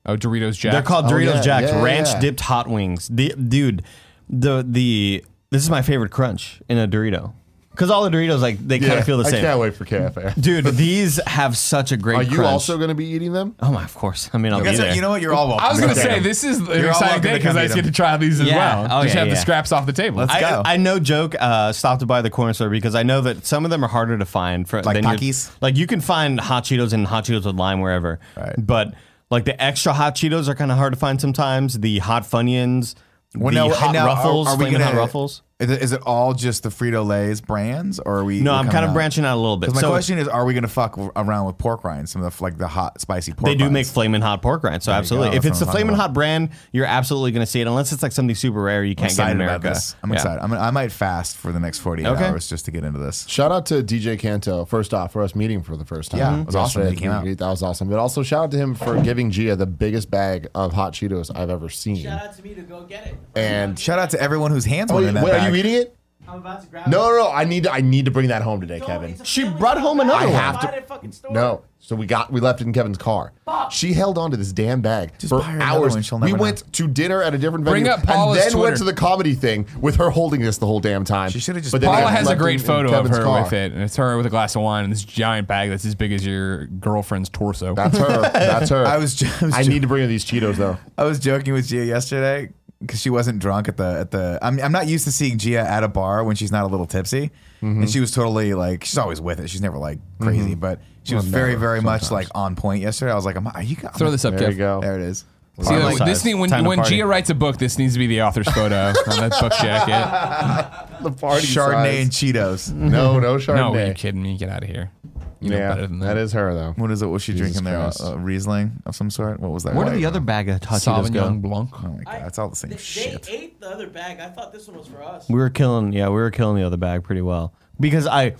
A: oh, Doritos Jack.
D: They're called
C: Oh,
D: Doritos
C: yeah,
D: Jacks,
C: yeah,
D: ranch
C: yeah.
D: dipped hot wings. The, dude, the the this is my favorite crunch in a Dorito. Cause all the Doritos like they kind
C: [LAUGHS] Yeah,
D: of feel the
C: I
D: same.
C: can't wait for cafe.
D: Dude, these have such a great.
C: Are you
D: crunch.
C: also gonna be eating them?
D: Oh my, of course. I mean, I'll
B: You,
D: be
B: guys are-
D: there.
B: you know what? You're all welcome.
A: I was
B: to
A: gonna
B: come
A: say
B: eat 'em.
A: this is an
B: You're all
A: exciting
B: welcome
A: day
B: to
A: because
B: come
A: I
B: eat
A: just get
B: 'em.
A: to try these as
D: Yeah.
A: well.
D: Oh,
A: just
D: yeah,
A: have the
D: yeah.
A: scraps off the table.
B: Let's
D: I,
B: go.
D: I no joke. Uh, stopped by the corner store because I know that some of them are harder to find. For
B: Like
D: than your-
B: Takis?
D: Like you can find hot Cheetos and hot Cheetos with lime wherever.
B: Right.
D: But like the extra hot Cheetos are kind of hard to find sometimes. The hot Funyuns,
B: Well,
D: the
B: now-
D: hot
B: now are-
D: ruffles,
B: are we
D: flaming hot
B: gonna-
D: ruffles.
B: Is it, is it all just the Frito Lay's brands, or are we?
D: No,
B: we're
D: I'm kind
B: coming
D: of branching out a little bit.
B: 'Cause My
D: So-
B: question is, are we going to fuck around with pork rinds? Some of the like the hot, spicy pork.
D: they do
B: rinds?
D: make flamin' hot pork rinds, so
B: There you
D: absolutely.
B: go,
D: If
B: that's
D: it's
B: what
D: a
B: I'm talking
D: flamin'
B: about.
D: hot brand, you're absolutely going to see it, unless it's like something super rare you
B: I'm
D: can't get
B: excited
D: in
B: about
D: America.
B: this. I'm
D: Yeah.
B: excited. I'm, I might fast for the next 48
D: Okay.
B: hours just to get into this.
C: Shout out to DJ Canto, first off, for us meeting for the first time.
B: Yeah, it was awesome that he
C: Yesterday,
B: came out.
C: That was awesome. But also, shout out to him for giving Gia the biggest bag of hot Cheetos I've ever seen.
E: Shout out to me to go get it.
C: And
B: Shout out to everyone whose hands went
C: wait,
B: in that
C: wait, are
B: bag.
C: you eating it?
E: I'm about to grab it.
C: No, no, no. I need to, I need to bring that home today, Kevin.
D: She brought home
C: I
D: another one.
C: have to. No. So we got we left it in Kevin's car. She held on to this damn bag
B: Just
C: for
B: buy her another
C: hours.
B: one, she'll
C: we
B: never know.
C: went to dinner at a different venue
A: Bring up Paula's
C: and then
A: Twitter.
C: went to the comedy thing with her holding this the whole damn time.
B: She should've just-
C: But then
A: Paula
C: I
A: has a
C: left it
A: great
C: in- in
A: photo of
C: Kevin's
A: her
C: car.
A: with it, and it's her with a glass of wine and this giant bag that's as big as your girlfriend's torso. [LAUGHS]
C: That's her. That's her.
B: [LAUGHS] I was ju- I was
C: I
B: ju-
C: need to bring her these Cheetos though.
B: [LAUGHS] I was joking with Gia yesterday because she wasn't drunk at the at the. I'm I'm not used to seeing Gia at a bar when she's not a little tipsy,
D: Mm-hmm.
B: and she was totally like she's always with it. She's never like crazy, but she was very very much like on point yesterday. I was like, am I, are you I'm-
A: Throw this up,
C: There
A: Kev.
C: you go.
B: There it is.
A: See,
D: Party
A: like,
D: size.
A: this need, when
D: Time to
A: when
D: party.
A: Gia writes a book, this needs to be the author's photo on that book jacket.
C: The party
B: Chardonnay
C: size.
B: and
D: [LAUGHS]
B: Cheetos.
C: no, no
A: No, are you
C: Chardonnay.
A: kidding me? Get out of here. You know
C: yeah,
A: better than that.
C: that is her though.
B: What is it? What's she
C: Jesus
B: drinking there?
C: Christ.
B: Uh, Riesling of some sort. What was that?
D: Where do
B: white
D: the other
B: one?
D: bag of hot Cheetos
A: Sauvignon
D: go?
A: Blanc.
B: Oh my god, it's all the same
E: they,
B: shit.
E: They ate the other bag. I thought this one was for us.
D: We were killing, yeah, we were killing the other bag pretty well because I,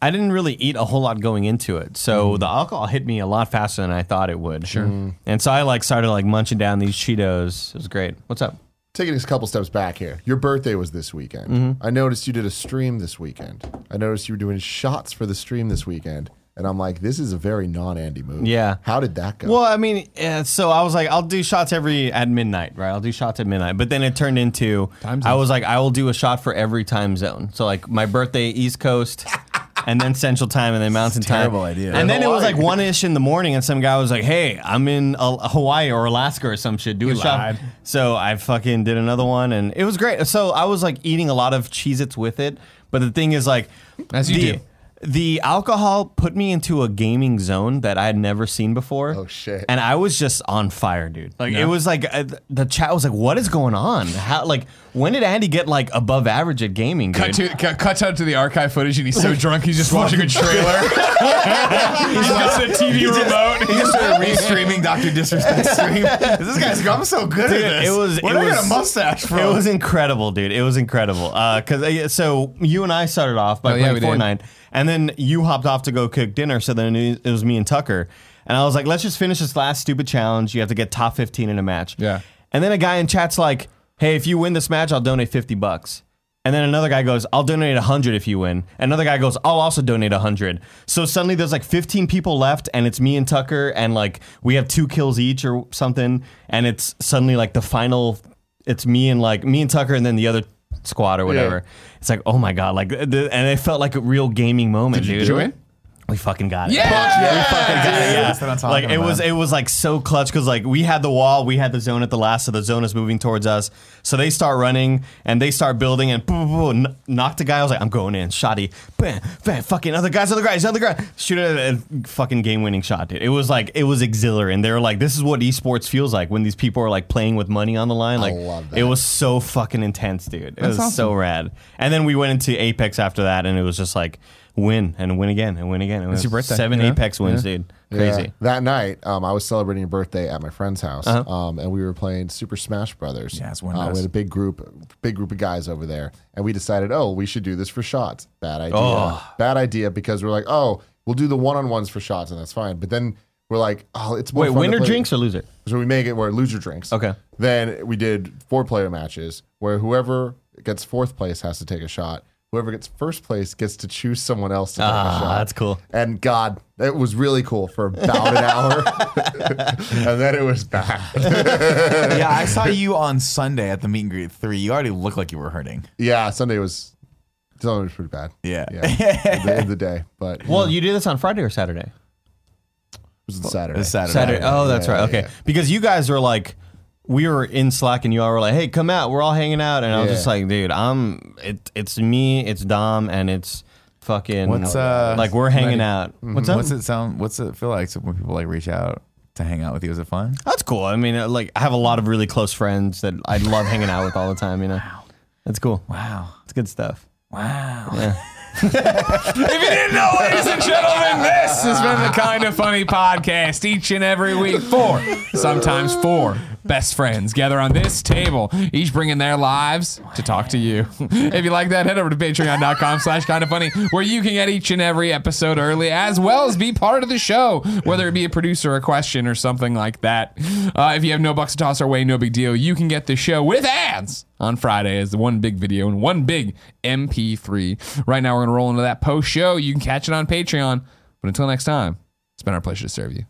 D: I didn't really eat a whole lot going into it, so
B: Mm.
D: the alcohol hit me a lot faster than I thought it would. Sure. And so I like started like munching down these Cheetos. It was great. What's up?
C: Taking a couple steps back here. Your birthday was this weekend.
D: Mm-hmm.
C: I noticed you did a stream this weekend. I noticed you were doing shots for the stream this weekend. And I'm like, this is a very non-Andy move.
D: Yeah.
C: How did that go?
D: Well, I mean, uh, so I was like, I'll do shots every at midnight, right? I'll do shots at midnight. But then it turned into
A: Time zone.
D: I was like, I will do a shot for every time zone. So like my birthday, East Coast. And then Central Time, and then Mountain Time.
B: terrible idea.
D: And then it was
C: Hawaii.
D: like one ish in the morning, and some guy was like, "Hey, I'm in uh, Hawaii or Alaska or some shit. Do a shot."
A: lied.
D: So I fucking did another one, and it was great. So I was like eating a lot of Cheez-Its with it, but the thing is like,
A: As you
D: the,
A: do.
D: the alcohol put me into a gaming zone that I had never seen before.
C: Oh, shit.
D: And I was just on fire, dude. Like it was like uh, th- the chat was like, "What is going on? How like when did Andy get like above average at gaming?" Dude?
A: Cut to cut, cuts out to the archive footage, and he's so drunk he's just watching a trailer. he's got a TV remote.
B: He just started restreaming Doctor Disrespect stream.
A: [LAUGHS]
B: This guy's like, I'm so good
D: Dude,
B: at this.
D: it was.
B: Where
D: it
B: did I
D: was,
B: get a mustache from?
D: It was incredible, dude. It was incredible. Uh, cause uh, yeah, so you and I started off by
A: Oh, yeah,
D: playing
A: we
D: Fortnite, and then you hopped off to go cook dinner. So then it it was me and Tucker, and I was like, let's just finish this last stupid challenge. You have to get top fifteen in a match.
A: Yeah.
D: And then a guy in chat's like, hey, if you win this match, I'll donate fifty bucks. And then another guy goes, I'll donate 100 if you win. Another guy goes, I'll also donate 100. So suddenly there's like 15 people left, and it's me and Tucker, and like we have two kills each or something. And it's suddenly like the final, it's me and like me and Tucker, and then the other squad or whatever. It's like, oh my God. Like, the, and it felt like a real gaming moment, dude.
A: Did you win?
D: We fucking got it.
A: Yeah!
D: We fucking got it. Yeah.
B: That's what I'm talking
D: Like it was
B: about.
D: it was like so clutch because like we had the wall, we had the zone at the last, so the zone is moving towards us. So they start running and they start building and boom, boom, boom, kn- knocked a guy. I was like, I'm going in, shoddy, bam, bam, fucking other guys, other guys, other guy, shoot a, a fucking game winning shot, dude. It was like it was exhilarating. They were like, this is what esports feels like when these people are like playing with money on the line. Like
C: love that.
D: it was so fucking intense, dude. It was so rad. And then we went into Apex after that, and it was just like. Win and win again and win again. It was
A: your birthday,
D: Seven
A: you know?
D: Apex wins, dude.
C: Yeah.
D: Crazy. Uh-huh.
C: That night, um, I was celebrating a birthday at my friend's house, um, and we were playing Super Smash Brothers.
B: Yeah, it's one of
C: uh, We
B: those.
C: had a big group, big group of guys over there, and we decided, oh, we should do this for shots. Bad idea.
D: Oh.
C: Bad idea because we're like, oh, we'll do the one-on-ones for shots, and that's fine. But then we're like, oh, it's more
D: Wait,
C: fun to
D: winner
C: play-
D: drinks or loser?
C: So we make it where loser drinks.
D: Okay.
C: Then we did four player matches where whoever gets fourth place has to take a shot. Whoever gets first place gets to choose someone else to take
D: Ah,
C: a shot.
D: that's cool.
C: And God, it was really cool for about an
D: [LAUGHS]
C: hour. and then it was bad. [LAUGHS]
B: yeah, I saw you on Sunday at the meet and greet three. You already looked like you were hurting.
C: yeah, Sunday was Sunday was pretty bad.
B: Yeah.
C: Yeah. the end of the day. But it
D: Well, you do this on Friday or Saturday?
C: was on Saturday.
B: It's Saturday.
D: Saturday. Oh, that's
C: yeah,
D: right. Okay.
C: yeah.
D: Because you guys were like, we were in Slack and you all were like, hey, come out. We're all hanging out. And I was
C: Yeah.
D: just like, dude, I'm, it, it's me, it's Dom, and it's fucking,
B: What's, uh,
D: like, we're hanging out. What's up?
B: What's it sound? What's it feel like when people like reach out to hang out with you? Is it fun?
D: That's cool. I mean, uh, like, I have a lot of really close friends that I love hanging out with all the time, you know? That's cool.
B: Wow,
D: It's good stuff.
A: Wow.
D: Yeah.
A: If you didn't know, ladies and gentlemen, this has been the Kind of Funny podcast each and every week. Four, sometimes four, best friends gather on this table, each bringing their lives to talk to you. If you like that, head over to patreon.com slash kind of funny, where you can get each and every episode early, as well as be part of the show, whether it be a producer, a question, or something like that. Uh, if you have no bucks to toss our way, no big deal. You can get the show with ads on Friday as the one big video and one big MP3. Right now, we're going to roll into that post show. You can catch it on Patreon. But until next time, it's been our pleasure to serve you.